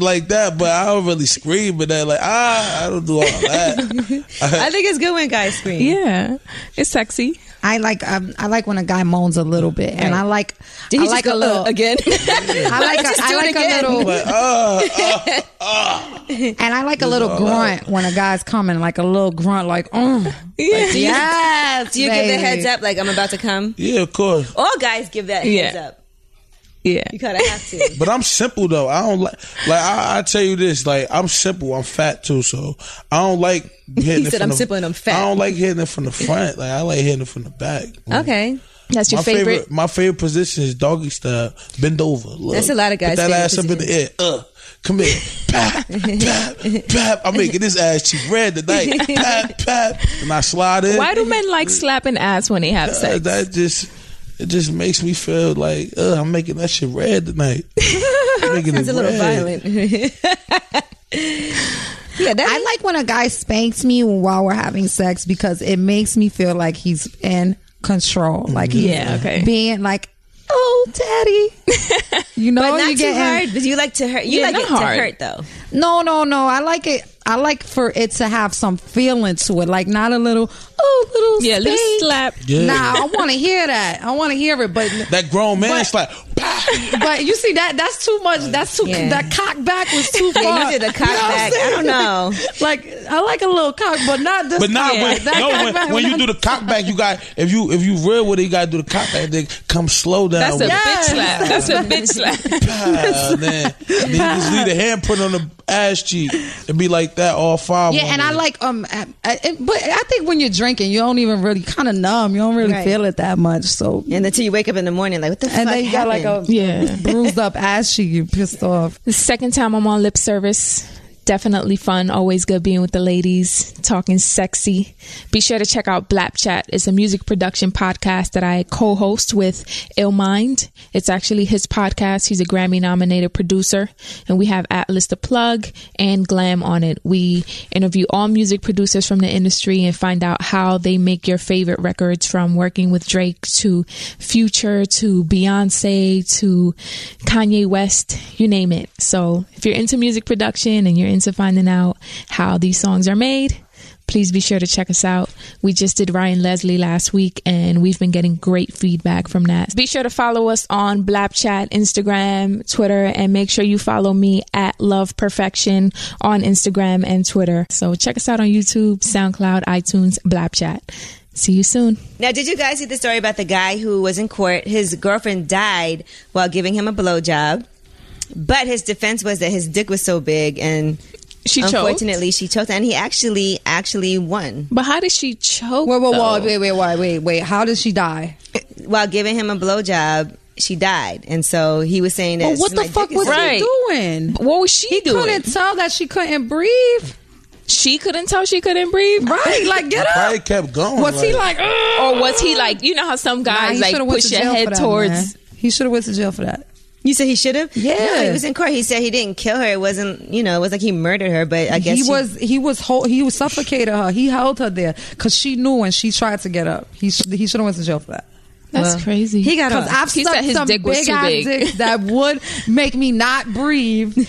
[SPEAKER 5] like that, but I don't really scream. But that, like, ah, I don't do all
[SPEAKER 6] <laughs>
[SPEAKER 1] <laughs>
[SPEAKER 5] that.
[SPEAKER 1] I think it's good when guys scream.
[SPEAKER 6] yeah, it's sexy.
[SPEAKER 4] I like um, I like when a guy moans a little bit, and I like
[SPEAKER 1] Did
[SPEAKER 4] I
[SPEAKER 1] he
[SPEAKER 4] like
[SPEAKER 1] just
[SPEAKER 4] a
[SPEAKER 1] go,
[SPEAKER 4] little
[SPEAKER 1] uh, again? <laughs>
[SPEAKER 4] I <laughs> like
[SPEAKER 1] Just do
[SPEAKER 4] a, I
[SPEAKER 1] it
[SPEAKER 4] like
[SPEAKER 1] again. <laughs>
[SPEAKER 4] a little
[SPEAKER 5] Like, uh,
[SPEAKER 4] and I like a little grunt when a guy's coming, like a little grunt, like mm.
[SPEAKER 1] <laughs> Do you,
[SPEAKER 4] yes.
[SPEAKER 1] do you give the
[SPEAKER 4] baby.
[SPEAKER 1] heads up? Like I'm about to come.
[SPEAKER 5] yeah, of course.
[SPEAKER 1] All guys give that
[SPEAKER 6] Yeah.
[SPEAKER 1] heads up.
[SPEAKER 6] Yeah.
[SPEAKER 1] You kind of have
[SPEAKER 4] <laughs>
[SPEAKER 1] to.
[SPEAKER 5] But I'm simple though. I don't like like I, I tell you this. Like I'm simple. I'm fat too, so I don't like
[SPEAKER 1] <laughs>
[SPEAKER 5] hitting.
[SPEAKER 1] He
[SPEAKER 5] it
[SPEAKER 1] said,
[SPEAKER 5] from
[SPEAKER 1] "I'm
[SPEAKER 5] the-
[SPEAKER 1] simple and I'm fat."
[SPEAKER 5] I don't like hitting it from the front. Like I like hitting it from the back.
[SPEAKER 1] Okay.
[SPEAKER 6] That's your
[SPEAKER 5] my
[SPEAKER 6] favorite?
[SPEAKER 5] My favorite position is doggy style. Bend over. Look,
[SPEAKER 1] That's a lot of guys'
[SPEAKER 5] Put that
[SPEAKER 1] favorite
[SPEAKER 5] ass up in the air. Uh, come here.
[SPEAKER 1] <laughs>
[SPEAKER 5] Pap, pap, pap. I'm making this ass cheek
[SPEAKER 1] <laughs>
[SPEAKER 5] red tonight. Pap, pap. And I slide in.
[SPEAKER 6] Why do men like slapping ass when they have
[SPEAKER 5] Uh,
[SPEAKER 6] sex?
[SPEAKER 5] that just it just makes me feel like uh, I'm making that shit
[SPEAKER 1] <laughs>
[SPEAKER 5] red tonight.
[SPEAKER 1] It's
[SPEAKER 5] It's
[SPEAKER 1] a little
[SPEAKER 6] <laughs>
[SPEAKER 1] violent. yeah, that.
[SPEAKER 4] I like when a guy spanks me while we're having sex because it makes me feel like he's in control. Like he's
[SPEAKER 6] Yeah, okay.
[SPEAKER 4] being like, "Oh,
[SPEAKER 1] <laughs>
[SPEAKER 4] daddy," you know,
[SPEAKER 1] but not too
[SPEAKER 4] you get
[SPEAKER 1] hard. But you like to hurt. You
[SPEAKER 6] Yeah,
[SPEAKER 1] like
[SPEAKER 6] not
[SPEAKER 1] it
[SPEAKER 6] hard.
[SPEAKER 1] to hurt though.
[SPEAKER 4] No, no, no. I like it. I like for it to have some feeling to it, like not a little, oh, little,
[SPEAKER 6] Yeah, little
[SPEAKER 4] spank."
[SPEAKER 6] slap.
[SPEAKER 5] Yeah.
[SPEAKER 4] Nah, I want to hear that. I want to hear it, but
[SPEAKER 5] That grown man
[SPEAKER 4] But-
[SPEAKER 5] is like, "Pah."
[SPEAKER 4] but you see that that's too much. That's too
[SPEAKER 1] Yeah.
[SPEAKER 4] that cock back was too far.
[SPEAKER 1] Yeah, <laughs> you did the cock
[SPEAKER 4] know what I'm
[SPEAKER 1] back. I
[SPEAKER 4] saying?
[SPEAKER 1] don't know.
[SPEAKER 4] <laughs> Like I like a little cock, but not this.
[SPEAKER 5] but not
[SPEAKER 4] yeah,
[SPEAKER 5] when, no, when, when you do the cock back, you got if you if you real with it, you gotta do the cock back. Then come slow down.
[SPEAKER 6] That's a
[SPEAKER 5] with
[SPEAKER 6] <laughs>
[SPEAKER 1] <laughs>
[SPEAKER 5] it.
[SPEAKER 6] bitch slap. That's a bitch slap.
[SPEAKER 5] Pah, man. Then you just leave the handprint on the ass cheek and be like that all five.
[SPEAKER 4] Yeah,
[SPEAKER 5] on
[SPEAKER 4] and
[SPEAKER 5] it.
[SPEAKER 4] I like um, I, I, it- but I think when you're drinking, you don't even really kind of numb. You don't really
[SPEAKER 1] Right.
[SPEAKER 4] feel it that much. So
[SPEAKER 1] And until you wake up in the morning, like what the
[SPEAKER 4] and
[SPEAKER 1] fuck?
[SPEAKER 4] then you got like a
[SPEAKER 1] happened?
[SPEAKER 6] Yeah.
[SPEAKER 4] bruised up ass cheek. You pissed off.
[SPEAKER 6] The second time I'm on lip service. Definitely fun. Always good being with the ladies, talking sexy. Be sure to check out Blap Chat. It's a music production podcast that I co host with Ill Mind. It's actually his podcast. He's a Grammy nominated producer. And we have Atlas the Plug and Glam on it. We interview all music producers from the industry and find out how they make your favorite records from working with Drake to Future to Beyonce to Kanye West, you name it. So if you're into music production and you're into finding out how these songs are made, please be sure to check us out. We just did Ryan Leslie last week and we've been getting great feedback from that. Be sure to follow us on Blapchat, Instagram, Twitter, and make sure you follow me at Love Perfection on Instagram and Twitter. So check us out on YouTube, SoundCloud, iTunes, Blapchat. See you soon.
[SPEAKER 1] Now, did you guys see the story about the guy who was in court? His girlfriend died while giving him a blowjob, but his defense was that his dick was so big, and
[SPEAKER 6] She
[SPEAKER 1] unfortunately, she choked, and he actually actually won
[SPEAKER 6] But how did she choke?
[SPEAKER 4] Wait, wait,
[SPEAKER 6] though?
[SPEAKER 4] wait, wait, wait, wait, wait, wait. How did she die?
[SPEAKER 1] while giving him a blowjob. She died, and so he was saying that.
[SPEAKER 4] But what the
[SPEAKER 1] my
[SPEAKER 4] fuck
[SPEAKER 1] dick is
[SPEAKER 4] was
[SPEAKER 1] so
[SPEAKER 6] Right.
[SPEAKER 4] he doing?
[SPEAKER 6] What was she
[SPEAKER 4] He
[SPEAKER 6] doing?
[SPEAKER 4] couldn't tell that she couldn't breathe.
[SPEAKER 6] she couldn't tell she couldn't breathe.
[SPEAKER 4] Right, like get
[SPEAKER 5] Probably
[SPEAKER 4] up.
[SPEAKER 5] kept going.
[SPEAKER 4] Was he like? "Ugh"?
[SPEAKER 6] Or was he like, you know how some
[SPEAKER 4] Nah,
[SPEAKER 6] guys
[SPEAKER 4] he shoulda
[SPEAKER 6] like
[SPEAKER 4] went
[SPEAKER 6] push
[SPEAKER 4] to
[SPEAKER 6] your
[SPEAKER 4] jail for
[SPEAKER 6] head
[SPEAKER 4] that,
[SPEAKER 6] towards.
[SPEAKER 4] man. He should have went to jail for that.
[SPEAKER 1] You said he should have.
[SPEAKER 4] Yeah.
[SPEAKER 1] no, he was in court. He said he didn't kill her. It wasn't, you know, it was like he murdered her. But I guess
[SPEAKER 4] he
[SPEAKER 1] she-
[SPEAKER 4] was he was hol- he was suffocated her. He held her there because she knew and she tried to get up. He sh- he should have went to jail for that.
[SPEAKER 6] That's crazy.
[SPEAKER 1] He got off.
[SPEAKER 4] I've
[SPEAKER 6] He said
[SPEAKER 4] sucked
[SPEAKER 6] his
[SPEAKER 4] some
[SPEAKER 6] dick was too
[SPEAKER 4] ass
[SPEAKER 6] big.
[SPEAKER 4] dicks
[SPEAKER 6] <laughs>
[SPEAKER 4] that would make me not breathe. And,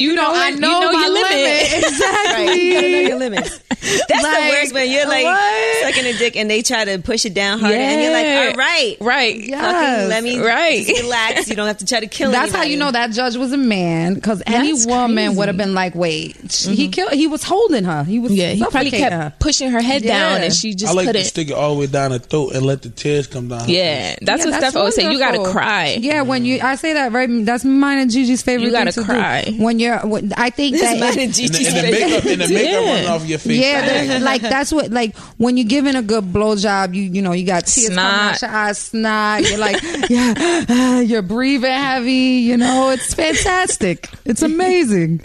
[SPEAKER 6] you know
[SPEAKER 4] I
[SPEAKER 6] it. You
[SPEAKER 4] know,
[SPEAKER 6] know
[SPEAKER 4] my
[SPEAKER 6] your limit. <laughs>
[SPEAKER 4] exactly.
[SPEAKER 1] Right, you gotta know your limits. That's the
[SPEAKER 4] Like,
[SPEAKER 1] worst when you're like
[SPEAKER 4] what?
[SPEAKER 1] sucking a dick and they try to push it down harder, and you're
[SPEAKER 6] Yeah.
[SPEAKER 1] like, all right,
[SPEAKER 6] Right.
[SPEAKER 1] fucking let me
[SPEAKER 6] Right.
[SPEAKER 1] just relax. <laughs> You don't have to try to kill.
[SPEAKER 4] That's how
[SPEAKER 1] anybody.
[SPEAKER 4] you know that judge was a man because any
[SPEAKER 6] That's
[SPEAKER 4] woman
[SPEAKER 6] crazy. Mm-hmm.
[SPEAKER 4] would have been like, "Wait, he killed. He was holding her. He was
[SPEAKER 6] Yeah, he probably
[SPEAKER 4] suffocating
[SPEAKER 6] kept
[SPEAKER 4] her.
[SPEAKER 6] pushing her head
[SPEAKER 4] Yeah.
[SPEAKER 6] down and she just
[SPEAKER 5] I like
[SPEAKER 6] couldn't.
[SPEAKER 5] to stick it all the way down her throat and let the tears come down. her
[SPEAKER 6] yeah, that's
[SPEAKER 4] Yeah,
[SPEAKER 6] what Steph always say. You gotta
[SPEAKER 4] wonderful.
[SPEAKER 6] cry.
[SPEAKER 4] Yeah, when you I say that right, that's mine and Gigi's favorite.
[SPEAKER 6] You gotta
[SPEAKER 4] thing to
[SPEAKER 6] cry.
[SPEAKER 4] do. when you're. When, I think
[SPEAKER 1] This
[SPEAKER 4] that
[SPEAKER 1] is mine and
[SPEAKER 5] And the,
[SPEAKER 1] Gigi's
[SPEAKER 5] and the
[SPEAKER 1] <laughs>
[SPEAKER 5] makeup, and the makeup running off your face.
[SPEAKER 4] Yeah, there's- like that's what like when you're giving a good blowjob, you you know you got tears coming out
[SPEAKER 6] Snot.
[SPEAKER 4] your eyes, snot. You're like, yeah, <laughs> ah, you're breathing heavy. You know, it's fantastic. It's amazing.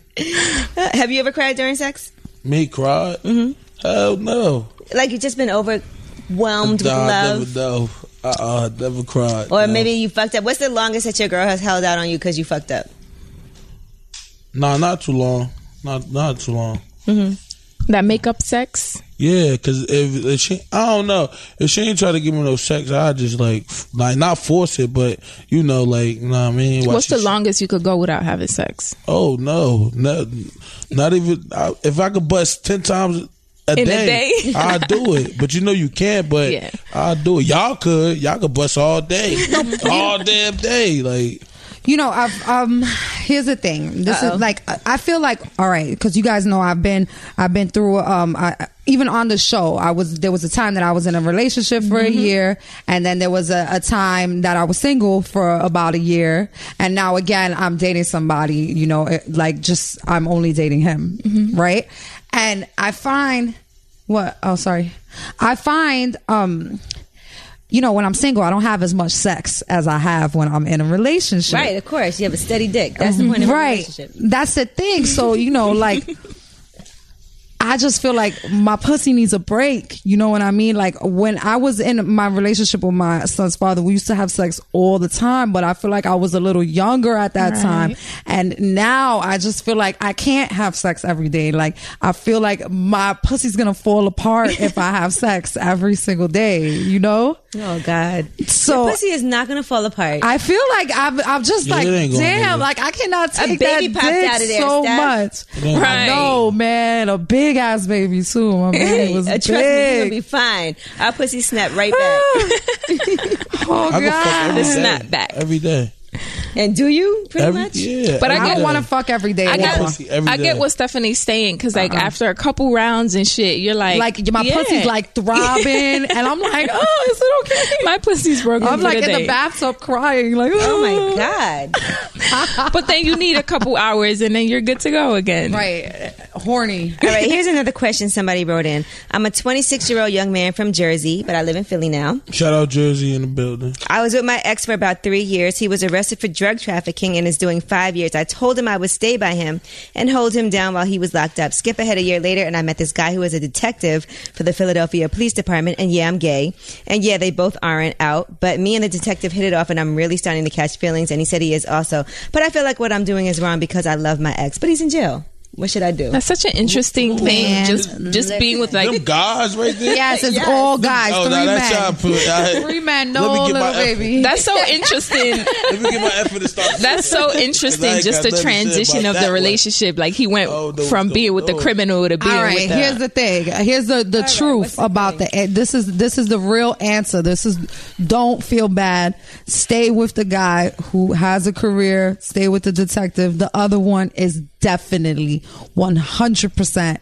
[SPEAKER 1] Have you ever cried during sex?
[SPEAKER 5] Me cry? Hell no.
[SPEAKER 1] Like you've just been overwhelmed with
[SPEAKER 5] Nah, I
[SPEAKER 1] love,
[SPEAKER 5] Never, no. Uh uh never cried.
[SPEAKER 1] or
[SPEAKER 5] no.
[SPEAKER 1] maybe you fucked up. What's the longest that your girl has held out on you because you fucked up?
[SPEAKER 5] Nah, not too long. Not not too long.
[SPEAKER 6] That makeup sex.
[SPEAKER 5] Yeah, cause if, if she, I don't know, if she ain't try to give me no sex, I just like, f- like not force it, but you know, like, nah, I mean, why
[SPEAKER 6] What's
[SPEAKER 5] she-
[SPEAKER 6] the longest you could go without having sex?
[SPEAKER 5] Oh no, no, not even. I, if I could bust ten times a
[SPEAKER 6] In a
[SPEAKER 5] day,
[SPEAKER 6] day?
[SPEAKER 5] <laughs> I'd do it. But you know you can't. But
[SPEAKER 6] Yeah. <laughs>
[SPEAKER 5] I'd do it. Y'all could. Y'all could bust all day, all damn day. Like
[SPEAKER 4] you know, I've, um, here's the thing. This
[SPEAKER 1] Uh-oh.
[SPEAKER 4] is like I- I feel like all right because you guys know I've been I've been through um I, even on the show I was there was a time that I was in a relationship for
[SPEAKER 1] Mm-hmm.
[SPEAKER 4] a year and then there was a, a time that I was single for about a year and now again I'm dating somebody you know it, like just I'm only dating him
[SPEAKER 1] Mm-hmm.
[SPEAKER 4] right and I find what oh sorry I find um. You know, when I'm single, I don't have as much sex as I have when I'm in a relationship
[SPEAKER 1] Right, of course. You have a steady dick. That's the point of a
[SPEAKER 4] Mm-hmm. right.
[SPEAKER 1] relationship.
[SPEAKER 4] That's the thing. So you
[SPEAKER 1] <laughs>
[SPEAKER 4] know, like. I just feel like my pussy needs a break. You know what I mean? Like when I was in my relationship with my son's father, we used to have sex all the time, but I feel like I was a little younger at that time. And now I just feel like I can't have sex every day. Like I feel like my pussy's going to fall apart if I have sex every single day, you know?
[SPEAKER 1] Oh God.
[SPEAKER 4] So-
[SPEAKER 1] Your pussy is not gonna fall apart.
[SPEAKER 4] I feel like I'm, I'm just
[SPEAKER 5] Yeah,
[SPEAKER 4] like,
[SPEAKER 5] it ain't gonna
[SPEAKER 4] damn,
[SPEAKER 5] be.
[SPEAKER 4] like I cannot take
[SPEAKER 1] baby
[SPEAKER 4] that
[SPEAKER 1] popped
[SPEAKER 4] dick
[SPEAKER 1] out of there,
[SPEAKER 4] so
[SPEAKER 1] Steph.
[SPEAKER 4] much.
[SPEAKER 5] ain't gonna
[SPEAKER 6] Right.
[SPEAKER 4] No, man, a big ass baby too. My baby was
[SPEAKER 1] Uh,
[SPEAKER 4] big.
[SPEAKER 1] Trust me, you'll be fine. Our pussy snapped right back. <laughs>
[SPEAKER 4] oh
[SPEAKER 5] I can fuck
[SPEAKER 4] god.
[SPEAKER 5] every
[SPEAKER 1] It's
[SPEAKER 5] day.
[SPEAKER 1] not back.
[SPEAKER 5] Every day.
[SPEAKER 1] and do you pretty
[SPEAKER 5] Every-
[SPEAKER 1] much?
[SPEAKER 5] Yeah.
[SPEAKER 6] But I
[SPEAKER 4] I
[SPEAKER 5] every
[SPEAKER 6] get-
[SPEAKER 5] day.
[SPEAKER 4] don't want to fuck every day.
[SPEAKER 6] I
[SPEAKER 4] Juan.
[SPEAKER 5] pussy every
[SPEAKER 6] get, I get
[SPEAKER 5] day.
[SPEAKER 6] what Stephanie's saying because like after a couple rounds and shit, you're Uh-uh. like,
[SPEAKER 4] like my
[SPEAKER 6] yeah.
[SPEAKER 4] pussy's like
[SPEAKER 6] <laughs>
[SPEAKER 4] throbbing, and I'm like, oh, is
[SPEAKER 1] <laughs>
[SPEAKER 4] it okay?
[SPEAKER 6] my pussy's broken.
[SPEAKER 4] I'm
[SPEAKER 6] for
[SPEAKER 4] like
[SPEAKER 6] the
[SPEAKER 4] in
[SPEAKER 6] day.
[SPEAKER 4] the bathtub crying, like,
[SPEAKER 1] Oh my God.
[SPEAKER 6] but then you need a couple hours and then you're good to go again.
[SPEAKER 4] right, horny.
[SPEAKER 1] All right, here's another question somebody wrote in. I'm a 26 year old young man from Jersey, but I live in Philly now.
[SPEAKER 5] Shout out Jersey in the building.
[SPEAKER 1] I was with my ex for about three years. He was arrested for drug trafficking and is doing five years. I told him I would stay by him and hold him down while he was locked up. Skip ahead a year later, and I met this guy who was a detective for the Philadelphia Police Department. And yeah, I'm gay. And yeah, they both aren't out. But me and the detective hit it off, and I'm really starting to catch feelings. And he said he is also. But I feel like what I'm doing is wrong because I love my ex, but he's in jail. What should I do?
[SPEAKER 6] That's such an interesting thing.
[SPEAKER 4] Man,
[SPEAKER 6] just just being
[SPEAKER 4] <laughs>
[SPEAKER 6] with like
[SPEAKER 5] Them guys right
[SPEAKER 6] <laughs>
[SPEAKER 5] there.
[SPEAKER 4] Yes, it's all guys,
[SPEAKER 5] Oh,
[SPEAKER 4] three
[SPEAKER 5] now that's y'all
[SPEAKER 4] men,
[SPEAKER 5] put. I-
[SPEAKER 4] three men,
[SPEAKER 5] Let me
[SPEAKER 4] no
[SPEAKER 5] get my
[SPEAKER 4] little
[SPEAKER 5] effort.
[SPEAKER 4] baby.
[SPEAKER 6] that's so interesting.
[SPEAKER 5] Let me get my effort
[SPEAKER 4] <laughs>
[SPEAKER 5] to start.
[SPEAKER 6] That's so interesting.
[SPEAKER 5] Like,
[SPEAKER 6] just
[SPEAKER 5] I
[SPEAKER 6] the
[SPEAKER 5] never said
[SPEAKER 6] transition
[SPEAKER 5] about
[SPEAKER 6] of
[SPEAKER 5] that
[SPEAKER 6] the
[SPEAKER 5] one.
[SPEAKER 6] relationship. Like he went
[SPEAKER 5] Oh, those
[SPEAKER 6] from
[SPEAKER 5] don't
[SPEAKER 6] being with the
[SPEAKER 5] know.
[SPEAKER 6] criminal to being
[SPEAKER 4] All right.
[SPEAKER 6] with the.
[SPEAKER 4] Here's the thing. Here's the the truth about the. This is this is the real answer. This is don't feel bad. Stay with the guy who has a career. Stay with the detective. The other one is definitely one hundred percent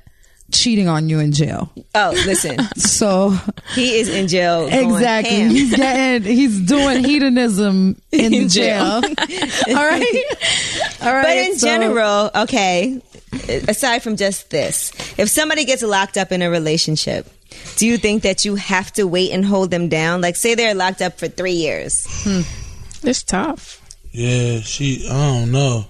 [SPEAKER 4] cheating on you in jail.
[SPEAKER 1] Oh, listen,
[SPEAKER 4] So
[SPEAKER 1] he is in jail. going
[SPEAKER 4] exactly,
[SPEAKER 1] ham.
[SPEAKER 4] he's getting he's
[SPEAKER 1] <laughs>
[SPEAKER 4] doing hedonism in,
[SPEAKER 6] In
[SPEAKER 4] jail.
[SPEAKER 6] jail.
[SPEAKER 4] All right, all right.
[SPEAKER 1] But in
[SPEAKER 4] so-
[SPEAKER 1] general, okay, aside from just this, if somebody gets locked up in a relationship, do you think that you have to wait and hold them down? Like, say they're locked up for three years.
[SPEAKER 6] It's tough.
[SPEAKER 5] Yeah, she. I don't know.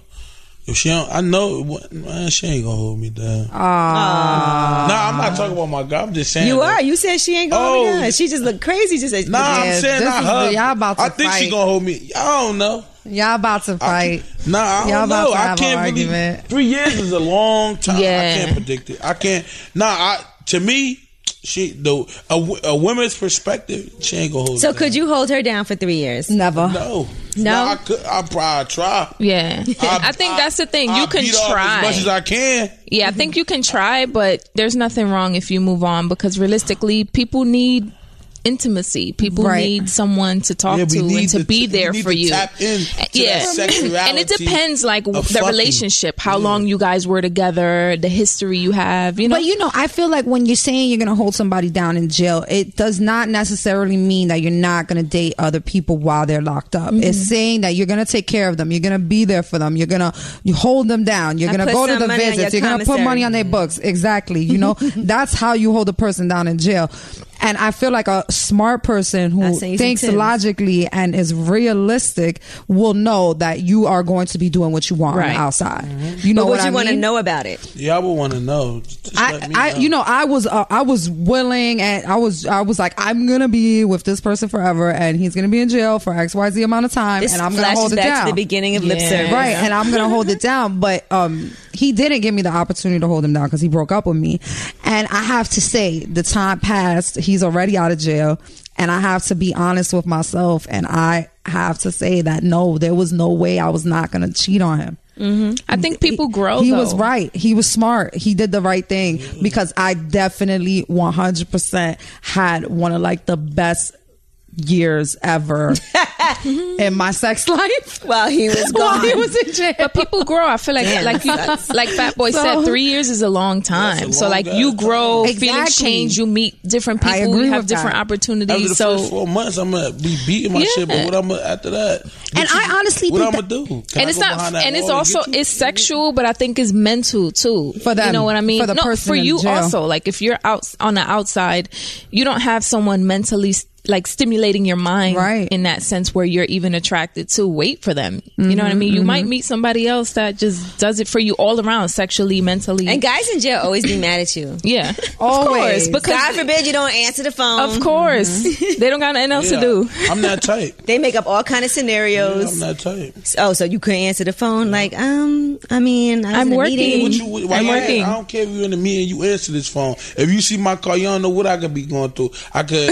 [SPEAKER 5] If she don't, I know. Man, she ain't gonna hold me down.
[SPEAKER 4] uh,
[SPEAKER 5] Nah, I'm not talking about my guy. I'm just saying.
[SPEAKER 1] You
[SPEAKER 5] that-
[SPEAKER 1] are. You said she ain't going
[SPEAKER 5] Oh.
[SPEAKER 1] down. She just looked crazy. Just said,
[SPEAKER 5] Nah, I'm saying
[SPEAKER 4] this
[SPEAKER 5] I
[SPEAKER 4] is
[SPEAKER 5] hug.
[SPEAKER 4] the- y'all about to
[SPEAKER 5] I think she
[SPEAKER 4] fight.
[SPEAKER 5] gonna hold me. I don't know.
[SPEAKER 4] y'all about
[SPEAKER 1] uh,
[SPEAKER 4] to fight.
[SPEAKER 5] Nah, I don't
[SPEAKER 4] Y'all about
[SPEAKER 5] know.
[SPEAKER 4] to
[SPEAKER 5] I
[SPEAKER 4] have
[SPEAKER 5] can't
[SPEAKER 4] an
[SPEAKER 5] really.
[SPEAKER 4] argument.
[SPEAKER 5] Three years is a long time.
[SPEAKER 6] Yeah.
[SPEAKER 5] I can't predict it. I can't. Nah, I to me, she the a, w- a woman's perspective. She ain't gonna hold.
[SPEAKER 1] So
[SPEAKER 5] it
[SPEAKER 1] could
[SPEAKER 5] down.
[SPEAKER 1] you hold her down for three years?
[SPEAKER 4] Never.
[SPEAKER 5] No, no. I could. I probably try.
[SPEAKER 6] Yeah, I, think that's the thing. You
[SPEAKER 5] I
[SPEAKER 6] can
[SPEAKER 5] beat off
[SPEAKER 6] try.
[SPEAKER 5] as much as I can.
[SPEAKER 6] yeah, I think you can try, but there's nothing wrong if you move on because realistically, people need intimacy. People
[SPEAKER 4] Right.
[SPEAKER 6] need someone to talk
[SPEAKER 5] we
[SPEAKER 6] to and
[SPEAKER 5] need
[SPEAKER 6] to
[SPEAKER 5] to-
[SPEAKER 6] be
[SPEAKER 5] we
[SPEAKER 6] there
[SPEAKER 5] need
[SPEAKER 6] for
[SPEAKER 5] to
[SPEAKER 6] you.
[SPEAKER 5] tap in to that sexuality
[SPEAKER 6] and it depends like w-
[SPEAKER 5] of
[SPEAKER 6] the
[SPEAKER 5] fucking.
[SPEAKER 6] relationship, how long you guys were together, the history you have. You know,
[SPEAKER 4] But you know, I feel like when you're saying you're going to hold somebody down in jail, it does not necessarily mean that you're not going to date other people while they're locked up.
[SPEAKER 1] Mm-hmm.
[SPEAKER 4] It's saying that you're going to take care of them, you're going to be there for them, you're going to you hold them down, you're
[SPEAKER 1] And
[SPEAKER 4] going to
[SPEAKER 1] put
[SPEAKER 4] go to
[SPEAKER 1] some
[SPEAKER 4] the
[SPEAKER 1] money on
[SPEAKER 4] visits,
[SPEAKER 1] your
[SPEAKER 4] you're going to put
[SPEAKER 1] commissary.
[SPEAKER 4] money on their books. Exactly.
[SPEAKER 1] <laughs>
[SPEAKER 4] You know, that's how you hold a person down in jail. And I feel like a smart person
[SPEAKER 1] I
[SPEAKER 4] who
[SPEAKER 1] say using
[SPEAKER 4] thinks
[SPEAKER 1] Tims.
[SPEAKER 4] logically and is realistic will know that you are going to be doing what you want on
[SPEAKER 6] Right.
[SPEAKER 4] the outside. You know
[SPEAKER 1] Mm-hmm. But would
[SPEAKER 4] what
[SPEAKER 1] you
[SPEAKER 4] I
[SPEAKER 1] want to
[SPEAKER 4] mean?
[SPEAKER 1] know about <laughs> it?
[SPEAKER 5] Yeah, I would want to know. Just
[SPEAKER 4] I,
[SPEAKER 5] let me
[SPEAKER 4] I, you know, I was, uh, I was willing, and I was, I was like, I'm gonna be with this person forever, and he's gonna be in jail for X, Y, Z amount of time,
[SPEAKER 1] This
[SPEAKER 4] and I'm gonna
[SPEAKER 1] flashes
[SPEAKER 4] hold it
[SPEAKER 1] back
[SPEAKER 4] down,
[SPEAKER 1] to the beginning of lip
[SPEAKER 6] Yeah.
[SPEAKER 1] service.
[SPEAKER 4] right? And I'm gonna hold it down. But um, he didn't give me the opportunity to hold him down because he broke up with me, and I have to say, the time passed. He's already out of jail, and I have to be honest with myself, and I have to say that no, there was no way I was not gonna cheat on him.
[SPEAKER 6] I think people grow.
[SPEAKER 4] He
[SPEAKER 6] though.
[SPEAKER 4] was right. He was smart. He did the right thing because I definitely 100% had one of like the best years
[SPEAKER 1] <laughs>
[SPEAKER 4] ever in my sex life
[SPEAKER 1] While he was
[SPEAKER 4] while
[SPEAKER 1] gone.
[SPEAKER 4] he was in jail.
[SPEAKER 6] But people grow. I
[SPEAKER 4] <laughs>
[SPEAKER 6] feel like like you, like Fat Boy said,
[SPEAKER 4] So-
[SPEAKER 6] three years is a long time.
[SPEAKER 5] That's a
[SPEAKER 6] so
[SPEAKER 5] long
[SPEAKER 6] like
[SPEAKER 5] ass
[SPEAKER 6] you
[SPEAKER 5] time.
[SPEAKER 6] grow, feelings
[SPEAKER 4] Exactly.
[SPEAKER 6] change. You meet different people.
[SPEAKER 4] I agree
[SPEAKER 6] you have
[SPEAKER 4] with
[SPEAKER 6] different
[SPEAKER 4] that.
[SPEAKER 5] After the
[SPEAKER 6] opportunities.
[SPEAKER 5] first
[SPEAKER 6] So
[SPEAKER 5] four months, I'm gonna be beating my
[SPEAKER 6] Yeah.
[SPEAKER 5] shit. But what I'm gonna, after that? what
[SPEAKER 4] And I honestly
[SPEAKER 5] what
[SPEAKER 4] think
[SPEAKER 5] I'm gonna do? Can
[SPEAKER 6] and
[SPEAKER 5] I
[SPEAKER 6] it's
[SPEAKER 5] go
[SPEAKER 6] not
[SPEAKER 5] behind that
[SPEAKER 6] and it's
[SPEAKER 5] wall and
[SPEAKER 6] also
[SPEAKER 5] get you?
[SPEAKER 6] it's sexual but i think it's mental too
[SPEAKER 4] For
[SPEAKER 6] you
[SPEAKER 4] them,
[SPEAKER 6] know what i mean
[SPEAKER 4] for the
[SPEAKER 6] no
[SPEAKER 4] person
[SPEAKER 6] for
[SPEAKER 4] in
[SPEAKER 6] you
[SPEAKER 4] jail.
[SPEAKER 6] also like if you're out on the outside you don't have someone mentally like stimulating your mind
[SPEAKER 4] Right.
[SPEAKER 6] in that sense where you're even attracted to wait for them you know what i mean
[SPEAKER 4] Mm-hmm.
[SPEAKER 6] you might meet somebody else that just does it for you all around sexually
[SPEAKER 1] <laughs>
[SPEAKER 6] mentally
[SPEAKER 1] and guys in jail always be mad at you.
[SPEAKER 5] <laughs>
[SPEAKER 6] yeah
[SPEAKER 4] Always.
[SPEAKER 6] of course
[SPEAKER 1] God
[SPEAKER 6] because
[SPEAKER 1] forbid you don't answer the phone.
[SPEAKER 6] of course they don't got nothing else
[SPEAKER 5] Mm-hmm. Yeah,
[SPEAKER 6] to do
[SPEAKER 5] I'm not tight.
[SPEAKER 1] They make up all kind of
[SPEAKER 5] I'm
[SPEAKER 1] scenarios.
[SPEAKER 5] not tight.
[SPEAKER 1] oh, so you couldn't answer the phone? Like, um, I mean, I was
[SPEAKER 6] I'm
[SPEAKER 1] in a
[SPEAKER 6] working.
[SPEAKER 1] meeting.
[SPEAKER 5] What you, why
[SPEAKER 6] I'm
[SPEAKER 5] you
[SPEAKER 6] working.
[SPEAKER 5] I don't care if you're in the meeting. You answer this phone. If you see my car, you don't know what I could be going through. I could.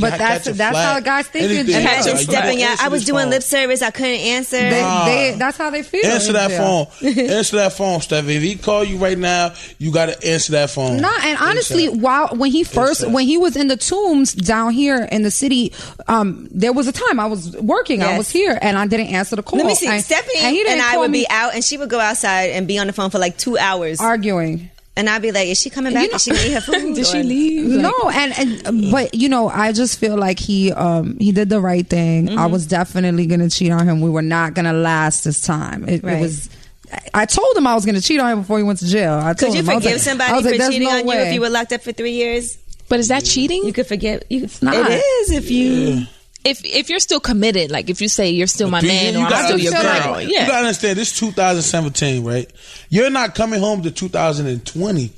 [SPEAKER 4] But
[SPEAKER 5] <laughs>
[SPEAKER 4] that's-
[SPEAKER 5] I catch a
[SPEAKER 4] that's
[SPEAKER 5] flag,
[SPEAKER 4] how guys think in
[SPEAKER 5] anything.
[SPEAKER 4] jail.
[SPEAKER 5] Like,
[SPEAKER 1] Imagine
[SPEAKER 4] Catch
[SPEAKER 5] you
[SPEAKER 4] Sorry,
[SPEAKER 5] gotta
[SPEAKER 1] stepping out.
[SPEAKER 5] answer
[SPEAKER 1] I was
[SPEAKER 5] this
[SPEAKER 1] doing
[SPEAKER 5] phone.
[SPEAKER 1] lip service. I couldn't answer.
[SPEAKER 4] They,
[SPEAKER 5] Nah.
[SPEAKER 4] they, that's how they feel.
[SPEAKER 5] Answer
[SPEAKER 4] in
[SPEAKER 5] that
[SPEAKER 4] jail.
[SPEAKER 5] phone. answer that phone, Steph. If he call you right now, you gotta answer that phone.
[SPEAKER 4] No, and honestly,
[SPEAKER 5] ASAP.
[SPEAKER 4] while when he first
[SPEAKER 5] sir.
[SPEAKER 4] when he was in the tombs down here in the city, um, there was a time I was working, I
[SPEAKER 1] Yes.
[SPEAKER 4] was here, and I didn't answer the call.
[SPEAKER 1] Let me see.
[SPEAKER 4] And-
[SPEAKER 1] Stephanie
[SPEAKER 4] he
[SPEAKER 1] and,
[SPEAKER 4] didn't
[SPEAKER 1] I
[SPEAKER 4] call
[SPEAKER 1] would
[SPEAKER 4] me
[SPEAKER 1] be out, and she would go outside and be on the phone for like two hours.
[SPEAKER 4] arguing.
[SPEAKER 1] and I'd be like, "Is she coming back?
[SPEAKER 4] You know-
[SPEAKER 1] Is she gonna eat <laughs> her
[SPEAKER 4] <laughs>
[SPEAKER 1] food?
[SPEAKER 6] did she
[SPEAKER 1] Or-
[SPEAKER 6] leave Like-
[SPEAKER 4] no and, and but you know i just feel like he um he did the right thing
[SPEAKER 6] Mm-hmm.
[SPEAKER 4] i was definitely gonna cheat on him we were not gonna last this time it,
[SPEAKER 1] Right.
[SPEAKER 4] it was I- I told him I was going to cheat on him before he went to jail. I
[SPEAKER 1] Could
[SPEAKER 4] told
[SPEAKER 1] you
[SPEAKER 4] him, I was
[SPEAKER 1] forgive
[SPEAKER 4] like-
[SPEAKER 1] somebody
[SPEAKER 4] I was like,
[SPEAKER 1] for
[SPEAKER 4] "There's
[SPEAKER 1] cheating
[SPEAKER 4] no
[SPEAKER 1] on you
[SPEAKER 4] way."
[SPEAKER 1] if you were locked up for three years?
[SPEAKER 6] but is that cheating
[SPEAKER 1] You could forgive. You, it's
[SPEAKER 4] not.
[SPEAKER 1] It is if you.
[SPEAKER 6] if if you're still committed like if you say you're still my
[SPEAKER 5] Dude,
[SPEAKER 6] man or i'm
[SPEAKER 5] gotta
[SPEAKER 6] still your
[SPEAKER 5] understand-
[SPEAKER 6] girl
[SPEAKER 5] You
[SPEAKER 6] yeah
[SPEAKER 5] gotta understand this 2017, right? You're not coming home to 2020.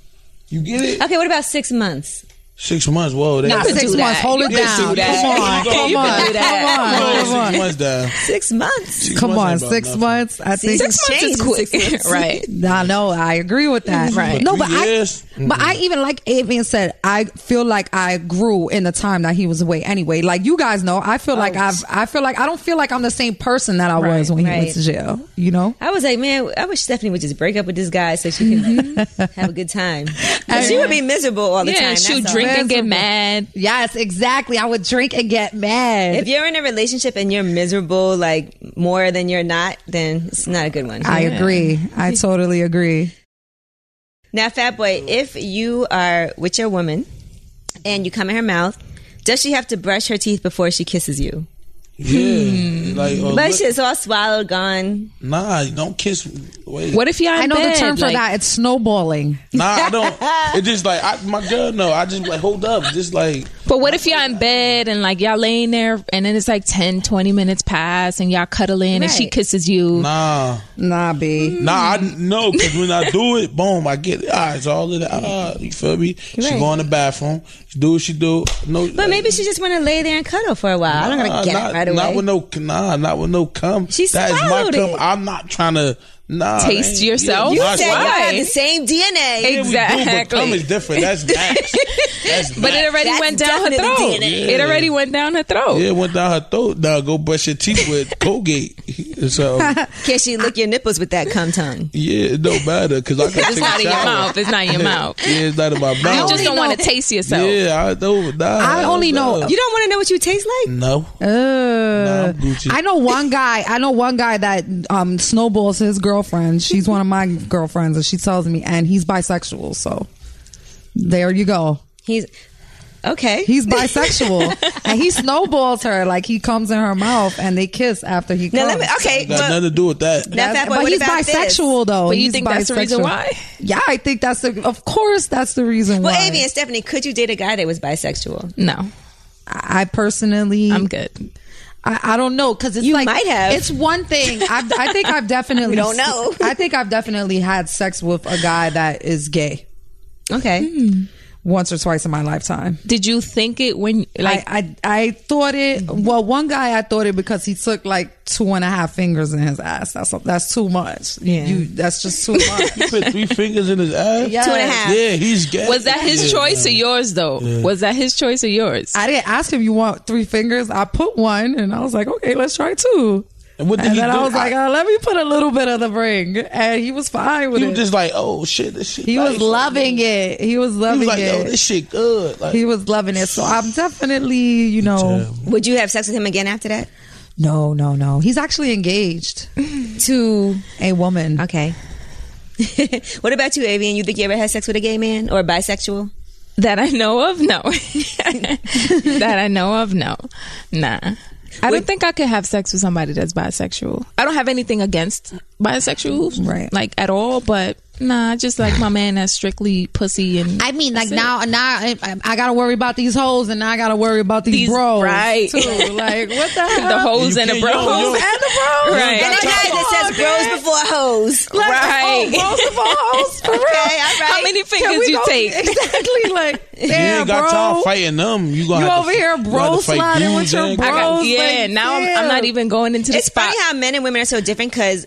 [SPEAKER 5] You get it?
[SPEAKER 1] Okay, what about six months?
[SPEAKER 5] Six months. Whoa,
[SPEAKER 4] Nah,
[SPEAKER 5] that's
[SPEAKER 6] could
[SPEAKER 4] six
[SPEAKER 6] do
[SPEAKER 4] months.
[SPEAKER 6] that.
[SPEAKER 4] Hold
[SPEAKER 6] You
[SPEAKER 4] it
[SPEAKER 6] could
[SPEAKER 4] down.
[SPEAKER 6] do that.
[SPEAKER 4] Come on,
[SPEAKER 6] You could
[SPEAKER 4] come on,
[SPEAKER 6] do that.
[SPEAKER 4] come on, come on.
[SPEAKER 5] six months down.
[SPEAKER 1] Six months.
[SPEAKER 5] Six
[SPEAKER 4] Come
[SPEAKER 5] months
[SPEAKER 4] on,
[SPEAKER 5] ain't about
[SPEAKER 4] six
[SPEAKER 5] nothing.
[SPEAKER 4] months. I think
[SPEAKER 1] Six
[SPEAKER 6] Six
[SPEAKER 1] Change
[SPEAKER 6] months is
[SPEAKER 1] in
[SPEAKER 6] quick
[SPEAKER 1] six months.
[SPEAKER 6] <laughs> right
[SPEAKER 4] I know. I agree with that.
[SPEAKER 6] Right.
[SPEAKER 4] No, but
[SPEAKER 5] Yes.
[SPEAKER 4] I, but I even like Avian said, I feel like I grew in the time that he was away. Anyway, like you guys know, I feel like I've, I feel like I don't feel like I'm the same person that I was
[SPEAKER 1] Right,
[SPEAKER 4] when he
[SPEAKER 1] right.
[SPEAKER 4] went to jail. You know.
[SPEAKER 1] I was like, man, I wish Stephanie would just break up with this guy so she can <laughs> like, have a good time. 'Cause she would be miserable all the
[SPEAKER 6] yeah
[SPEAKER 1] time.
[SPEAKER 6] she'll
[SPEAKER 1] that's all.
[SPEAKER 6] drink and get mad
[SPEAKER 4] Yes, exactly. I would drink and get mad.
[SPEAKER 1] If you're in a relationship and you're miserable, like more than you're not, then it's not a good one.
[SPEAKER 4] I agree. <laughs> I totally agree.
[SPEAKER 1] Now, Fat Boy, if you are with your woman and you come in her mouth, does she have to brush her teeth before she kisses you?
[SPEAKER 5] Yeah. Like, uh,
[SPEAKER 1] But
[SPEAKER 5] look-
[SPEAKER 1] it's all swallowed, gone.
[SPEAKER 5] nah, don't kiss. me. Wait.
[SPEAKER 6] what if y'all in
[SPEAKER 4] I know
[SPEAKER 6] bed?
[SPEAKER 4] the term for
[SPEAKER 6] Like,
[SPEAKER 4] that. It's snowballing.
[SPEAKER 5] Nah, I don't. It's just like I, my girl. No, I just like hold up. Just like
[SPEAKER 6] but what if y'all in bed and like y'all laying there and then it's like 10 20 minutes pass and y'all cuddling and she
[SPEAKER 1] Right.
[SPEAKER 6] kisses you
[SPEAKER 5] nah,
[SPEAKER 4] Nah, B.
[SPEAKER 5] nah. I no, because when I do it, boom, I get it. All right, it's all in the ah. You feel me? She
[SPEAKER 1] Right.
[SPEAKER 5] go in the bathroom. She do what she do. No,
[SPEAKER 1] But maybe she just want to lay there and cuddle for a while. I'm not gonna get
[SPEAKER 5] Uh, not,
[SPEAKER 1] it right away.
[SPEAKER 5] Not with no nah, not with no cum.
[SPEAKER 1] She
[SPEAKER 5] that is my
[SPEAKER 1] swallowed
[SPEAKER 5] cum.
[SPEAKER 1] it.
[SPEAKER 5] I'm not trying to nah.
[SPEAKER 6] Taste
[SPEAKER 5] ain't-
[SPEAKER 6] yourself?
[SPEAKER 1] you
[SPEAKER 5] nah,
[SPEAKER 1] said
[SPEAKER 6] why?
[SPEAKER 1] y'all
[SPEAKER 5] yeah,
[SPEAKER 1] have the same DNA.
[SPEAKER 5] we do, but cum
[SPEAKER 6] Exactly.
[SPEAKER 5] is different.
[SPEAKER 6] <laughs>
[SPEAKER 5] That's max. That's
[SPEAKER 6] but it
[SPEAKER 5] max.
[SPEAKER 6] already
[SPEAKER 1] That's
[SPEAKER 6] went down her
[SPEAKER 1] definitely
[SPEAKER 6] throat
[SPEAKER 1] DNA.
[SPEAKER 6] it already went down her throat
[SPEAKER 5] Yeah, it went down her throat. Now go brush your teeth
[SPEAKER 6] <laughs>
[SPEAKER 5] with Colgate. So
[SPEAKER 1] Can she lick your nipples with that cum tongue?
[SPEAKER 5] yeah, it don't matter because I can take
[SPEAKER 6] it's not
[SPEAKER 5] a
[SPEAKER 6] in your
[SPEAKER 5] shower.
[SPEAKER 6] mouth it's not in your mouth
[SPEAKER 5] <laughs> Yeah, it's not in my mouth.
[SPEAKER 6] you just don't
[SPEAKER 4] know-
[SPEAKER 6] want to taste yourself
[SPEAKER 5] Yeah, I don't. Nah,
[SPEAKER 4] I only know-
[SPEAKER 1] You don't want to know what you taste like.
[SPEAKER 5] No.
[SPEAKER 4] Uh,
[SPEAKER 5] I'm Gucci.
[SPEAKER 4] I know one guy. I know one guy that um, snowballs his girlfriend. She's one of my girlfriends, and she tells me, and he's bisexual. So there you go.
[SPEAKER 1] He's okay.
[SPEAKER 4] He's bisexual, and he snowballs her like he comes in her mouth, and they kiss after he.
[SPEAKER 1] <laughs> now let
[SPEAKER 4] comes.
[SPEAKER 1] me. Okay,
[SPEAKER 5] Got
[SPEAKER 1] well,
[SPEAKER 5] nothing to do with that.
[SPEAKER 1] now Fat Boy,
[SPEAKER 4] but
[SPEAKER 1] what
[SPEAKER 4] he's
[SPEAKER 1] about this?
[SPEAKER 4] bisexual though.
[SPEAKER 6] But you
[SPEAKER 4] He's
[SPEAKER 6] think that's the reason
[SPEAKER 4] bisexual.
[SPEAKER 6] why?
[SPEAKER 4] Yeah, I think that's the. Of course, that's the reason
[SPEAKER 1] Well,
[SPEAKER 4] why.
[SPEAKER 1] Avi and Stephanie, could you date a guy that was bisexual?
[SPEAKER 6] no
[SPEAKER 4] I I personally,
[SPEAKER 1] Mm.
[SPEAKER 6] i'm good
[SPEAKER 4] I, I don't know because it's
[SPEAKER 1] You
[SPEAKER 4] like
[SPEAKER 1] might have.
[SPEAKER 4] It's one thing. I've, I
[SPEAKER 1] <laughs>
[SPEAKER 4] think I've definitely.
[SPEAKER 1] We don't know.
[SPEAKER 4] I think I've definitely had sex with a guy that is gay
[SPEAKER 1] Okay.
[SPEAKER 4] once or twice in my lifetime.
[SPEAKER 6] did you think it when like
[SPEAKER 4] I, I I thought it. Well, one guy I thought it because he took like two and a half fingers in his ass. That's that's too much.
[SPEAKER 1] Yeah.
[SPEAKER 4] you that's just too
[SPEAKER 5] <laughs>
[SPEAKER 4] much.
[SPEAKER 5] You put three fingers in his ass.
[SPEAKER 4] Yes.
[SPEAKER 1] Two and a half.
[SPEAKER 5] Yeah, he's gay.
[SPEAKER 6] was that his
[SPEAKER 5] Yeah.
[SPEAKER 6] choice or yours though was that his choice or yours
[SPEAKER 4] I didn't ask him you want three fingers. I put one and I was like, okay, let's try two.
[SPEAKER 5] And what did
[SPEAKER 4] And
[SPEAKER 5] you
[SPEAKER 4] then
[SPEAKER 5] do?
[SPEAKER 4] I was like, oh, let me put a little bit of the ring, and he was fine with
[SPEAKER 5] you
[SPEAKER 4] it.
[SPEAKER 5] was just like, oh shit, this shit.
[SPEAKER 4] he was
[SPEAKER 5] nice.
[SPEAKER 4] loving it. He was
[SPEAKER 5] He
[SPEAKER 4] loving
[SPEAKER 5] was like, yo,
[SPEAKER 4] it.
[SPEAKER 5] this shit good. Like,
[SPEAKER 4] he was loving it. So I'm definitely, you know,
[SPEAKER 1] Would you have sex with him again after that?
[SPEAKER 4] no, no, no. He's actually
[SPEAKER 5] <laughs>
[SPEAKER 4] engaged to a woman.
[SPEAKER 1] Okay. what about you, Avian? You think you ever had sex with a gay man or a bisexual?
[SPEAKER 6] That I know of, no. <laughs> that I know of, no. Nah. I don't think I could have sex with somebody that's bisexual. I don't have anything against bisexuals,
[SPEAKER 4] Right.
[SPEAKER 6] Like at all, but nah. I Just like my man that's strictly pussy and
[SPEAKER 4] I mean, like now, now I, I- I gotta worry about these hoes, and now I gotta worry about these,
[SPEAKER 6] These-
[SPEAKER 4] bros,
[SPEAKER 6] right.
[SPEAKER 4] Too. Like what the hell?
[SPEAKER 6] <laughs> the hoes
[SPEAKER 5] You
[SPEAKER 6] and the
[SPEAKER 5] can't- yo,
[SPEAKER 6] bros
[SPEAKER 5] yo.
[SPEAKER 6] <laughs> and the bros, right?
[SPEAKER 1] And that guy that says bros before hoes.
[SPEAKER 4] Like,
[SPEAKER 6] Right.
[SPEAKER 4] Oh,
[SPEAKER 1] <laughs>
[SPEAKER 4] bros of all hoes, for real.
[SPEAKER 1] Okay, all right.
[SPEAKER 6] How many
[SPEAKER 4] Can
[SPEAKER 6] fingers
[SPEAKER 4] we
[SPEAKER 6] you
[SPEAKER 4] go- <laughs>
[SPEAKER 6] take?
[SPEAKER 4] Exactly.
[SPEAKER 6] <laughs>
[SPEAKER 4] Like
[SPEAKER 5] you
[SPEAKER 4] damn,
[SPEAKER 5] ain't got time
[SPEAKER 4] bro.
[SPEAKER 5] fighting them. You gonna
[SPEAKER 4] You
[SPEAKER 5] have
[SPEAKER 4] over
[SPEAKER 5] to,
[SPEAKER 4] here
[SPEAKER 5] you
[SPEAKER 4] bro
[SPEAKER 5] have to fight
[SPEAKER 4] sliding with
[SPEAKER 5] dudes
[SPEAKER 4] your
[SPEAKER 5] and-
[SPEAKER 4] bro.
[SPEAKER 6] I got,
[SPEAKER 4] Bros,
[SPEAKER 6] yeah.
[SPEAKER 4] like,
[SPEAKER 6] now I'm, I'm not
[SPEAKER 4] damn.
[SPEAKER 6] even going into the
[SPEAKER 1] It's
[SPEAKER 6] spot.
[SPEAKER 1] funny how men and women are so different because,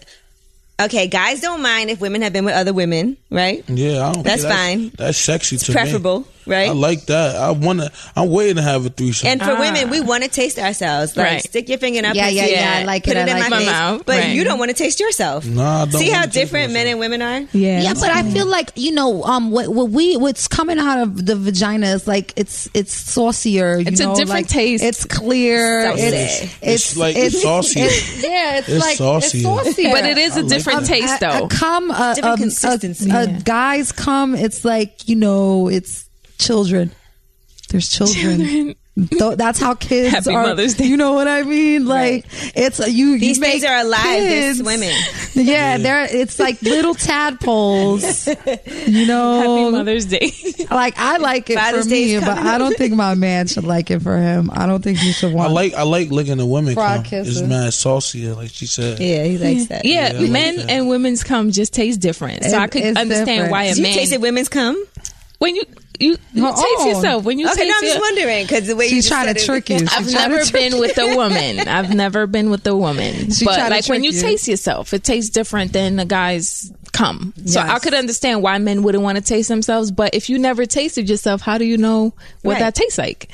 [SPEAKER 1] okay, guys don't mind if women have been with other women, right?
[SPEAKER 5] Yeah, I don't.
[SPEAKER 1] That's
[SPEAKER 5] yeah,
[SPEAKER 1] fine.
[SPEAKER 5] That's sexy to me.
[SPEAKER 1] preferable, right?
[SPEAKER 5] I like that. I wanna. I'm waiting to have a threesome.
[SPEAKER 1] And for women, we want to taste ourselves. Like,
[SPEAKER 6] Right.
[SPEAKER 1] stick your finger in our
[SPEAKER 4] Yeah,
[SPEAKER 1] pussy,
[SPEAKER 4] yeah, yeah, I like
[SPEAKER 1] put
[SPEAKER 4] it, I
[SPEAKER 1] in
[SPEAKER 4] like
[SPEAKER 1] my,
[SPEAKER 6] it.
[SPEAKER 1] face,
[SPEAKER 6] Mouth,
[SPEAKER 1] But
[SPEAKER 6] right.
[SPEAKER 1] you don't want to taste yourself.
[SPEAKER 5] Nah, I don't
[SPEAKER 1] See how
[SPEAKER 5] wanna taste
[SPEAKER 1] different men
[SPEAKER 5] myself.
[SPEAKER 1] and women are?
[SPEAKER 6] yeah,
[SPEAKER 4] Yeah, but I feel like you know, um, what, what we what's coming out of the vagina is like it's it's saucier. You
[SPEAKER 6] It's a
[SPEAKER 4] know,
[SPEAKER 6] different
[SPEAKER 4] like,
[SPEAKER 6] taste.
[SPEAKER 4] It's clear.
[SPEAKER 1] Saucy.
[SPEAKER 4] It's,
[SPEAKER 1] It's
[SPEAKER 5] It's like saucier.
[SPEAKER 4] it's- yeah, it's,
[SPEAKER 5] It's
[SPEAKER 4] like
[SPEAKER 5] saucier.
[SPEAKER 4] it's saucier.
[SPEAKER 6] but it is a different taste,
[SPEAKER 4] A-
[SPEAKER 6] though.
[SPEAKER 4] A, cum, a,
[SPEAKER 1] Different
[SPEAKER 4] a-
[SPEAKER 1] consistency.
[SPEAKER 4] A, a
[SPEAKER 6] Yeah.
[SPEAKER 4] guy's cum, it's like you know, it's children. There's children. Tho- that's how kids
[SPEAKER 6] Happy
[SPEAKER 4] are.
[SPEAKER 6] Mother's Day.
[SPEAKER 4] You know what I mean? Like it's a, you.
[SPEAKER 1] These
[SPEAKER 4] you make
[SPEAKER 1] things are alive. They're
[SPEAKER 4] kids.
[SPEAKER 1] swimming.
[SPEAKER 4] <laughs> Yeah, they're it's like
[SPEAKER 1] <laughs>
[SPEAKER 4] little tadpoles. You know,
[SPEAKER 6] Happy Mother's <laughs> Day.
[SPEAKER 4] like I like it
[SPEAKER 1] Father's
[SPEAKER 4] for
[SPEAKER 1] Day
[SPEAKER 4] me,
[SPEAKER 1] is
[SPEAKER 4] but
[SPEAKER 1] coming
[SPEAKER 4] I
[SPEAKER 1] up.
[SPEAKER 4] don't think my man should like it for him. I don't think he should
[SPEAKER 5] I
[SPEAKER 4] want.
[SPEAKER 5] like I like licking a women.
[SPEAKER 4] Frog
[SPEAKER 5] cum. It's
[SPEAKER 4] kisses.
[SPEAKER 5] mad saucier, like she said.
[SPEAKER 1] Yeah, he likes that.
[SPEAKER 6] Yeah,
[SPEAKER 5] Yeah, I like
[SPEAKER 6] men
[SPEAKER 5] that.
[SPEAKER 6] and women's cum just taste different. So
[SPEAKER 4] It-
[SPEAKER 6] I could
[SPEAKER 4] it's
[SPEAKER 6] understand
[SPEAKER 4] different.
[SPEAKER 6] why a
[SPEAKER 1] Do you
[SPEAKER 6] man
[SPEAKER 1] taste it women's cum?
[SPEAKER 6] when you you, you
[SPEAKER 4] Her
[SPEAKER 6] taste
[SPEAKER 4] own.
[SPEAKER 6] yourself when you
[SPEAKER 1] Okay,
[SPEAKER 6] taste
[SPEAKER 1] no, I'm just
[SPEAKER 6] your-
[SPEAKER 1] wondering because the way you
[SPEAKER 4] She's
[SPEAKER 1] just
[SPEAKER 4] trying
[SPEAKER 1] said
[SPEAKER 4] to
[SPEAKER 1] it-
[SPEAKER 4] trick you. She's
[SPEAKER 6] I've
[SPEAKER 4] trying to
[SPEAKER 6] never
[SPEAKER 4] trick
[SPEAKER 6] been with a woman. I've never been with a woman.
[SPEAKER 4] She tried
[SPEAKER 6] but
[SPEAKER 4] to
[SPEAKER 6] like when you
[SPEAKER 4] trick you.
[SPEAKER 6] taste yourself, it tastes different than the guys come. So I could understand why men wouldn't want to taste themselves. But if you never tasted yourself, how do you know what
[SPEAKER 1] Right.
[SPEAKER 6] that tastes like?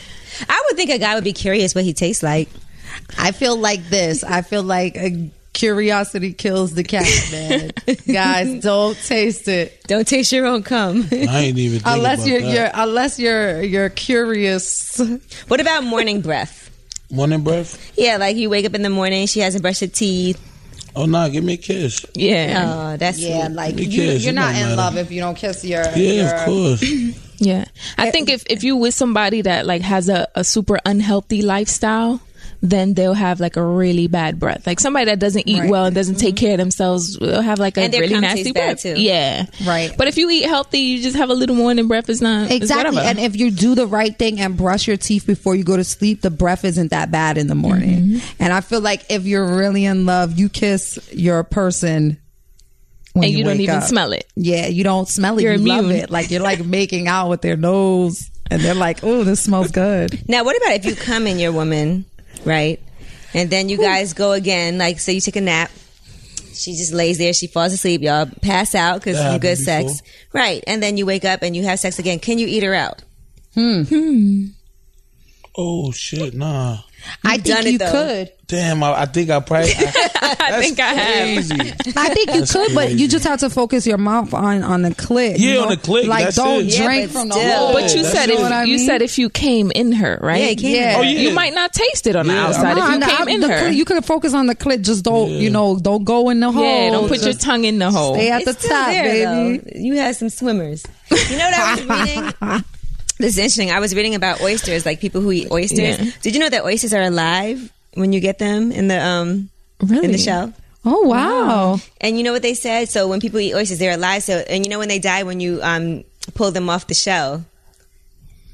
[SPEAKER 1] I would think a guy would be curious what he tastes like.
[SPEAKER 4] I feel like this. I feel like a curiosity kills the cat,
[SPEAKER 5] <laughs>
[SPEAKER 4] man. Guys, don't taste it
[SPEAKER 1] Don't taste your own cum.
[SPEAKER 5] I ain't even. Think
[SPEAKER 4] unless
[SPEAKER 5] about
[SPEAKER 4] you're,
[SPEAKER 5] that.
[SPEAKER 4] you're unless you're you're curious.
[SPEAKER 1] <laughs> what about morning breath?
[SPEAKER 5] morning breath.
[SPEAKER 1] Yeah, like you wake up in the morning, she hasn't brushed her teeth.
[SPEAKER 5] Oh nah, give me a kiss.
[SPEAKER 6] Yeah.
[SPEAKER 1] Oh, that's
[SPEAKER 4] Yeah,
[SPEAKER 1] sweet.
[SPEAKER 4] like
[SPEAKER 5] Me
[SPEAKER 4] you,
[SPEAKER 5] kiss,
[SPEAKER 4] you're
[SPEAKER 5] it
[SPEAKER 4] not
[SPEAKER 5] don't
[SPEAKER 4] in
[SPEAKER 5] matter.
[SPEAKER 4] love if you don't kiss your.
[SPEAKER 5] Yeah,
[SPEAKER 4] your-
[SPEAKER 5] of course.
[SPEAKER 4] <laughs>
[SPEAKER 6] Yeah. I think if, if you with somebody that like has a, a super unhealthy lifestyle, then they'll have like a really bad breath. Like somebody that doesn't eat
[SPEAKER 4] Right.
[SPEAKER 6] well and doesn't take care of themselves will have like a
[SPEAKER 1] And their
[SPEAKER 6] really
[SPEAKER 1] cum
[SPEAKER 6] nasty
[SPEAKER 1] tastes bad,
[SPEAKER 6] breath.
[SPEAKER 1] too.
[SPEAKER 6] Yeah.
[SPEAKER 4] Right.
[SPEAKER 6] But if you eat healthy, you just have a little morning breath. It's not it's
[SPEAKER 4] Exactly,
[SPEAKER 6] whatever.
[SPEAKER 4] and if you do the right thing and brush your teeth before you go to sleep, the breath isn't that bad in the morning.
[SPEAKER 5] Mm-hmm.
[SPEAKER 4] And I feel like if you're really in love, you kiss your person when
[SPEAKER 6] And you don't
[SPEAKER 4] wake
[SPEAKER 6] even
[SPEAKER 4] up.
[SPEAKER 6] smell it. <laughs>
[SPEAKER 4] Yeah, you don't smell it.
[SPEAKER 6] You're
[SPEAKER 4] you love
[SPEAKER 6] immune.
[SPEAKER 4] it. Like you're like making out with their nose, and they're like, "Oh, this smells <laughs> good."
[SPEAKER 1] Now, what about if you come in your woman, right? And then you guys go again. Like, say you take a nap. She just lays there. She falls asleep. Y'all pass out because
[SPEAKER 5] That
[SPEAKER 1] you good
[SPEAKER 5] happened
[SPEAKER 1] sex,
[SPEAKER 5] before.
[SPEAKER 1] right? And then you wake up and you have sex again. Can you eat her out?
[SPEAKER 5] Oh shit, nah.
[SPEAKER 4] I think
[SPEAKER 1] done it,
[SPEAKER 4] you
[SPEAKER 1] though.
[SPEAKER 4] could.
[SPEAKER 5] Damn, I, I think
[SPEAKER 4] <laughs>
[SPEAKER 5] I probably. I,
[SPEAKER 6] I think I have.
[SPEAKER 5] crazy.
[SPEAKER 4] I think you could, but you just have to focus your mouth on on the clit.
[SPEAKER 5] Yeah,
[SPEAKER 4] you know?
[SPEAKER 5] on the clit,
[SPEAKER 4] Like,
[SPEAKER 5] that's
[SPEAKER 4] don't
[SPEAKER 5] it. Yeah,
[SPEAKER 4] drink
[SPEAKER 1] but
[SPEAKER 4] from the
[SPEAKER 1] still.
[SPEAKER 4] hole.
[SPEAKER 6] But you
[SPEAKER 5] that's
[SPEAKER 6] said
[SPEAKER 5] true.
[SPEAKER 6] if
[SPEAKER 5] Know what
[SPEAKER 6] you said if you came in her, right?
[SPEAKER 1] Yeah, you came in
[SPEAKER 4] Yeah.
[SPEAKER 1] her.
[SPEAKER 4] Oh,
[SPEAKER 5] yeah.
[SPEAKER 6] You might not taste it on the
[SPEAKER 5] Yeah.
[SPEAKER 6] outside
[SPEAKER 5] No,
[SPEAKER 6] if you
[SPEAKER 4] on the-
[SPEAKER 6] came
[SPEAKER 4] on
[SPEAKER 6] in
[SPEAKER 4] the
[SPEAKER 6] her.
[SPEAKER 4] clit, you could focus on the clit. Just don't, you know, don't go in the hole.
[SPEAKER 6] yeah, don't put your tongue in the hole.
[SPEAKER 4] Stay at
[SPEAKER 1] It's
[SPEAKER 4] the
[SPEAKER 1] still
[SPEAKER 4] top,
[SPEAKER 1] there,
[SPEAKER 4] baby.
[SPEAKER 1] though. You had some swimmers. You know what I was
[SPEAKER 4] <laughs>
[SPEAKER 1] reading? this is interesting. I was reading about oysters, like people who eat oysters.
[SPEAKER 6] Yeah.
[SPEAKER 1] Did you know that oysters are alive when you get them in the um in
[SPEAKER 6] Really?
[SPEAKER 1] the shell?
[SPEAKER 4] Oh wow.
[SPEAKER 1] And you know what they said? So when people eat oysters, they're alive. So and you know when they die when you um pull them off the shell.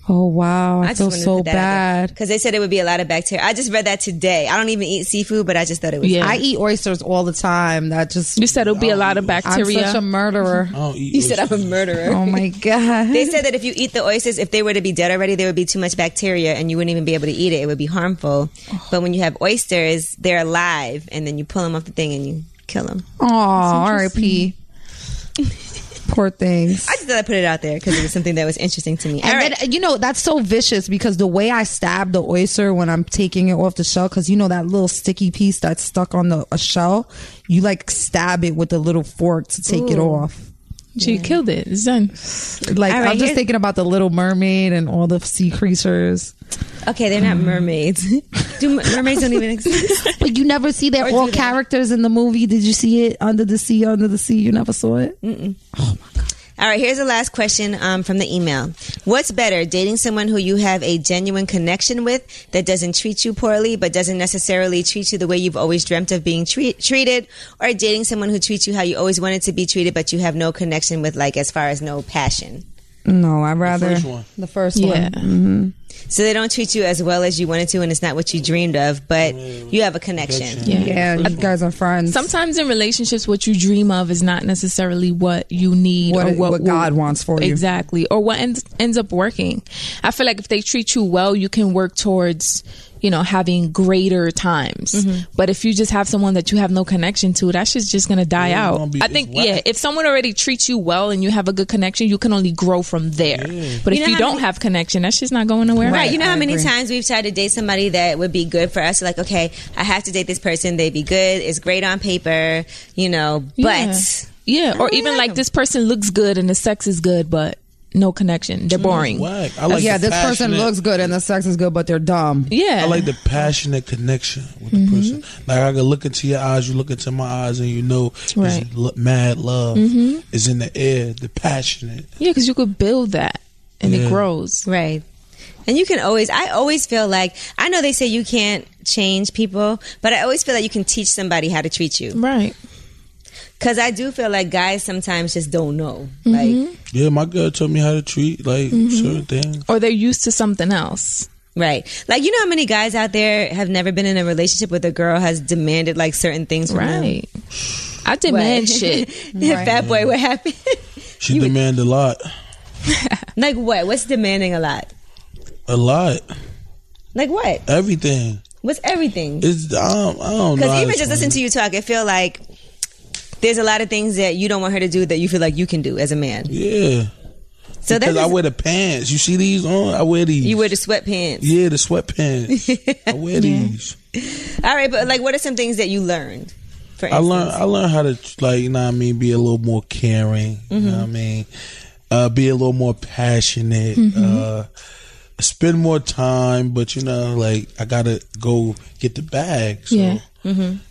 [SPEAKER 4] Oh wow. I, feel so bad.
[SPEAKER 1] because they said it would be a lot of bacteria. I just read that today. I don't even eat seafood, but I just thought it was.
[SPEAKER 6] Yeah.
[SPEAKER 4] I eat oysters all the time. That just
[SPEAKER 6] You said it'll be a lot of
[SPEAKER 4] I'm
[SPEAKER 6] bacteria.
[SPEAKER 4] such a murderer.
[SPEAKER 5] I don't
[SPEAKER 1] <laughs>
[SPEAKER 5] eat.
[SPEAKER 1] You said I'm a murderer.
[SPEAKER 4] <laughs> Oh my god.
[SPEAKER 1] They said that if you eat the oysters, if they were to be dead already, there would be too much bacteria and you wouldn't even be able to eat it. It would be harmful.
[SPEAKER 4] Oh.
[SPEAKER 1] But when you have oysters, they're alive, and then you pull them off the thing and you kill them.
[SPEAKER 4] Aw, R.I.P. Poor things.
[SPEAKER 1] I just thought I put it out there because it was something that was interesting to me. All
[SPEAKER 4] And
[SPEAKER 1] right.
[SPEAKER 4] then, you know, that's so vicious because the way I stab the oyster when I'm taking it off the shell, because you know that little sticky piece that's stuck on the a shell, you like stab it with a little fork to take it off.
[SPEAKER 6] She killed it. It's done.
[SPEAKER 4] Like,
[SPEAKER 1] All right,
[SPEAKER 4] I'm just
[SPEAKER 1] here-
[SPEAKER 4] thinking about the little mermaid and all the sea creatures.
[SPEAKER 1] okay, they're not mermaids. <laughs> Do mermaids don't even exist?
[SPEAKER 4] But you never see that
[SPEAKER 1] Or
[SPEAKER 4] all
[SPEAKER 1] do they?
[SPEAKER 4] characters in the movie. Did you see it under the sea? Under the sea, you never saw it.
[SPEAKER 1] All right, here's the last question um, from the email. What's better, dating someone who you have a genuine connection with that doesn't treat you poorly but doesn't necessarily treat you the way you've always dreamt of being treat- treated, or dating someone who treats you how you always wanted to be treated but you have no connection with, like as far as no passion?
[SPEAKER 4] No, I'd rather
[SPEAKER 5] first one.
[SPEAKER 4] The first
[SPEAKER 6] Yeah.
[SPEAKER 1] So they don't treat you as well as you wanted to, and it's not what you dreamed of, but you have a connection.
[SPEAKER 6] Yeah.
[SPEAKER 4] Yeah, you guys are friends.
[SPEAKER 6] Sometimes in relationships, what you dream of is not necessarily what you need
[SPEAKER 4] What-
[SPEAKER 6] or what,
[SPEAKER 4] what God wants for you.
[SPEAKER 6] Exactly. Or what ends, ends up working. I feel like if they treat you well, you can work towards, you know, having greater times. But if you just have someone that you have no connection to, that shit's just going to die
[SPEAKER 5] Yeah, it's
[SPEAKER 6] out.
[SPEAKER 5] gonna be-
[SPEAKER 6] I think,
[SPEAKER 5] it's whack.
[SPEAKER 6] yeah, if someone already treats you well and you have a good connection, you can only grow from there. But
[SPEAKER 1] You
[SPEAKER 6] if
[SPEAKER 1] know
[SPEAKER 6] you
[SPEAKER 1] how
[SPEAKER 6] don't
[SPEAKER 1] many-
[SPEAKER 6] have connection, that shit's not going nowhere.
[SPEAKER 1] Right. You know
[SPEAKER 4] I
[SPEAKER 1] how many
[SPEAKER 4] agree.
[SPEAKER 1] times we've tried to date somebody that would be good for us? Like, okay, I have to date this person. They'd be good. It's great on paper, you know, but.
[SPEAKER 6] Yeah. Yeah, or even like this person looks good and the sex is good, but no connection. They're boring.
[SPEAKER 5] Whack. I like
[SPEAKER 4] yeah,
[SPEAKER 5] the
[SPEAKER 4] this person
[SPEAKER 5] passionate-
[SPEAKER 4] looks good and the sex is good, but they're dumb.
[SPEAKER 6] Yeah,
[SPEAKER 5] I like the passionate connection with the
[SPEAKER 4] Mm-hmm.
[SPEAKER 5] person. Like I can look into your eyes, you look into my eyes, and you know, there's
[SPEAKER 6] Right.
[SPEAKER 5] lo- mad love
[SPEAKER 4] Mm-hmm.
[SPEAKER 5] is in the air. The passionate.
[SPEAKER 6] yeah, because you could build that and
[SPEAKER 5] Yeah.
[SPEAKER 6] it grows.
[SPEAKER 1] Right. And you can always, I always feel like, I know they say you can't change people, but I always feel like you can teach somebody how to treat you.
[SPEAKER 6] Right.
[SPEAKER 1] Because I do feel like guys sometimes just don't know. Like,
[SPEAKER 6] Mm-hmm.
[SPEAKER 5] Yeah, my girl taught me how to treat like
[SPEAKER 4] Mm-hmm.
[SPEAKER 5] certain things.
[SPEAKER 6] Or they're used to something else.
[SPEAKER 1] right. Like, you know how many guys out there have never been in a relationship where the girl has demanded like certain things from them?
[SPEAKER 6] Right. I demand
[SPEAKER 1] <laughs> What?
[SPEAKER 5] <laughs>
[SPEAKER 6] shit. Mm-hmm.
[SPEAKER 1] Fat boy, what happened? <laughs>
[SPEAKER 5] She demand a lot,
[SPEAKER 1] like, what? What's demanding a lot?
[SPEAKER 5] a lot,
[SPEAKER 1] Like, what?
[SPEAKER 5] everything.
[SPEAKER 1] What's everything?
[SPEAKER 5] It's I don't, I don't know.
[SPEAKER 1] Because
[SPEAKER 5] how
[SPEAKER 1] even
[SPEAKER 5] to
[SPEAKER 1] just listening
[SPEAKER 5] explain
[SPEAKER 1] to you talk, it feel like there's a lot of things that you don't want her to do that you feel like you can do as a man.
[SPEAKER 5] it. yeah,
[SPEAKER 1] So
[SPEAKER 5] because
[SPEAKER 1] that's
[SPEAKER 5] I wear the pants. You see these on? I wear these.
[SPEAKER 1] you wear the sweatpants.
[SPEAKER 5] yeah,
[SPEAKER 1] <laughs>
[SPEAKER 5] the sweatpants. I wear these.
[SPEAKER 1] All right, but like, what are some things that you learned? For
[SPEAKER 5] I
[SPEAKER 1] instance?
[SPEAKER 5] learned I learned how to like you know what I mean be a little more caring. You know what
[SPEAKER 1] Mm-hmm.
[SPEAKER 5] I mean, uh, be a little more passionate.
[SPEAKER 1] Mm-hmm.
[SPEAKER 5] Uh, spend more time, but you know, like I gotta go get the bag. So
[SPEAKER 6] Yeah.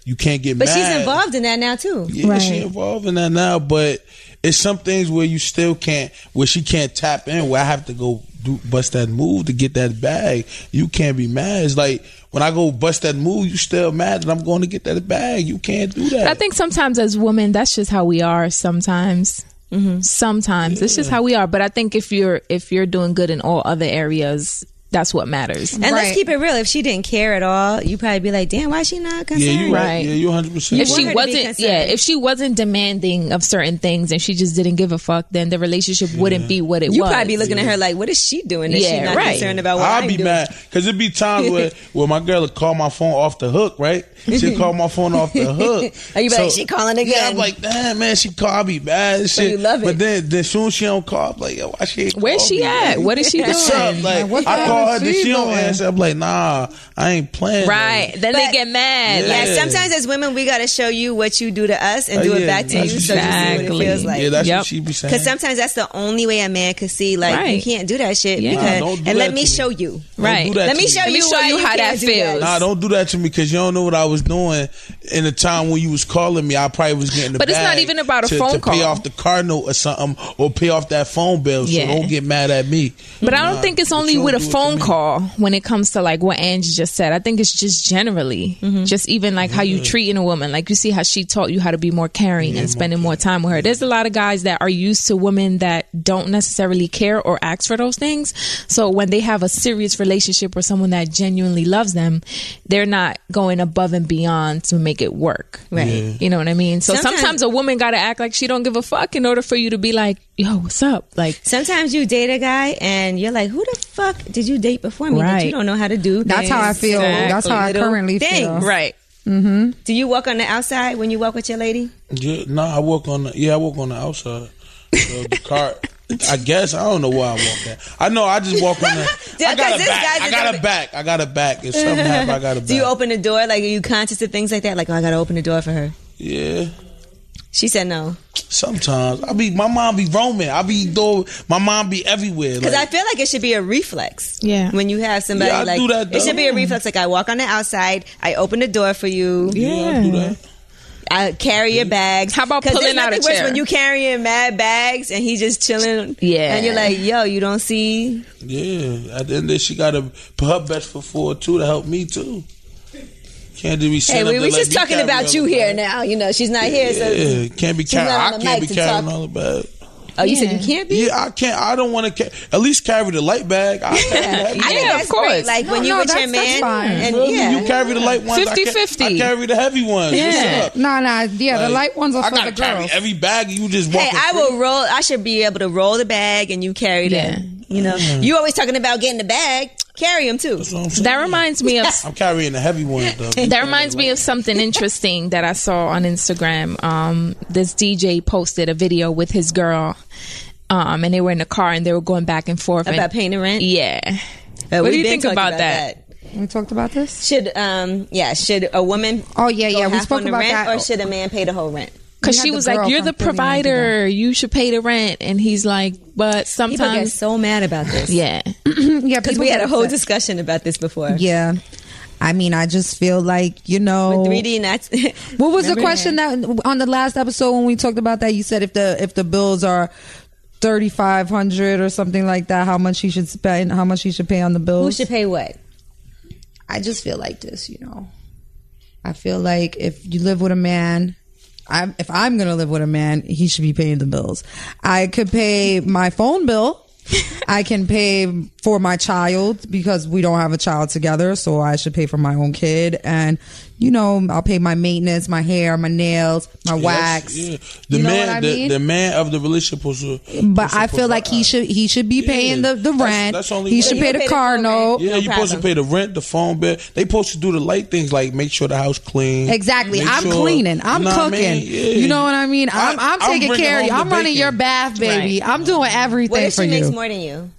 [SPEAKER 5] you can't
[SPEAKER 1] Mm-hmm.
[SPEAKER 5] get
[SPEAKER 1] but
[SPEAKER 5] mad.
[SPEAKER 1] she's involved in that now too.
[SPEAKER 5] Yeah, she
[SPEAKER 4] Right.
[SPEAKER 5] involved in that now, but it's some things where you still can't, where she can't tap in. Where I have to go do bust that move to get that bag. You can't be mad. It's like when I go bust that move, you still mad that I'm going to get that bag. You can't do that.
[SPEAKER 6] I think sometimes as women, that's just how we are. Sometimes,
[SPEAKER 5] Mm-hmm.
[SPEAKER 6] sometimes it's just how we are. But I think if you're if you're doing good in all other areas, that's what matters.
[SPEAKER 1] And
[SPEAKER 4] Right.
[SPEAKER 1] let's keep it real. If she didn't care at all, you'd probably be like, "Damn, why she not concerned?"
[SPEAKER 5] Yeah, you right.
[SPEAKER 6] Right.
[SPEAKER 5] Yeah, you 100. percent
[SPEAKER 6] if she
[SPEAKER 1] want her to be
[SPEAKER 6] wasn't yeah
[SPEAKER 1] concerned.
[SPEAKER 6] if she wasn't demanding of certain things and she just didn't give a fuck then the relationship wouldn't be what it
[SPEAKER 1] You
[SPEAKER 6] was
[SPEAKER 1] probably be looking at her like, "What is she doing? That she
[SPEAKER 6] Yeah,
[SPEAKER 1] not
[SPEAKER 6] right.
[SPEAKER 1] concerned about what
[SPEAKER 5] I'll
[SPEAKER 1] I'm
[SPEAKER 5] be
[SPEAKER 1] doing?"
[SPEAKER 5] mad because it'd be times
[SPEAKER 1] <laughs>
[SPEAKER 5] where, where my girl would call my phone off the hook, right? She'd call my phone off
[SPEAKER 1] <laughs>
[SPEAKER 5] the hook.
[SPEAKER 1] And you be like, "She calling
[SPEAKER 5] Yeah,
[SPEAKER 1] again."
[SPEAKER 5] I'm like, damn, man, she called I'll be bad and shit.
[SPEAKER 1] you love it.
[SPEAKER 5] But then, then soon she don't call, I'm like, yo, why she ain't
[SPEAKER 6] where's
[SPEAKER 5] call
[SPEAKER 6] she
[SPEAKER 5] me,
[SPEAKER 6] at
[SPEAKER 5] man?
[SPEAKER 6] what is she
[SPEAKER 5] <laughs>
[SPEAKER 6] doing
[SPEAKER 5] What's up? Like,
[SPEAKER 4] what the
[SPEAKER 5] I call
[SPEAKER 4] hell
[SPEAKER 5] her,
[SPEAKER 4] is
[SPEAKER 5] then
[SPEAKER 4] she
[SPEAKER 5] she don't
[SPEAKER 4] doing?
[SPEAKER 5] answer. I'm like, nah, I ain't playing.
[SPEAKER 6] right then
[SPEAKER 1] But-
[SPEAKER 6] they get mad
[SPEAKER 5] Yeah.
[SPEAKER 1] Yeah,
[SPEAKER 6] like
[SPEAKER 1] sometimes as women, we got to show you what you do to us and
[SPEAKER 5] Oh,
[SPEAKER 1] do
[SPEAKER 5] yeah,
[SPEAKER 1] it back to
[SPEAKER 5] that's
[SPEAKER 1] you.
[SPEAKER 5] what
[SPEAKER 1] So you see what
[SPEAKER 6] Exactly.
[SPEAKER 1] it feels like.
[SPEAKER 5] Yeah, that's
[SPEAKER 6] Yep.
[SPEAKER 5] what she be saying.
[SPEAKER 1] Because sometimes that's the only way a man could see, like, you
[SPEAKER 6] Right.
[SPEAKER 1] can't do that shit.
[SPEAKER 6] Yeah. Nah,
[SPEAKER 1] Because,
[SPEAKER 5] don't do
[SPEAKER 1] and
[SPEAKER 5] that
[SPEAKER 1] let me
[SPEAKER 5] to me.
[SPEAKER 1] show you.
[SPEAKER 5] Don't
[SPEAKER 6] Right.
[SPEAKER 5] do that
[SPEAKER 1] Let
[SPEAKER 5] to
[SPEAKER 1] me show
[SPEAKER 6] Let me
[SPEAKER 1] you,
[SPEAKER 6] show
[SPEAKER 1] why
[SPEAKER 6] you how
[SPEAKER 1] can't
[SPEAKER 6] that
[SPEAKER 1] do
[SPEAKER 6] feels.
[SPEAKER 5] Nah, don't do that to me because you don't know what I was doing in the time when you was calling me. I probably was getting the
[SPEAKER 6] But it's not
[SPEAKER 5] bag
[SPEAKER 6] even about a
[SPEAKER 5] to,
[SPEAKER 6] phone
[SPEAKER 5] to pay
[SPEAKER 6] call.
[SPEAKER 5] off the car note or something or pay off that phone bill. So
[SPEAKER 6] Yeah.
[SPEAKER 5] don't get mad at me.
[SPEAKER 6] But I
[SPEAKER 5] Nah,
[SPEAKER 6] don't think it's
[SPEAKER 5] but
[SPEAKER 6] only
[SPEAKER 5] you don't
[SPEAKER 6] with a
[SPEAKER 5] do it to
[SPEAKER 6] phone
[SPEAKER 5] me.
[SPEAKER 6] call when it comes to like what Angie just said. I think it's just generally, just even like how you treating a woman. Like you see how she taught you how to be more caring and spending more time with her. There's a lot of guys that are used to women that don't necessarily care or ask for those things. So when they have a serious relationship or someone that genuinely loves them, they're not going above and beyond to make it work.
[SPEAKER 1] Right. Yeah.
[SPEAKER 6] You know what I mean? So
[SPEAKER 1] Sometimes-
[SPEAKER 6] sometimes, a woman got to act like she don't give a fuck in order for you to be like, yo, what's up? Like,
[SPEAKER 1] Sometimes you date a guy and you're like, who the fuck did you date before me that you
[SPEAKER 6] Right.
[SPEAKER 1] don't know how to do?
[SPEAKER 4] That's how I
[SPEAKER 1] things?"
[SPEAKER 4] feel. That's how I
[SPEAKER 1] Little
[SPEAKER 4] currently
[SPEAKER 1] thing.
[SPEAKER 4] feel.
[SPEAKER 6] right.
[SPEAKER 1] Do you walk on the outside when you walk with your lady?
[SPEAKER 5] Yeah, nah, I work on the yeah, I work on the outside. So
[SPEAKER 6] <laughs>
[SPEAKER 5] the car. I guess I don't know why I walked that. I know I just walk
[SPEAKER 6] <laughs>
[SPEAKER 5] on the.
[SPEAKER 1] Yeah,
[SPEAKER 5] I got
[SPEAKER 1] 'cause
[SPEAKER 5] a
[SPEAKER 1] this
[SPEAKER 5] back.
[SPEAKER 1] guy's
[SPEAKER 5] I got a
[SPEAKER 1] just-
[SPEAKER 5] back. I got a back. If something happened, I got a back.
[SPEAKER 1] Do you open the door? Like, are you conscious of things like that? Like, oh, I gotta open the door for her.
[SPEAKER 5] Yeah.
[SPEAKER 1] She said no.
[SPEAKER 5] Sometimes I be my mom be roaming. I be though my mom be everywhere.
[SPEAKER 1] Because
[SPEAKER 5] like-
[SPEAKER 1] I feel like it should be a reflex.
[SPEAKER 6] Yeah.
[SPEAKER 1] When you have somebody
[SPEAKER 5] Yeah, I
[SPEAKER 1] like
[SPEAKER 5] do that,
[SPEAKER 1] it should be a
[SPEAKER 5] though.
[SPEAKER 1] reflex. Like I walk on the outside, I open the door for you.
[SPEAKER 5] I do that.
[SPEAKER 1] I carry your bags.
[SPEAKER 6] How about
[SPEAKER 1] 'Cause there's
[SPEAKER 6] pulling out a
[SPEAKER 1] nothing worse
[SPEAKER 6] chair?
[SPEAKER 1] When you carrying mad bags and he's just chilling.
[SPEAKER 6] Yeah.
[SPEAKER 1] And you're like, yo, you don't see.
[SPEAKER 5] Yeah, and then she got to put her best foot forward too to help me too. Can't be.
[SPEAKER 1] Hey, we, we're just talking about you here now. You know, she's not here. So,
[SPEAKER 5] Yeah, can't be carrying.
[SPEAKER 1] not on
[SPEAKER 5] I
[SPEAKER 1] the
[SPEAKER 5] can't be
[SPEAKER 1] mic to
[SPEAKER 5] carrying
[SPEAKER 1] talk.
[SPEAKER 5] all the bag.
[SPEAKER 1] oh, you said you can't be.
[SPEAKER 5] Yeah, I can't. I don't want to. Ca- at least carry the light bag. I carry that.
[SPEAKER 1] I think
[SPEAKER 6] Yeah, of
[SPEAKER 1] that's great.
[SPEAKER 6] course.
[SPEAKER 1] Like when
[SPEAKER 4] No,
[SPEAKER 1] you
[SPEAKER 4] no,
[SPEAKER 1] with your
[SPEAKER 4] that's-
[SPEAKER 1] man,
[SPEAKER 4] that's fine.
[SPEAKER 1] and
[SPEAKER 5] Really?
[SPEAKER 1] yeah,
[SPEAKER 5] You carry the light ones. I ca-
[SPEAKER 6] 50-50.
[SPEAKER 5] I carry the heavy ones.
[SPEAKER 6] Yeah.
[SPEAKER 5] What's up?
[SPEAKER 4] No, no, yeah, the light ones are
[SPEAKER 5] I
[SPEAKER 4] for
[SPEAKER 5] gotta
[SPEAKER 4] the
[SPEAKER 5] carry
[SPEAKER 4] girls.
[SPEAKER 5] every bag. You just walk.
[SPEAKER 1] Hey, I will roll. I should be able to roll the bag, and you carry them. You know,
[SPEAKER 5] Mm-hmm.
[SPEAKER 1] you always talking about getting the bag. Carry them too.
[SPEAKER 6] That reminds me of
[SPEAKER 1] <laughs>
[SPEAKER 5] I'm carrying the heavy ones though.
[SPEAKER 6] that reminds me of something interesting that I saw on Instagram. Um, this DJ posted a video with his girl, um, and they were in the car and they were going back and forth and-
[SPEAKER 1] About paying the rent?
[SPEAKER 6] Yeah,
[SPEAKER 1] Uh,
[SPEAKER 6] What do
[SPEAKER 1] we've
[SPEAKER 6] you
[SPEAKER 1] been
[SPEAKER 6] think
[SPEAKER 1] talking
[SPEAKER 6] about that?
[SPEAKER 4] We talked about this.
[SPEAKER 1] Should um yeah should a woman
[SPEAKER 4] Oh, yeah,
[SPEAKER 1] go
[SPEAKER 4] yeah, we
[SPEAKER 1] half
[SPEAKER 4] spoke
[SPEAKER 1] on the
[SPEAKER 4] about
[SPEAKER 1] rent,
[SPEAKER 4] that.
[SPEAKER 1] or should a man pay the whole rent?
[SPEAKER 4] We
[SPEAKER 6] because
[SPEAKER 4] had
[SPEAKER 6] she
[SPEAKER 4] the
[SPEAKER 6] was like,
[SPEAKER 4] girl
[SPEAKER 6] "You're
[SPEAKER 4] from
[SPEAKER 6] the
[SPEAKER 4] 30 minutes ago.
[SPEAKER 6] provider. You should pay the rent," and he's like, "But
[SPEAKER 1] People get
[SPEAKER 6] sometimes,
[SPEAKER 1] so mad about this.
[SPEAKER 6] yeah."
[SPEAKER 4] <laughs> Yeah,
[SPEAKER 1] because we had a whole discussion about this before.
[SPEAKER 4] Yeah, I mean, I just feel like you know,
[SPEAKER 1] With 3D and that's
[SPEAKER 4] What was the question that on the last episode when we talked about that? You said if the if the bills are thirty five hundred or something like that, how much you should spend, how much you should pay on the bills.
[SPEAKER 1] who should pay what?
[SPEAKER 4] I just feel like this, you know. I feel like if you live with a man, I'm, if I'm going to live with a man, he should be paying the bills. I could pay my phone bill. I can pay for my child because we don't have a child together, so I should pay for my own kid. And you know, I'll pay my maintenance, my hair, my nails, my wax.
[SPEAKER 5] Yeah. The
[SPEAKER 4] You know
[SPEAKER 5] man,
[SPEAKER 4] what I
[SPEAKER 5] the,
[SPEAKER 4] mean?
[SPEAKER 5] the man of the relationship was. a-
[SPEAKER 4] but
[SPEAKER 5] was a
[SPEAKER 4] I feel like he
[SPEAKER 5] provider.
[SPEAKER 4] should he should be paying the, the
[SPEAKER 5] That's-
[SPEAKER 4] rent.
[SPEAKER 5] that's only
[SPEAKER 4] he
[SPEAKER 5] way.
[SPEAKER 4] should
[SPEAKER 5] You
[SPEAKER 1] can
[SPEAKER 4] pay the
[SPEAKER 1] pay the
[SPEAKER 4] car
[SPEAKER 1] phone
[SPEAKER 4] note.
[SPEAKER 1] rent.
[SPEAKER 5] Yeah,
[SPEAKER 1] No
[SPEAKER 5] you're supposed to
[SPEAKER 1] problem.
[SPEAKER 5] pay the rent, the phone bill. They supposed to do the light things like make sure the house clean.
[SPEAKER 4] Exactly.
[SPEAKER 5] make
[SPEAKER 4] I'm
[SPEAKER 5] sure-
[SPEAKER 4] cleaning. I'm
[SPEAKER 5] Know what I
[SPEAKER 4] cooking.
[SPEAKER 5] mean? Yeah.
[SPEAKER 4] You know what I mean? I'm,
[SPEAKER 5] I-
[SPEAKER 4] I'm taking
[SPEAKER 5] bringing
[SPEAKER 4] care of
[SPEAKER 5] home
[SPEAKER 4] you.
[SPEAKER 5] the
[SPEAKER 4] I'm running
[SPEAKER 5] bacon.
[SPEAKER 4] your bath, baby. I'm doing everything
[SPEAKER 1] What if
[SPEAKER 4] for
[SPEAKER 1] she makes
[SPEAKER 4] you.
[SPEAKER 1] more than you?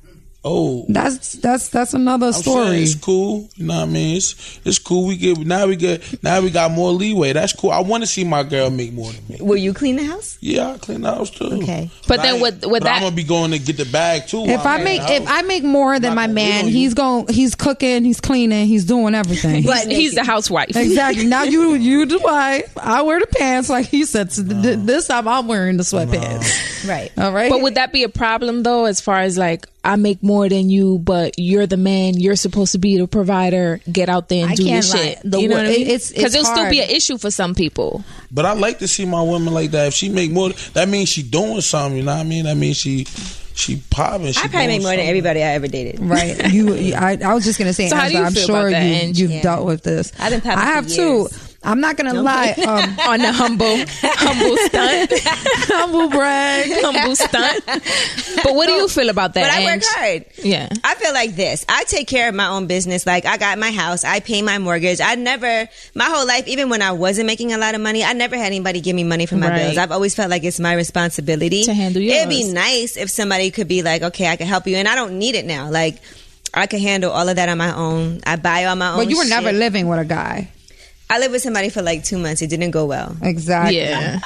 [SPEAKER 5] Oh,
[SPEAKER 4] that's that's that's another
[SPEAKER 5] I'm saying
[SPEAKER 4] story.
[SPEAKER 5] it's cool. You know what I mean? It's it's cool. We get now we get now we got more leeway. That's cool. I want to see my girl make more than me.
[SPEAKER 1] Will you clean the house?
[SPEAKER 5] Yeah, I clean the house too.
[SPEAKER 4] Mm.
[SPEAKER 1] Okay.
[SPEAKER 6] But then
[SPEAKER 5] I-
[SPEAKER 6] with- with
[SPEAKER 5] but I'm
[SPEAKER 6] that-
[SPEAKER 5] gonna be going to get the bag too.
[SPEAKER 4] If I make if I make more than
[SPEAKER 5] Not
[SPEAKER 4] my
[SPEAKER 5] gonna wait
[SPEAKER 4] man,
[SPEAKER 5] on you.
[SPEAKER 4] he's going he's cooking, he's cleaning, he's doing
[SPEAKER 5] <laughs>
[SPEAKER 4] everything.
[SPEAKER 1] But
[SPEAKER 6] He's the
[SPEAKER 1] naked. <laughs>
[SPEAKER 6] housewife.
[SPEAKER 4] exactly. Now you you do I I wear the pants like he said. So th- th- This time I'm wearing the sweatpants.
[SPEAKER 1] right.
[SPEAKER 4] All <laughs> right.
[SPEAKER 6] But would that be a problem though, as far as like I make more than you, but you're the man, you're supposed to be the provider. Get out there and
[SPEAKER 4] I
[SPEAKER 6] do your
[SPEAKER 4] can't lie.
[SPEAKER 6] shit.
[SPEAKER 4] The
[SPEAKER 6] you know
[SPEAKER 4] wo-
[SPEAKER 6] what I mean?
[SPEAKER 4] it's- it's
[SPEAKER 6] it'll still be
[SPEAKER 4] hard.
[SPEAKER 6] an issue for some people.
[SPEAKER 5] But I like to see my women like that. If she make more, that means she doing something. You know what I mean? That means she she popping. She
[SPEAKER 1] I probably
[SPEAKER 5] doing
[SPEAKER 1] make more than <laughs>
[SPEAKER 5] something.
[SPEAKER 1] everybody I ever dated.
[SPEAKER 6] <laughs>
[SPEAKER 4] Right. You, you- I, I was just gonna say,
[SPEAKER 6] So how do
[SPEAKER 4] Angela,
[SPEAKER 6] you
[SPEAKER 4] I'm
[SPEAKER 6] feel
[SPEAKER 4] sure
[SPEAKER 6] about that,
[SPEAKER 4] you,
[SPEAKER 6] Ange?
[SPEAKER 4] you've
[SPEAKER 1] Yeah.
[SPEAKER 4] deelt with this.
[SPEAKER 1] I've been popping
[SPEAKER 4] I
[SPEAKER 1] for
[SPEAKER 4] have
[SPEAKER 1] years.
[SPEAKER 4] too. I'm not gonna lie. Um,
[SPEAKER 6] <laughs> On a humble, humble stunt, <laughs>
[SPEAKER 4] humble <laughs> brag.
[SPEAKER 6] humble stunt. But what do you feel about
[SPEAKER 1] <laughs>
[SPEAKER 6] that?
[SPEAKER 1] But I work
[SPEAKER 6] Ange?
[SPEAKER 1] hard.
[SPEAKER 6] Yeah.
[SPEAKER 1] I feel like this. I take care of my own business. Like I got my house. I pay my mortgage. I never my whole life, even when I wasn't making a lot of money, I never had anybody give me money for my
[SPEAKER 6] Right.
[SPEAKER 1] bills. I've always felt like it's my responsibility.
[SPEAKER 6] To handle
[SPEAKER 1] It'd be
[SPEAKER 6] yours.
[SPEAKER 1] nice if somebody could be like, Okay, I can help you and I don't need it now. Like I can handle all of that on my own. I buy all my own
[SPEAKER 4] <laughs> But
[SPEAKER 6] Oh,
[SPEAKER 4] you were never
[SPEAKER 1] shit.
[SPEAKER 4] living with a guy.
[SPEAKER 1] I lived with somebody for like two months. It didn't go well.
[SPEAKER 4] Exactly.
[SPEAKER 6] Yeah.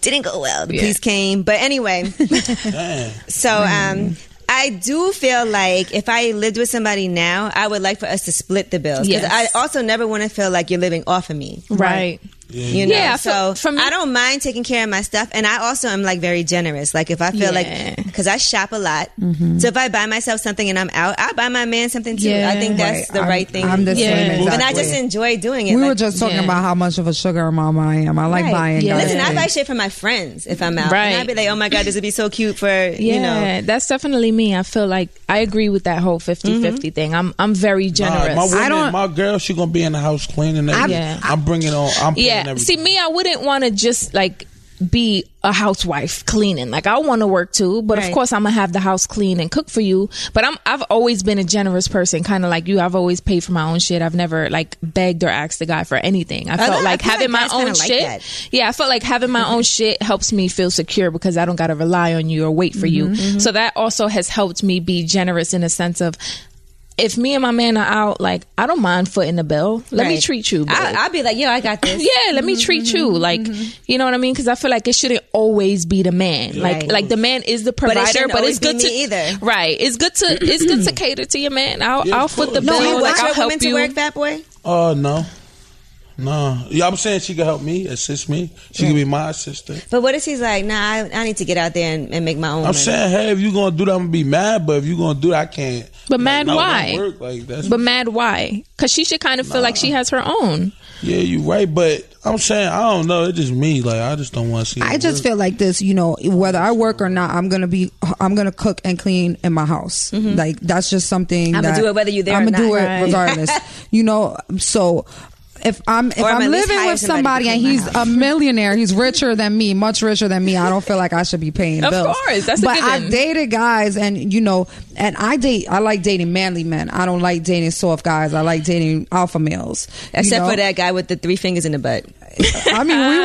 [SPEAKER 1] Didn't go well. The
[SPEAKER 6] Yeah.
[SPEAKER 1] police came. But
[SPEAKER 6] <laughs>
[SPEAKER 1] anyway,
[SPEAKER 5] Damn.
[SPEAKER 1] So um I do feel like if I lived with somebody now, I would like for us to split the bills. Because
[SPEAKER 6] Yes.
[SPEAKER 1] I also never want to feel like you're living off of me.
[SPEAKER 6] Right.
[SPEAKER 1] You know?
[SPEAKER 6] Yeah, I
[SPEAKER 1] so
[SPEAKER 6] feel- from-
[SPEAKER 1] I don't mind taking care of my stuff. And I also am like very generous. Like if I feel
[SPEAKER 6] Yeah. Mm-hmm.
[SPEAKER 1] like, because I shop a lot. So if I buy myself something and I'm out, I buy my man something too.
[SPEAKER 6] Yeah.
[SPEAKER 1] I think that's the
[SPEAKER 4] I'm-
[SPEAKER 1] right thing.
[SPEAKER 4] I'm the
[SPEAKER 6] Yeah.
[SPEAKER 4] same. Exactly.
[SPEAKER 1] And I just enjoy doing it.
[SPEAKER 4] we were
[SPEAKER 1] Like,
[SPEAKER 4] just talking
[SPEAKER 6] Yeah.
[SPEAKER 4] about how much of a sugar mama I am. I like
[SPEAKER 1] right.
[SPEAKER 4] buying.
[SPEAKER 6] Yeah.
[SPEAKER 4] guys
[SPEAKER 1] Listen, I
[SPEAKER 4] things.
[SPEAKER 1] buy shit for my friends if I'm out.
[SPEAKER 6] Right.
[SPEAKER 1] And I'd be like, oh my God, this would be so cute for,
[SPEAKER 6] Yeah,
[SPEAKER 1] you know.
[SPEAKER 6] that's definitely me. I feel like I agree with that whole 50 50
[SPEAKER 4] Mm-hmm.
[SPEAKER 6] thing. I'm I'm very generous.
[SPEAKER 5] Nah, my woman,
[SPEAKER 4] I don't-
[SPEAKER 5] my girl, she gonna be in the house cleaning.
[SPEAKER 6] I'm-
[SPEAKER 5] Everything.
[SPEAKER 6] Yeah.
[SPEAKER 5] I'm bringing on. I'm paying
[SPEAKER 6] Yeah.
[SPEAKER 5] everything.
[SPEAKER 6] See, me, I wouldn't want to just like be a housewife cleaning. Like I want to work too, but of
[SPEAKER 1] Right.
[SPEAKER 6] course I'm gonna have the house clean and cook for you. But I'm I've always been a generous person, kind of like you. I've always paid for my own shit. I've never like begged or asked the guy for anything. I felt
[SPEAKER 1] li- I
[SPEAKER 6] like
[SPEAKER 1] feel
[SPEAKER 6] having
[SPEAKER 1] like guys
[SPEAKER 6] my own
[SPEAKER 1] kinda like
[SPEAKER 6] shit.
[SPEAKER 1] that.
[SPEAKER 6] Yeah, I felt like having my own shit helps me feel secure because I don't gotta rely on you or wait for you.
[SPEAKER 1] Mm-hmm,
[SPEAKER 6] So that also has helped me be generous in a sense of. If me and my man are out, like I don't mind footing the bill. Let me
[SPEAKER 1] Right.
[SPEAKER 6] treat you. babe.
[SPEAKER 1] I, I'll be like, yo, I got this.
[SPEAKER 6] <laughs> Yeah, let me treat you like you know what I mean because I feel like it shouldn't always be the man. Like
[SPEAKER 1] Right.
[SPEAKER 6] like the man is the
[SPEAKER 1] it
[SPEAKER 6] provider, but,
[SPEAKER 1] shouldn't
[SPEAKER 6] it's
[SPEAKER 1] always
[SPEAKER 6] good
[SPEAKER 1] be
[SPEAKER 6] to
[SPEAKER 1] me either.
[SPEAKER 6] Right, it's good to it's good to cater to your man. I'll I'll foot the
[SPEAKER 5] course. No,
[SPEAKER 6] bill.
[SPEAKER 1] You
[SPEAKER 5] I
[SPEAKER 1] want
[SPEAKER 6] like, I'll
[SPEAKER 1] your
[SPEAKER 6] help
[SPEAKER 1] woman
[SPEAKER 6] you.
[SPEAKER 1] to work, fat boy?
[SPEAKER 5] Oh no, no. Yeah, I'm saying she could help me, assist me. She could be my assistant.
[SPEAKER 1] But what if he's like, nah, I, I need to get out there and, and make my own
[SPEAKER 5] I'm
[SPEAKER 1] money.
[SPEAKER 5] saying, hey, if you gonna do that, I'm gonna be mad. But if you gonna do that, I can't.
[SPEAKER 6] But mad
[SPEAKER 5] not
[SPEAKER 6] why?
[SPEAKER 5] Work. Like that's.
[SPEAKER 6] But mad why? Because she should kind of feel like she has her own.
[SPEAKER 5] yeah, you right. But I'm saying, I don't know. It's just me. Like I just don't want to see.
[SPEAKER 4] I
[SPEAKER 5] it
[SPEAKER 4] just
[SPEAKER 5] work.
[SPEAKER 4] feel like this, you know, whether I work or not, I'm gonna be, I'm gonna cook and clean in my house. Like that's just something
[SPEAKER 1] Mm-hmm. I'ma
[SPEAKER 4] that-
[SPEAKER 1] do it whether you're there
[SPEAKER 4] I'ma
[SPEAKER 1] or not.
[SPEAKER 4] do it
[SPEAKER 1] Right. <laughs>
[SPEAKER 4] regardless. you know, so. If I'm if
[SPEAKER 1] Or I'ma
[SPEAKER 4] I'm
[SPEAKER 1] at least
[SPEAKER 4] living
[SPEAKER 1] hire
[SPEAKER 4] with
[SPEAKER 1] somebody
[SPEAKER 4] somebody
[SPEAKER 1] to
[SPEAKER 4] and
[SPEAKER 1] clean my
[SPEAKER 4] he's a millionaire, he's richer than me, much richer than me. I don't feel like I should be paying
[SPEAKER 6] Of
[SPEAKER 4] bills.
[SPEAKER 6] course, that's a
[SPEAKER 4] but I
[SPEAKER 6] given.
[SPEAKER 4] dated guys, and you know, and I date. I like dating manly men. I don't like dating soft guys. I like dating alpha males. you
[SPEAKER 1] Except
[SPEAKER 4] know?
[SPEAKER 1] for that guy with the three fingers in the butt.
[SPEAKER 4] I mean, we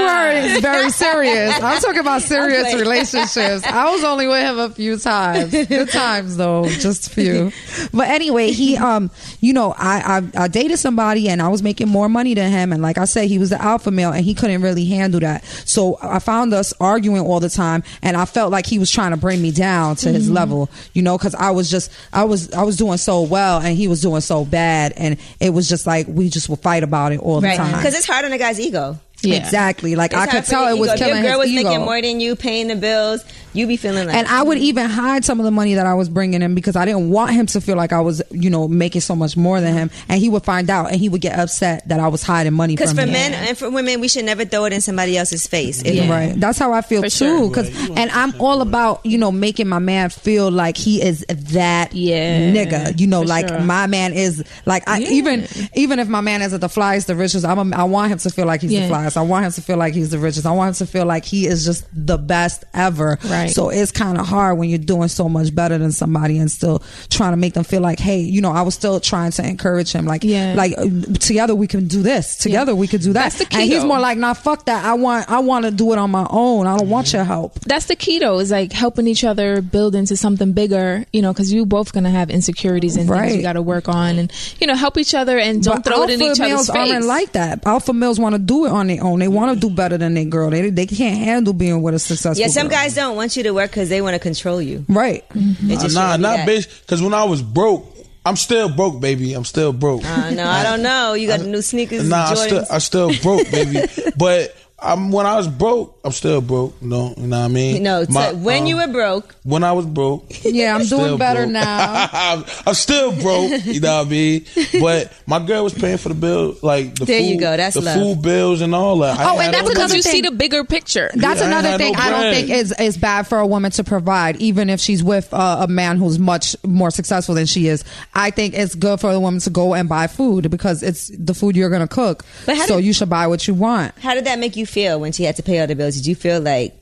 [SPEAKER 4] were very serious. I'm talking about serious
[SPEAKER 1] playing.
[SPEAKER 4] relationships. I was only with him a few times. Good times though, just a few. But anyway, he um, you know, I, I I dated somebody and I was making more money than him, and like I said, he was the alpha male and he couldn't really handle that. So I found us arguing all the time, and I felt like he was trying to bring me down to his level, you know, because I was just I was I was doing so well and he was doing so bad, and it was just like we just would fight about it all the time.
[SPEAKER 1] Because it's hard on a guy's ego.
[SPEAKER 6] Yeah.
[SPEAKER 4] Exactly. Like
[SPEAKER 1] It's
[SPEAKER 4] I could
[SPEAKER 1] hard for
[SPEAKER 4] tell
[SPEAKER 1] your
[SPEAKER 4] it was
[SPEAKER 1] ego.
[SPEAKER 4] killing
[SPEAKER 1] If your girl
[SPEAKER 4] his
[SPEAKER 1] was
[SPEAKER 4] ego.
[SPEAKER 1] making more than you, paying the bills, you be feeling like
[SPEAKER 4] and I would even hide some of the money that I was bringing him because I didn't want him to feel like I was, you know, making so much more than him. And he would find out, and he would get upset that I was hiding money
[SPEAKER 1] Because
[SPEAKER 4] from
[SPEAKER 1] for
[SPEAKER 4] him.
[SPEAKER 1] men and for women, we should never throw it in somebody else's face. If-
[SPEAKER 4] Right. That's how I feel
[SPEAKER 6] For
[SPEAKER 4] too.
[SPEAKER 6] sure.
[SPEAKER 4] Cause, and I'm all about, you know, making my man feel like he is that
[SPEAKER 6] Yeah,
[SPEAKER 4] nigga. You know,
[SPEAKER 6] for
[SPEAKER 4] like
[SPEAKER 6] sure.
[SPEAKER 4] my man is like I even even if my man isn't the flyest, the richest, I'm a, I want him to feel like he's
[SPEAKER 6] Yeah.
[SPEAKER 4] the flyest. I want him to feel like he's the richest. I want him to feel like he is just the best ever.
[SPEAKER 6] Right.
[SPEAKER 4] So it's kind of hard when you're doing so much better than somebody and still trying to make them feel like, hey, you know, I was still trying to encourage him. Like,
[SPEAKER 6] Yeah.
[SPEAKER 4] like uh, together we can do this. Together we can do that.
[SPEAKER 6] That's the key,
[SPEAKER 4] And he's
[SPEAKER 6] though.
[SPEAKER 4] more like like, nah, fuck that. I want, I want to do it on my own. I don't want your help.
[SPEAKER 6] that's the key though is like helping each other build into something bigger you know because you both gonna have insecurities and
[SPEAKER 4] Right.
[SPEAKER 6] things you gotta work on and you know help each other and don't
[SPEAKER 4] But
[SPEAKER 6] throw
[SPEAKER 4] alpha
[SPEAKER 6] it in each
[SPEAKER 4] males
[SPEAKER 6] other's face
[SPEAKER 4] aren't like that. Alpha males want to do it on their own. They want to do better than their girl. They they can't handle being with a successful.
[SPEAKER 1] Yeah, some
[SPEAKER 4] girl.
[SPEAKER 1] guys don't want you to work because they want to control you.
[SPEAKER 4] Right.
[SPEAKER 1] It just
[SPEAKER 5] Nah,
[SPEAKER 1] shouldn't be
[SPEAKER 5] nah,
[SPEAKER 1] that.
[SPEAKER 5] bitch. Because when I was broke, I'm still broke, baby. I'm still broke.
[SPEAKER 1] Uh, no, I don't know. You got new sneakers,
[SPEAKER 5] Nah, I'm
[SPEAKER 1] Jordans.
[SPEAKER 5] still, I'm still
[SPEAKER 1] <laughs>
[SPEAKER 5] broke, baby. but I'm when I was broke, I'm still broke. No, you know what I mean?
[SPEAKER 1] no, it's
[SPEAKER 5] My-
[SPEAKER 1] like when
[SPEAKER 5] um,
[SPEAKER 1] you were broke,
[SPEAKER 5] when I was broke.
[SPEAKER 4] Yeah, I'm doing
[SPEAKER 5] still
[SPEAKER 4] better
[SPEAKER 5] broke. <laughs>
[SPEAKER 4] now.
[SPEAKER 5] I'm, I'm still broke, you know what I mean? But my girl was paying for the bill, like the
[SPEAKER 1] There
[SPEAKER 5] food,
[SPEAKER 1] you go, that's
[SPEAKER 5] the
[SPEAKER 1] love.
[SPEAKER 5] food bills and all that. I
[SPEAKER 4] Oh,
[SPEAKER 5] had
[SPEAKER 4] and that's
[SPEAKER 5] no
[SPEAKER 6] because
[SPEAKER 4] another
[SPEAKER 6] you
[SPEAKER 4] thing.
[SPEAKER 6] see the bigger picture
[SPEAKER 4] That's
[SPEAKER 5] Yeah, I ain't
[SPEAKER 4] another
[SPEAKER 5] had
[SPEAKER 4] thing
[SPEAKER 5] no
[SPEAKER 4] I don't
[SPEAKER 5] bread.
[SPEAKER 4] think is is bad for a woman to provide, even if she's with uh, a man who's much more successful than she is. I think it's good for the woman to go and buy food because it's the food you're gonna cook.
[SPEAKER 1] But how
[SPEAKER 4] so
[SPEAKER 1] did-
[SPEAKER 4] you should buy what you want.
[SPEAKER 1] how did that make you feel when she had to pay all the bills? Did you feel like,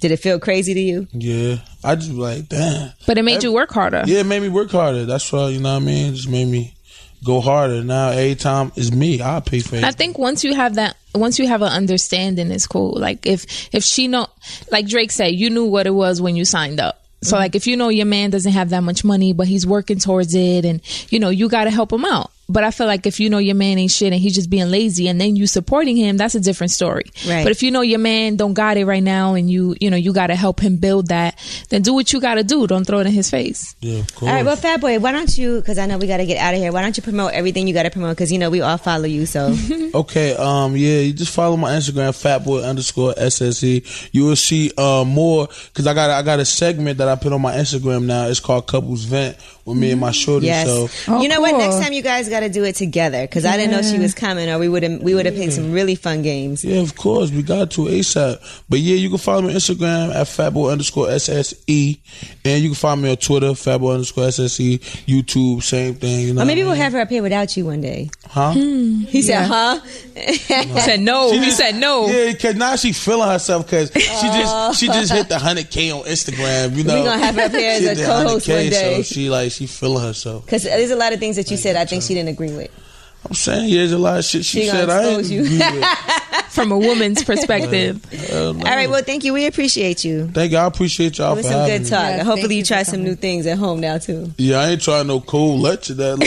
[SPEAKER 1] did it feel crazy to you?
[SPEAKER 5] Yeah, I just like damn.
[SPEAKER 6] but it made you work harder
[SPEAKER 5] Yeah, it made me work harder. That's why you know what I mean. It just made me go harder. Now every time it's me, I pay for it.
[SPEAKER 6] I think once you have that, once you have an understanding, it's cool. Like if if she know, like Drake said, you knew what it was when you signed up. So like if you know your man doesn't have that much money, but he's working towards it, and you know you got to help him out. But I feel like if you know your man ain't shit and he's just being lazy, and then you supporting him, that's a different story.
[SPEAKER 1] Right.
[SPEAKER 6] But if you know your man don't got it right now, and you you know you got to help him build that, then do what you got to do. Don't throw it in his face.
[SPEAKER 5] Yeah, of course.
[SPEAKER 1] All right, well, Fat Boy, why don't you? Because I know we got to get out of here. Why don't you promote everything you got to promote? Because you know we all follow you, so
[SPEAKER 5] Okay, um, yeah, you just follow my Instagram, fatboy underscore SSE. You will see uh more because I got I got a segment that I put on my Instagram now. It's called Couples Vent with me and my shorty.
[SPEAKER 1] Mm, yes.
[SPEAKER 5] So
[SPEAKER 4] Oh,
[SPEAKER 1] you know what?
[SPEAKER 4] cool.
[SPEAKER 1] Next time you guys got to do it together. Because I didn't know she was coming, or we would have we would have played some really fun games.
[SPEAKER 5] yeah, of course, we got to ASAP. But yeah, you can follow me on Instagram at fatboy underscore SSE, and you can find me on Twitter, fatboy underscore SSE, E, YouTube, same thing. You know
[SPEAKER 1] Or maybe
[SPEAKER 5] what I
[SPEAKER 1] we'll
[SPEAKER 5] mean?
[SPEAKER 1] have her up here without you one day. <laughs>
[SPEAKER 5] Huh?
[SPEAKER 1] He said, huh?
[SPEAKER 6] He <laughs>
[SPEAKER 1] <laughs>
[SPEAKER 6] said no. He said no.
[SPEAKER 5] <laughs> Yeah, because now she feeling herself because she just she just hit the hundred k on Instagram. You know,
[SPEAKER 1] gonna have her up there as
[SPEAKER 5] She
[SPEAKER 1] a
[SPEAKER 5] hit the
[SPEAKER 1] co-host
[SPEAKER 5] 100K,
[SPEAKER 1] one day.
[SPEAKER 5] So she like she feeling herself.
[SPEAKER 1] Because there's a lot of things that you said I think she didn't agree with.
[SPEAKER 5] I'm saying yeah, there's a lot of shit she,
[SPEAKER 1] She gonna
[SPEAKER 5] said. I ain't
[SPEAKER 1] expose you.
[SPEAKER 5] agree
[SPEAKER 1] <laughs>
[SPEAKER 5] with.
[SPEAKER 6] From a woman's perspective.
[SPEAKER 5] Hell no.
[SPEAKER 1] All right, well, thank you. We appreciate you.
[SPEAKER 5] Thank you. I appreciate y'all
[SPEAKER 1] It was
[SPEAKER 5] Oh, for
[SPEAKER 1] some
[SPEAKER 5] having
[SPEAKER 1] good
[SPEAKER 5] me.
[SPEAKER 1] talk.
[SPEAKER 4] Yeah,
[SPEAKER 1] Hopefully,
[SPEAKER 4] thank
[SPEAKER 1] you
[SPEAKER 4] you
[SPEAKER 1] try
[SPEAKER 4] for
[SPEAKER 1] some
[SPEAKER 4] coming.
[SPEAKER 1] new things at home now, too.
[SPEAKER 5] Yeah, I ain't trying no cold lunch
[SPEAKER 1] <laughs>
[SPEAKER 5] or that.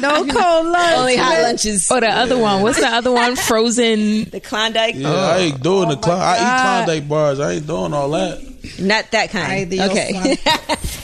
[SPEAKER 4] Nah, no <laughs> cold lunch.
[SPEAKER 1] Only hot lunches.
[SPEAKER 6] Or Oh, the other one. What's the other one? Frozen.
[SPEAKER 1] The Klondike.
[SPEAKER 5] Yeah, I ain't doing the Klondike. I eat Klondike bars. I ain't doing all that.
[SPEAKER 1] Not that kind.
[SPEAKER 4] Ay, Dios
[SPEAKER 1] okay.
[SPEAKER 4] santo.